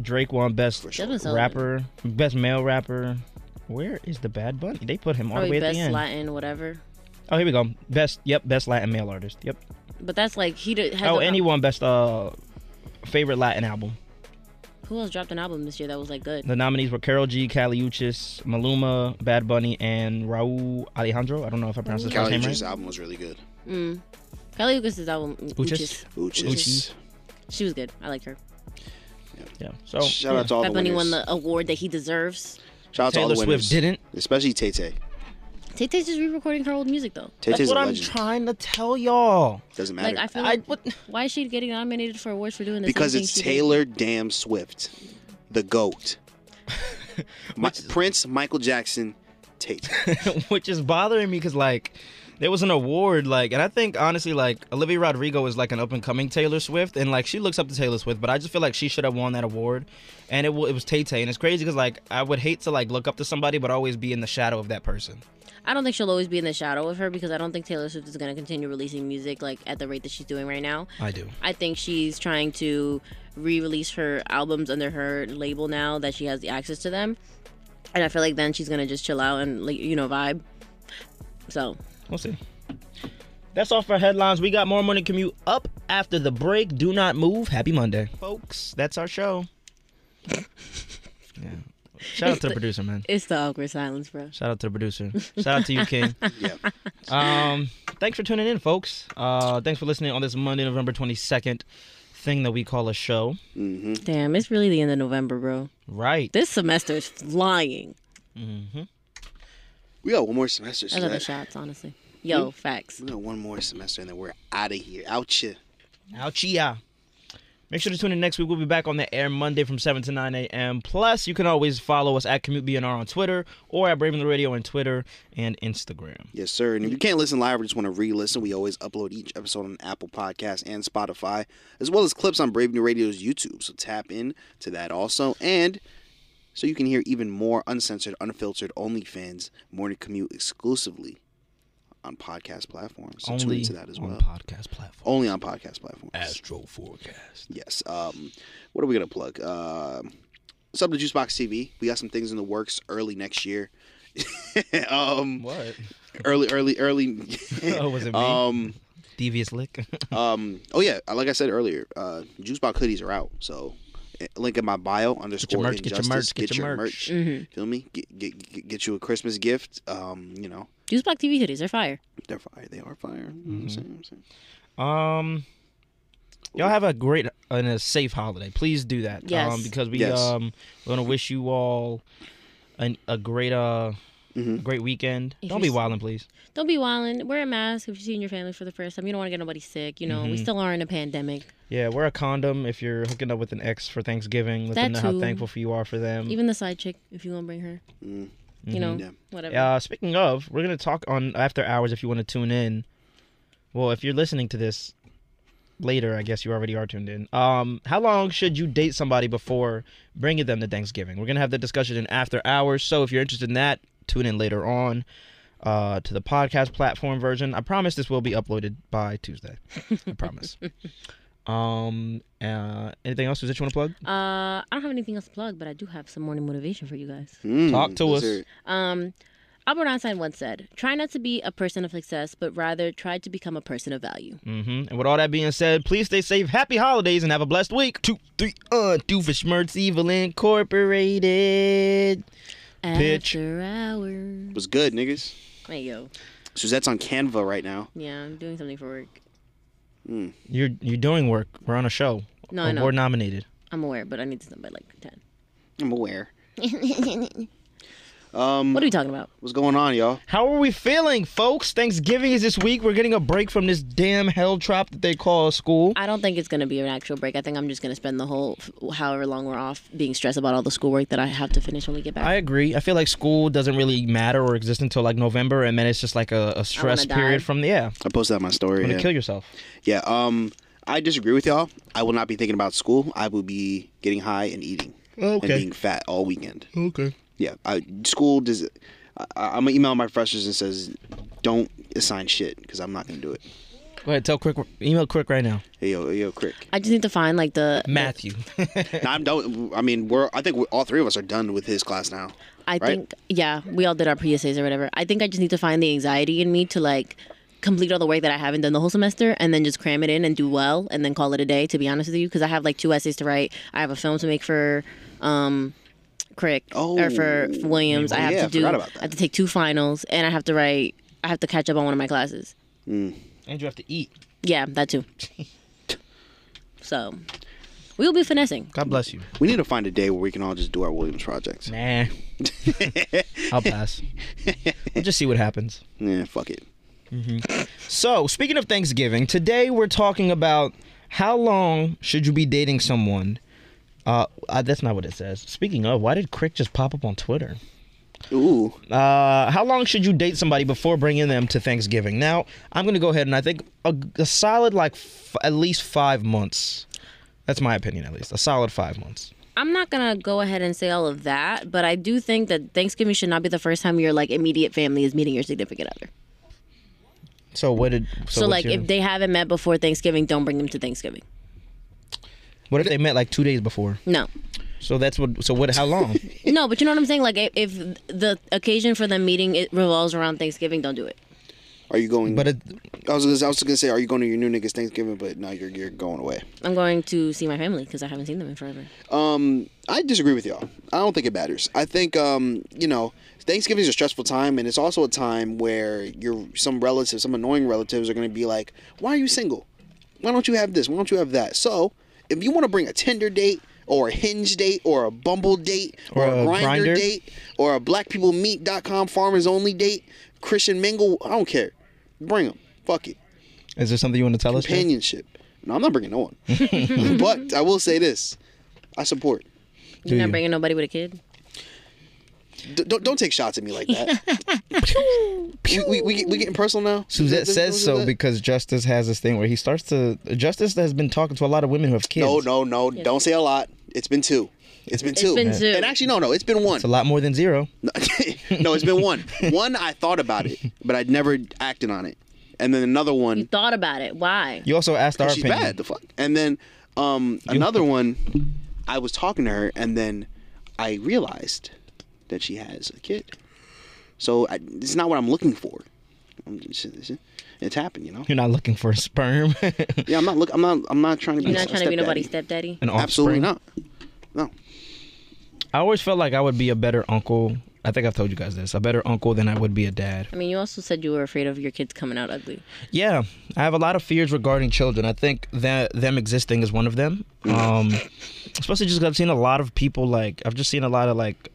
Speaker 9: Drake won Best
Speaker 3: sure. Jasmine Sullivan.
Speaker 9: Rapper, Best Male Rapper. Where is the Bad Bunny? They put
Speaker 3: Oh,
Speaker 9: him all the
Speaker 7: Probably
Speaker 9: way at
Speaker 7: best
Speaker 9: the end.
Speaker 7: Latin, whatever.
Speaker 9: Oh, here we go. Best, yep, Best Latin Male Artist. Yep.
Speaker 7: But that's like he did, has
Speaker 9: Oh,
Speaker 7: a-
Speaker 9: and he won Best uh, Favorite Latin Album.
Speaker 7: who else dropped an album this year that was like good?
Speaker 9: The nominees were Carol G, Cali Uchis, Maluma, Bad Bunny, and Raul Alejandro. I don't know if I pronounced his first
Speaker 3: Kali
Speaker 9: name
Speaker 3: Uchis'
Speaker 9: right.
Speaker 3: album was really good.
Speaker 7: Mm. Kelly Lucas's album.
Speaker 9: Uchis?
Speaker 3: Uchis.
Speaker 9: Uchis.
Speaker 7: She was good. I liked her.
Speaker 9: Oh, Yeah. So
Speaker 3: Shout out to all
Speaker 7: Bad
Speaker 3: the
Speaker 7: Bunny
Speaker 3: winners.
Speaker 7: won the award that he deserves.
Speaker 3: Shout out to all
Speaker 9: Taylor
Speaker 3: the
Speaker 9: Swift
Speaker 3: winners.
Speaker 9: didn't.
Speaker 3: especially Tay Tay.
Speaker 7: Tay Tay's just re-recording her old music though.
Speaker 3: Tay Tay's a legend.
Speaker 9: trying to tell y'all.
Speaker 3: Doesn't matter.
Speaker 7: Like I feel like why is she getting nominated for awards for doing this?
Speaker 3: because it's Taylor damn Swift, the goat. Mi- Prince, Michael Jackson, Tay Tay.
Speaker 9: which is bothering me because like there was an award like and i think honestly like olivia rodrigo is like an up and coming taylor swift and like she looks up to taylor swift but i just feel like she should have won that award and it, wa- it was tay tay and it's crazy because like i would hate to like look up to somebody but always be in the shadow of that person
Speaker 7: I don't think she'll always be in the shadow of her because I don't think Taylor Swift is going to continue releasing music like at the rate that she's doing right now.
Speaker 9: I do.
Speaker 7: I think she's trying to re-release her albums under her label now that she has the access to them, and I feel like then she's going to just chill out and like you know vibe. So
Speaker 9: we'll see that's all for headlines we got more money commute up after the break do not move happy monday folks that's our show yeah shout out to the producer man
Speaker 7: It's the awkward silence, bro.
Speaker 9: Shout out to the producer. Shout out to you, King.
Speaker 3: yeah.
Speaker 9: Um, thanks for tuning in, folks. Uh, thanks for listening on this Monday, November 22nd, thing that we call a show.
Speaker 3: Mm-hmm.
Speaker 7: Damn, it's really the end of November, bro.
Speaker 9: Right.
Speaker 7: This semester is flying.
Speaker 9: Mm-hmm.
Speaker 3: We got one more semester.
Speaker 7: I love the
Speaker 3: Scott.
Speaker 7: shots, honestly. Yo,
Speaker 3: Hmm?
Speaker 7: facts.
Speaker 3: We got one more semester and then we're out of here. Out ya.
Speaker 9: Ouchia. Make sure to tune in next week. We'll be back on the air Monday from 7 to 9 a.m. Plus, you can always follow us at Commute BNR on Twitter or at Braving the Radio on Twitter and Instagram.
Speaker 3: Yes, sir. And if you can't listen live or just want to re-listen, we always upload each episode on Apple Podcasts and Spotify, as well as clips on Brave New Radio's YouTube. So tap in to that also, and so you can hear even more uncensored, unfiltered, only fans morning commute exclusively on podcast platforms. So tune
Speaker 9: Only
Speaker 3: into that as
Speaker 9: on
Speaker 3: well.
Speaker 9: podcast platforms.
Speaker 3: Only on podcast platforms.
Speaker 9: Astro Forecast.
Speaker 3: Yes. Um, what are we gonna plug? Uh, sub to Juicebox TV. We got some things in the works early next year. um,
Speaker 9: what?
Speaker 3: Early, early, early.
Speaker 9: Oh, was it me?
Speaker 3: Um,
Speaker 9: Devious Lick.
Speaker 3: um, oh yeah, like I said earlier, uh, Juicebox hoodies are out. So eh, link in my bio underscore
Speaker 9: merch, get your
Speaker 3: injustice.
Speaker 9: merch, get your merch. Mhm.
Speaker 3: Feel me? Get, get get get you a Christmas gift. Um, you know
Speaker 7: Juicebox TV hoodies are fire.
Speaker 3: they're fire. They are fire. You
Speaker 9: Mm-hmm.
Speaker 3: know what I'm saying? I'm saying.
Speaker 9: Um, y'all have a great and a safe holiday. Please do that.
Speaker 3: Yes.
Speaker 9: Um, because we
Speaker 3: Yes.
Speaker 9: um we're gonna wish you all an, a great uh a great weekend.
Speaker 7: If
Speaker 9: Don't
Speaker 7: you're
Speaker 9: be
Speaker 7: s-
Speaker 9: wilding, please.
Speaker 7: Don't be wildin'. Wear a mask if you're seeing your family for the first time. You don't want to get nobody sick. You know, we
Speaker 9: Mhm.
Speaker 7: still are in a pandemic.
Speaker 9: Yeah, wear a condom if you're hooking up with an ex for Thanksgiving. Let them know
Speaker 7: That
Speaker 9: how
Speaker 7: too.
Speaker 9: thankful for you are for them.
Speaker 7: Even the side chick, if you gonna bring her. You know, whatever.
Speaker 9: Uh, speaking of, we're gonna talk on after hours if you want to tune in. Well, if you're listening to this later, I guess you already are tuned in. Um, how long should you date somebody before bringing them to Thanksgiving? We're gonna have that discussion in after hours. So if you're interested in that, tune in later on uh, to the podcast platform version. I promise this will be uploaded by Tuesday. I promise. um, uh, anything else? Is that you want to plug?
Speaker 7: Uh, I don't have anything else to plug, but I do have some morning motivation for you guys.
Speaker 3: Hmm,
Speaker 9: Talk to us.
Speaker 7: Um, Albert Einstein once said, "Try not to be a person of success, but rather try to become a person of value."
Speaker 9: hmm And with all that being said, please stay safe, happy holidays, and have a blessed week. Two, three, uh, Doofus Schmertz Evil Incorporated.
Speaker 3: Bitch.
Speaker 7: After hours.
Speaker 3: Was good, niggas.
Speaker 7: Hey yo,
Speaker 3: Suzette's on Canva right now.
Speaker 7: yeah, I'm doing something for work.
Speaker 9: You're you're doing work. We're on a show.
Speaker 7: No, I know.
Speaker 9: Award nominated.
Speaker 7: I'm aware, but I need to know by like ten.
Speaker 3: I'm aware. Um,
Speaker 7: what are we talking about?
Speaker 3: What's going on, y'all?
Speaker 9: How are we feeling, folks? Thanksgiving is this week. We're getting a break from this damn hell trap that they call school.
Speaker 7: I don't think it's going to be an actual break. I think I'm just going to spend the whole, however long we're off, being stressed about all the schoolwork that I have to finish when we get back.
Speaker 9: I agree. I feel like school doesn't really matter or exist until like November, and then it's just like a, a stress
Speaker 7: die.
Speaker 9: period from the yeah.
Speaker 3: I posted that on my story.
Speaker 9: Gonna
Speaker 3: yeah.
Speaker 9: kill yourself.
Speaker 3: Yeah. Um, I disagree with y'all. I will not be thinking about school. I will be getting high and eating
Speaker 9: Okay.
Speaker 3: and being fat all weekend.
Speaker 9: Okay.
Speaker 3: Yeah, I, school does. I, I'm gonna email my freshers and says, don't assign shit because I'm not gonna do it.
Speaker 9: Go ahead, tell quick. Email quick right now.
Speaker 3: Hey, yo, hey, yo, quick.
Speaker 7: I just need to find like the
Speaker 9: Matthew.
Speaker 3: Nah, I'm done. I mean, we're. I think we, all three of us are done with his class now.
Speaker 7: I
Speaker 3: right?
Speaker 7: think yeah, we all did our PSAs or whatever. I think I just need to find the anxiety in me to like complete all the work that I haven't done the whole semester and then just cram it in and do well and then call it a day to be honest with you because I have like two essays to write. I have a film to make for um Crick or for, for Williams. I have
Speaker 3: Oh, yeah, I
Speaker 7: to do
Speaker 3: forgot about
Speaker 7: I have to take two finals and I have to write I have to catch up on one of my classes.
Speaker 9: And you have to eat.
Speaker 7: Yeah, that too. so we will be finessing.
Speaker 9: God bless you.
Speaker 3: We need to find a day where we can all just do our Williams projects.
Speaker 9: Nah. Eh. I'll pass. We'll just see what happens.
Speaker 3: Yeah, fuck it.
Speaker 9: So, speaking of Thanksgiving, today we're talking about how long should you be dating someone? Uh, uh, that's not what it says. Speaking of, why did Crick just pop up on Twitter?
Speaker 3: Ooh.
Speaker 9: Uh, how long should you date somebody before bringing them to Thanksgiving? Now, I'm going to go ahead and I think a, a solid, like, f- at least five months. That's my opinion, at least. A solid five months.
Speaker 7: I'm not gonna go ahead and say all of that, but I do think that Thanksgiving should not be the first time your like immediate family is meeting your significant other.
Speaker 9: So, what did.
Speaker 7: So,
Speaker 9: So, what's
Speaker 7: like
Speaker 9: your-
Speaker 7: if they haven't met before Thanksgiving, don't bring them to Thanksgiving.
Speaker 9: What if they met, like, two days before?
Speaker 7: No,
Speaker 9: So, that's what. So, what? How long?
Speaker 7: no, but you know what I'm saying. Like i- if the occasion for them meeting it revolves around Thanksgiving, don't do it.
Speaker 3: Are you going? But
Speaker 9: it,
Speaker 3: I was gonna, I was gonna say, are you going to your new niggas Thanksgiving? But no, you're you're going away.
Speaker 7: I'm going to see my family because I haven't seen them in forever.
Speaker 3: Um, I disagree with y'all. I don't think it matters. I think um, you know, Thanksgiving is a stressful time, and it's also a time where your some relatives, some annoying relatives, are going to be like, "Why are you single? Why don't you have this? Why don't you have that?" So, if you want to bring a Tinder date or a Hinge date or a Bumble date or,
Speaker 9: Or
Speaker 3: a,
Speaker 9: a
Speaker 3: grinder,
Speaker 9: Grindr.
Speaker 3: date or a BlackPeopleMeet.com Farmers Only date, Christian Mingle, I don't care. Bring them. Fuck it
Speaker 9: Is there something you want to tell us? Jay?
Speaker 3: companionship. No, I'm not bringing no one. but I will say this: I support.
Speaker 7: You're not bringing nobody with a kid.
Speaker 3: D- don't don't take shots at me like that. we, we, we, get- we getting personal now.
Speaker 9: Suzette
Speaker 3: Is that-
Speaker 9: says
Speaker 3: is
Speaker 9: so
Speaker 3: that-
Speaker 9: because Justice has this thing where he starts to. Justice has been talking to a lot of women who have kids.
Speaker 3: No, no, no! Don't say a lot. It's been two. It's been
Speaker 9: It's
Speaker 3: two.
Speaker 9: been two.
Speaker 3: And actually, no, no, it's been one.
Speaker 9: It's a lot more than zero.
Speaker 3: no, it's been one. One, I thought about it, but I never acted on it. And then another one. You
Speaker 7: thought about it. Why?
Speaker 9: You also asked our
Speaker 3: she's
Speaker 9: opinion.
Speaker 3: bad. The fuck. And then um, another one. I was talking to her, and then I realized that she has a kid. So I, it's not what I'm looking for. I'm just- it's- it's happened, you know.
Speaker 9: You're not looking for a sperm.
Speaker 3: Yeah, I'm not look. I'm not. I'm not trying to be.
Speaker 7: You're not
Speaker 3: a
Speaker 7: trying to be
Speaker 3: stepdaddy.
Speaker 7: nobody's stepdaddy.
Speaker 9: An
Speaker 3: Absolutely
Speaker 9: offspring?
Speaker 3: not.
Speaker 9: I always felt like I would be a better uncle. I think I've told you guys this. A better uncle than I would be a dad.
Speaker 7: I mean, you also said you were afraid of your kids coming out ugly.
Speaker 9: Yeah, I have a lot of fears regarding children. I think that them existing is one of them. Um, especially just 'cause I've seen a lot of people like I've just seen a lot of like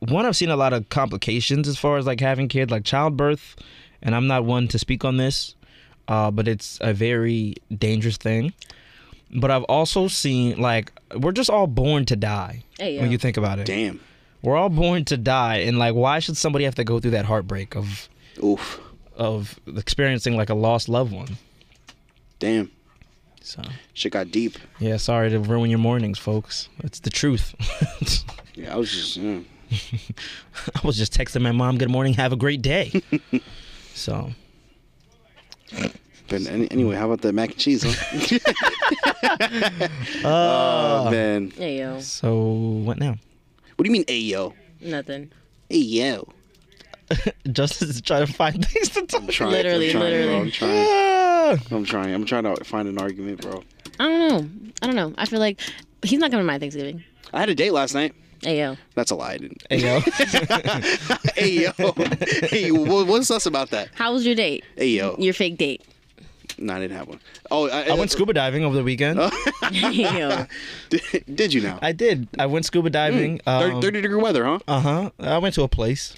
Speaker 9: one I've seen a lot of complications as far as like having kids like childbirth, and I'm not one to speak on this, uh, but it's a very dangerous thing. But I've also seen like we're just all born to die
Speaker 7: Hey,
Speaker 9: when
Speaker 7: yo.
Speaker 9: you think about it.
Speaker 3: Damn,
Speaker 9: we're all born to die, and like why should somebody have to go through that heartbreak of
Speaker 3: Oof.
Speaker 9: of experiencing like a lost loved one?
Speaker 3: Damn.
Speaker 9: So
Speaker 3: shit got deep.
Speaker 9: Yeah, sorry to ruin your mornings, folks. It's the truth.
Speaker 3: Yeah, I was just. yeah.
Speaker 9: I was just texting my mom, "Good morning, have a great day." so,
Speaker 3: But any, anyway, how about the mac and cheese? Huh?
Speaker 9: uh,
Speaker 3: oh man.
Speaker 7: Hey yo,
Speaker 9: So what now?
Speaker 3: What do you mean, ayo?
Speaker 7: nothing.
Speaker 3: Ayo.
Speaker 9: Justice is trying to find things to talk.
Speaker 3: I'm trying,
Speaker 7: Literally,
Speaker 3: I'm trying, bro,
Speaker 7: literally.
Speaker 3: I'm trying. I'm trying. I'm trying to find an argument, bro.
Speaker 7: I don't know. I don't know. I feel like he's not coming to my Thanksgiving.
Speaker 3: I had a date last night.
Speaker 7: Hey yo.
Speaker 3: That's a lie. I didn't.
Speaker 9: Ayo.
Speaker 3: Ayo. Hey, wha- what's us about that?
Speaker 7: How was your date?
Speaker 3: Ayo.
Speaker 7: Your fake date.
Speaker 3: No, I didn't have one. Oh, I,
Speaker 9: I went scuba diving over the weekend.
Speaker 7: Ayo.
Speaker 3: did, did you now?
Speaker 9: I did. I went scuba diving.
Speaker 3: Mm, thir- 30 degree weather, huh?
Speaker 9: Uh huh. I went to a place.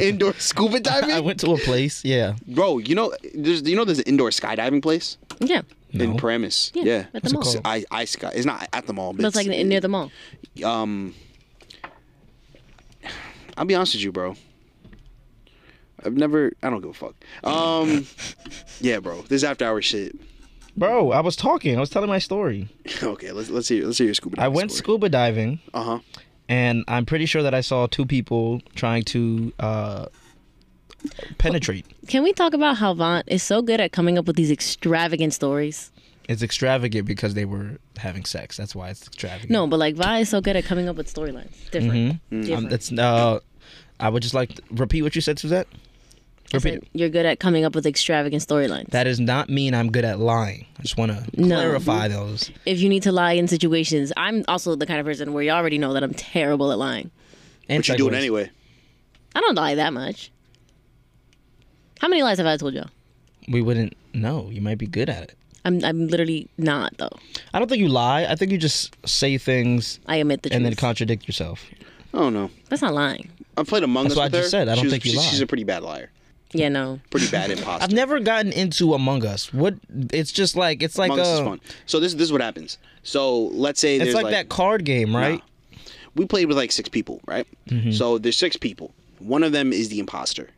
Speaker 3: indoor scuba diving. I
Speaker 9: went to a place. Yeah.
Speaker 3: Bro, you know, there's you know, there's an indoor skydiving place
Speaker 7: Yeah.
Speaker 3: in Paramus.
Speaker 7: Yeah,
Speaker 3: Yeah,
Speaker 7: at the What's it mall.
Speaker 3: I, I sky. It's not at the mall, but
Speaker 7: But it's like near the mall.
Speaker 3: um. I'll be honest with you, bro. I've never. I don't give a fuck. Um, yeah, bro. This after hour shit.
Speaker 9: Bro, I was talking. I was telling my story.
Speaker 3: Okay, let's let's hear let's hear your scuba.
Speaker 9: I went scuba diving.
Speaker 3: Uh huh.
Speaker 9: and I'm pretty sure that I saw two people trying to uh, penetrate.
Speaker 7: Can we talk about how Vaughn is so good at coming up with these extravagant stories?
Speaker 9: It's extravagant because they were having sex. That's why it's extravagant.
Speaker 7: No, but like Vaughn is so good at coming up with storylines. Different.
Speaker 9: Mhm. Um,
Speaker 7: Different.
Speaker 9: that's uh, I would just like to repeat what you said, Suzette.
Speaker 7: I said, You're good at coming up with extravagant storylines.
Speaker 9: That does not mean I'm good at lying. I just want to
Speaker 7: No.
Speaker 9: clarify those.
Speaker 7: If you need to lie in situations, I'm also the kind of person where you already know that I'm terrible at lying.
Speaker 9: And
Speaker 3: but you do it anyway.
Speaker 7: I don't lie that much. How many lies have I told y'all?
Speaker 9: We wouldn't know. You might be good at it.
Speaker 7: I'm I'm literally not though.
Speaker 9: I don't think you lie. I think you just say things.
Speaker 7: I admit the
Speaker 9: and then
Speaker 7: truth.
Speaker 9: contradict yourself.
Speaker 3: Oh no.
Speaker 7: That's not lying.
Speaker 3: I played Among
Speaker 9: That's
Speaker 3: Us
Speaker 9: what I
Speaker 3: with
Speaker 9: just
Speaker 3: her.
Speaker 9: said. I don't
Speaker 3: She was-
Speaker 9: think you
Speaker 3: she-
Speaker 9: lie.
Speaker 3: She's a pretty bad liar.
Speaker 7: Yeah, no.
Speaker 3: Pretty bad imposter.
Speaker 9: I've never gotten into Among Us. What? It's just like it's like
Speaker 3: Among Us is
Speaker 9: uh,
Speaker 3: fun. So this this is what happens. So let's say
Speaker 9: It's
Speaker 3: there's
Speaker 9: like, that card game, right?
Speaker 3: Nah. We played with like six people, right?
Speaker 9: Mhm.
Speaker 3: So there's six people. One of them is the imposter,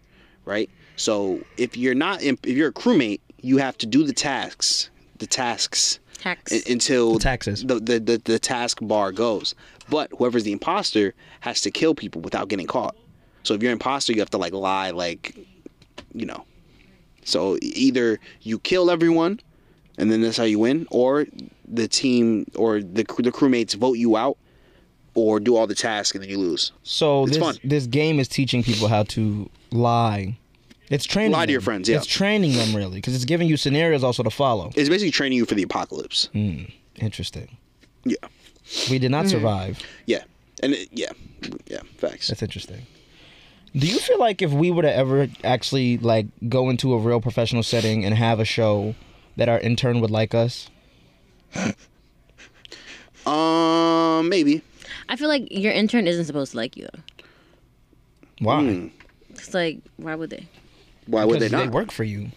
Speaker 3: right? So if you're not imp- if you're a crewmate, you have to do the tasks, the tasks
Speaker 7: Tax.
Speaker 3: u- until the
Speaker 9: taxes
Speaker 3: the, the the task bar goes. But whoever's the imposter has to kill people without getting caught. So if you're an imposter, you have to like lie, like you know. So e- either you kill everyone, and then that's how you win, or the team or the cr- the crewmates vote you out, or do all the tasks and then you lose.
Speaker 9: So
Speaker 3: It's
Speaker 9: this
Speaker 3: fun.
Speaker 9: this game is teaching people how to lie. It's training
Speaker 3: Lie to
Speaker 9: them.
Speaker 3: your friends, yeah.
Speaker 9: It's training them really because it's giving you scenarios also to follow.
Speaker 3: It's basically training you for the apocalypse.
Speaker 9: Hmm. interesting.
Speaker 3: Yeah.
Speaker 9: We did not survive.
Speaker 3: Yeah, and it, yeah, yeah, facts.
Speaker 9: That's interesting. Do you feel like if we were to ever actually like go into a real professional setting and have a show that our intern would like us?
Speaker 3: Um, maybe.
Speaker 7: I feel like your intern isn't supposed to like you though.
Speaker 3: Hmm.
Speaker 9: Why?
Speaker 7: It's like why would they?
Speaker 3: Why would
Speaker 9: Because
Speaker 3: they not?
Speaker 9: They work for you.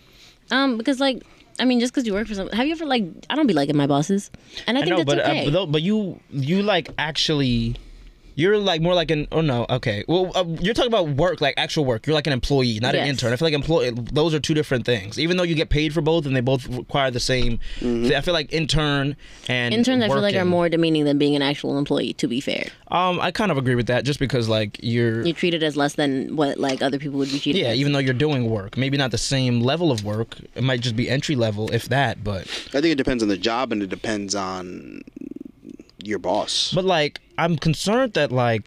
Speaker 7: Um, because like I mean, just because you work for someone, have you ever like I don't be liking my bosses, and I think
Speaker 9: know,
Speaker 7: that's
Speaker 9: but uh,
Speaker 7: okay.
Speaker 9: but, though- but you you like actually. You're like more like an oh no okay well uh, you're talking about work like actual work you're like an employee not
Speaker 7: Yes.
Speaker 9: an intern I feel like employee those are two different things even though you get paid for both and they both require the same I feel like intern and
Speaker 7: Interns, I feel like are
Speaker 9: working-
Speaker 7: more demeaning than being an actual employee. To be fair,
Speaker 9: um I kind of agree with that just because like you're
Speaker 7: you're treated as less than what like other people would be treated.
Speaker 9: yeah
Speaker 7: as.
Speaker 9: even though you're doing work maybe not the same level of work it might just be entry level if that but
Speaker 3: I think it depends on the job and it depends on your boss.
Speaker 9: But like, I'm concerned that like,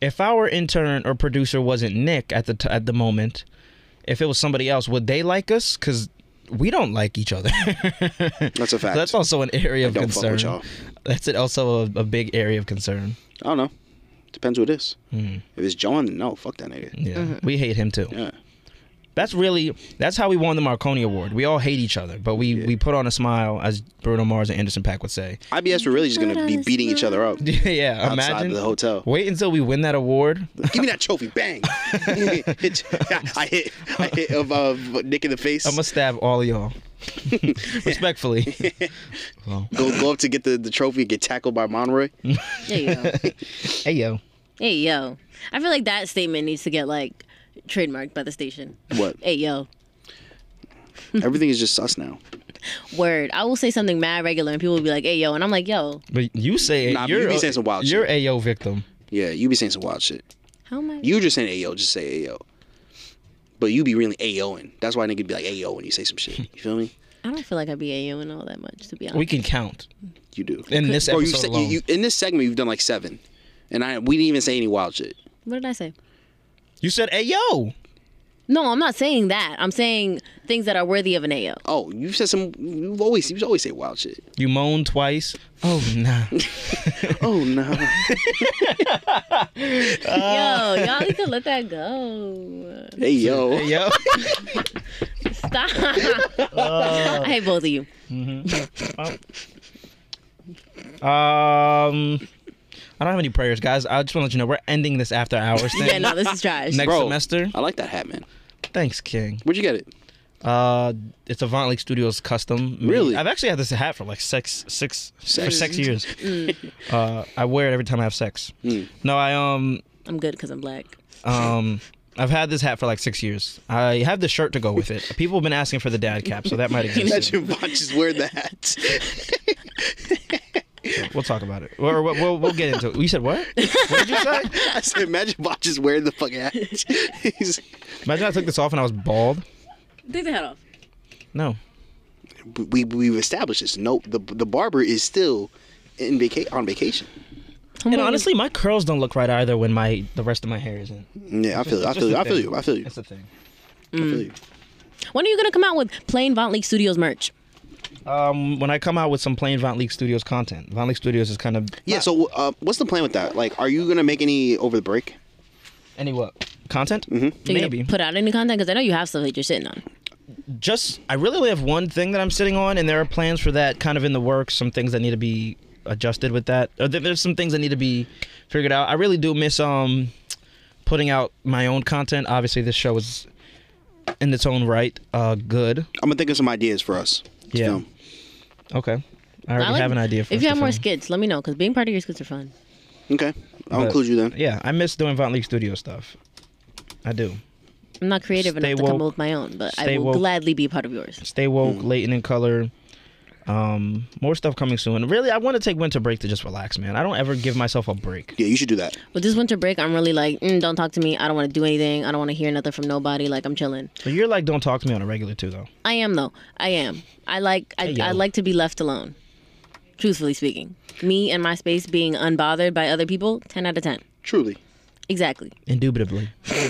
Speaker 9: if our intern or producer wasn't Nick at the t- at the moment, if it was somebody else, would they like us? Because we don't like each other.
Speaker 3: That's a fact.
Speaker 9: That's also an area
Speaker 3: I
Speaker 9: of
Speaker 3: don't fuck
Speaker 9: concern.
Speaker 3: with y'all.
Speaker 9: That's it also a, a big area of concern.
Speaker 3: I don't know. Depends who it is.
Speaker 9: Mm.
Speaker 3: If it's John, then no, fuck that nigga.
Speaker 9: Yeah, we hate him too.
Speaker 3: Yeah.
Speaker 9: That's really that's how we won the Marconi Award. We all hate each other, but we we put on a smile, as Bruno Mars and Anderson Pack would say.
Speaker 3: IBS, we're really just gonna be beating each other up.
Speaker 9: yeah,
Speaker 3: outside
Speaker 9: imagine
Speaker 3: the hotel.
Speaker 9: Wait until we win that award.
Speaker 3: Give me that trophy, bang! Hit- I hit, I hit of uh, Nick in the face.
Speaker 9: I'm gonna stab all of y'all. Respectfully. Well,
Speaker 3: Go, go up to get the, the trophy and get tackled by Monroy.
Speaker 9: Mm.
Speaker 7: There you go.
Speaker 9: hey yo.
Speaker 7: hey yo, I feel like that statement needs to get like trademarked by the station.
Speaker 3: What?
Speaker 7: Hey yo,
Speaker 3: Everything is just sus now.
Speaker 7: word. I will say something mad regular, and people will be like, "Hey yo," and I'm like, "Yo,
Speaker 9: But you say
Speaker 3: Nah, but
Speaker 9: you're
Speaker 3: you be
Speaker 9: a-
Speaker 3: saying some wild
Speaker 9: You're AO victim.
Speaker 3: Yeah, you be saying some wild shit.
Speaker 7: how am I?"
Speaker 3: You just saying ayo, just say ayo. But you be really ayoing. That's why nigga be like ayo when you say some shit. You feel me?
Speaker 7: I don't feel like I be AO and all that much, to be honest.
Speaker 9: We can count.
Speaker 3: You do.
Speaker 9: In this
Speaker 3: Bro, Oh, you
Speaker 9: episode
Speaker 3: said- you,
Speaker 9: alone.
Speaker 3: you, in this segment, you've done like seven, and I we didn't even say any wild shit.
Speaker 7: What did I say?
Speaker 9: You said AO.
Speaker 7: No, I'm not saying that. I'm saying things that are worthy of an AO.
Speaker 3: Oh, you said some. You've always you always say wild shit.
Speaker 9: You moan twice. Oh nah.
Speaker 3: Oh no.
Speaker 9: Uh.
Speaker 7: Yo, y'all need to let that go.
Speaker 3: Hey yo.
Speaker 9: Hey yo.
Speaker 7: Stop.
Speaker 9: Uh.
Speaker 7: I hate both of you.
Speaker 9: Um I don't have any prayers, guys. I just want to let you know we're ending this after hours thing.
Speaker 7: Yeah, no, this is trash.
Speaker 9: Next
Speaker 3: Bro.
Speaker 9: semester.
Speaker 3: I like that hat, man.
Speaker 9: Thanks, King.
Speaker 3: Where'd you get it?
Speaker 9: Uh, it's a Vaunt Lake Studios custom. made.
Speaker 3: Really?
Speaker 9: I've actually had this hat for like six, six, for
Speaker 3: Sex.
Speaker 9: six years.
Speaker 3: Mm.
Speaker 9: uh, I wear it every time I have sex. No, I um,
Speaker 7: I'm good because I'm black.
Speaker 9: um, I've had this hat for like six years. I have the shirt to go with it. People have been asking for the dad cap, so that might exist.
Speaker 3: Imagine Bach just wearing the hat.
Speaker 9: We'll talk about it. Or we'll, we'll, we'll get into it. You said what? What did you say?
Speaker 3: I said, imagine Bach just wearing the fucking hat. He's
Speaker 9: Imagine I took this off and I was bald.
Speaker 7: Take the hat off.
Speaker 9: No.
Speaker 3: We we've established this. No, the the barber is still in vaca- on vacation.
Speaker 9: And honestly, my curls don't look right either when my the rest of my hair isn't.
Speaker 3: Yeah, I
Speaker 9: It's
Speaker 3: feel
Speaker 9: just-
Speaker 3: you. I
Speaker 9: it's just
Speaker 3: feel you.
Speaker 9: a
Speaker 3: I feel
Speaker 9: thing.
Speaker 3: you. I feel you.
Speaker 9: It's a thing.
Speaker 3: I feel you.
Speaker 7: When are you gonna come out with plain Vaunt League Studios merch?
Speaker 9: Um, when I come out with some plain Von Leak Studios content, Von Leak Studios is kind of
Speaker 3: Yeah. So, uh, what's the plan with that? Like, are you gonna make any over the break?
Speaker 9: Any what content?
Speaker 7: Are
Speaker 9: Mm-hmm.
Speaker 7: you
Speaker 9: Maybe.
Speaker 7: gonna put out any content because I know you have stuff that you're sitting on.
Speaker 9: Just I really only have one thing that I'm sitting on, and there are plans for that kind of in the works. Some things that need to be adjusted with that. Or there- there's some things that need to be figured out. I really do miss um putting out my own content. Obviously, this show is in its own right uh good.
Speaker 3: I'm gonna think of some ideas for us. to
Speaker 9: Yeah.
Speaker 3: film.
Speaker 9: Okay. I already
Speaker 7: like-
Speaker 9: have an idea for
Speaker 7: If
Speaker 9: us
Speaker 7: you
Speaker 9: to
Speaker 7: have more
Speaker 9: film.
Speaker 7: skits, let me know because being part of your skits are fun.
Speaker 3: Okay. I'll
Speaker 9: But,
Speaker 3: include you then.
Speaker 9: Yeah, I miss doing Von Leak Studio stuff. I do.
Speaker 7: I'm not creative
Speaker 9: Stay
Speaker 7: enough to come
Speaker 9: woke.
Speaker 7: up with my own, but I
Speaker 9: Stay
Speaker 7: will
Speaker 9: woke.
Speaker 7: gladly be part of yours.
Speaker 9: Stay woke, Leighton in color. Um, more stuff coming soon. Really, I want to take winter break to just relax, man. I don't ever give myself a break.
Speaker 3: Yeah, you should do that.
Speaker 7: With this winter break, I'm really like, mm, don't talk to me. I don't want to do anything. I don't want to hear nothing from nobody. Like I'm chilling.
Speaker 9: But you're like, don't talk to me on a regular too, though.
Speaker 7: I am though. I am. I like. I,
Speaker 9: Hey, yo.
Speaker 7: I like to be left alone. Truthfully speaking, me and my space being unbothered by other people, ten out of ten.
Speaker 3: Truly.
Speaker 7: Exactly.
Speaker 9: Indubitably.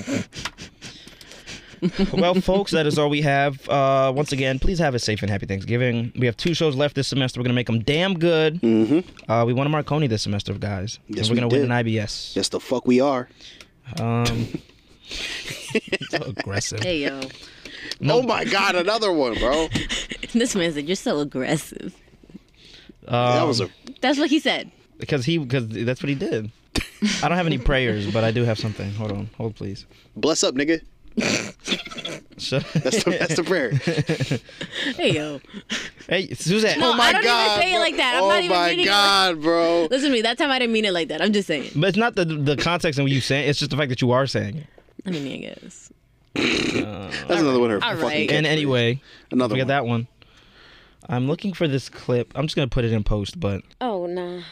Speaker 9: well, folks, that is all we have. Uh, once again, please have a safe and happy Thanksgiving. We have two shows left this semester. We're gonna make them damn good. Mm-hmm. Uh, we won a Marconi this semester, guys. And
Speaker 3: Yes,
Speaker 9: we're
Speaker 3: we
Speaker 9: gonna
Speaker 3: did.
Speaker 9: win an IBS.
Speaker 3: Yes, the fuck we are.
Speaker 9: Um, so aggressive.
Speaker 7: Hey yo,
Speaker 3: Oh my god, another one, bro.
Speaker 7: this man said you're so aggressive.
Speaker 3: that
Speaker 7: Um,
Speaker 3: was a.
Speaker 7: That's what he said.
Speaker 9: because he because that's what he did. I don't have any prayers, but I do have something. Hold on, hold please.
Speaker 3: Bless up, nigga.
Speaker 9: So,
Speaker 3: That's the, that's the prayer.
Speaker 7: Hey yo.
Speaker 9: hey, Suzette.
Speaker 7: No,
Speaker 3: oh my
Speaker 7: I don't
Speaker 3: god.
Speaker 7: even say it
Speaker 3: bro.
Speaker 7: like that. I'm
Speaker 3: oh
Speaker 7: not even
Speaker 3: my
Speaker 7: reading
Speaker 3: god, bro.
Speaker 7: it. Like, listen to me. That time I didn't mean it like that. I'm just saying.
Speaker 9: But it's not the the context in what you saying. It's just the fact that you are saying it.
Speaker 7: I mean, I guess.
Speaker 3: That's another one. of Her
Speaker 7: All
Speaker 3: fucking
Speaker 7: right.
Speaker 9: And anyway,
Speaker 3: another
Speaker 9: we got
Speaker 3: one.
Speaker 9: that one. I'm looking for this clip. I'm just gonna put it in post, but
Speaker 7: Oh nah.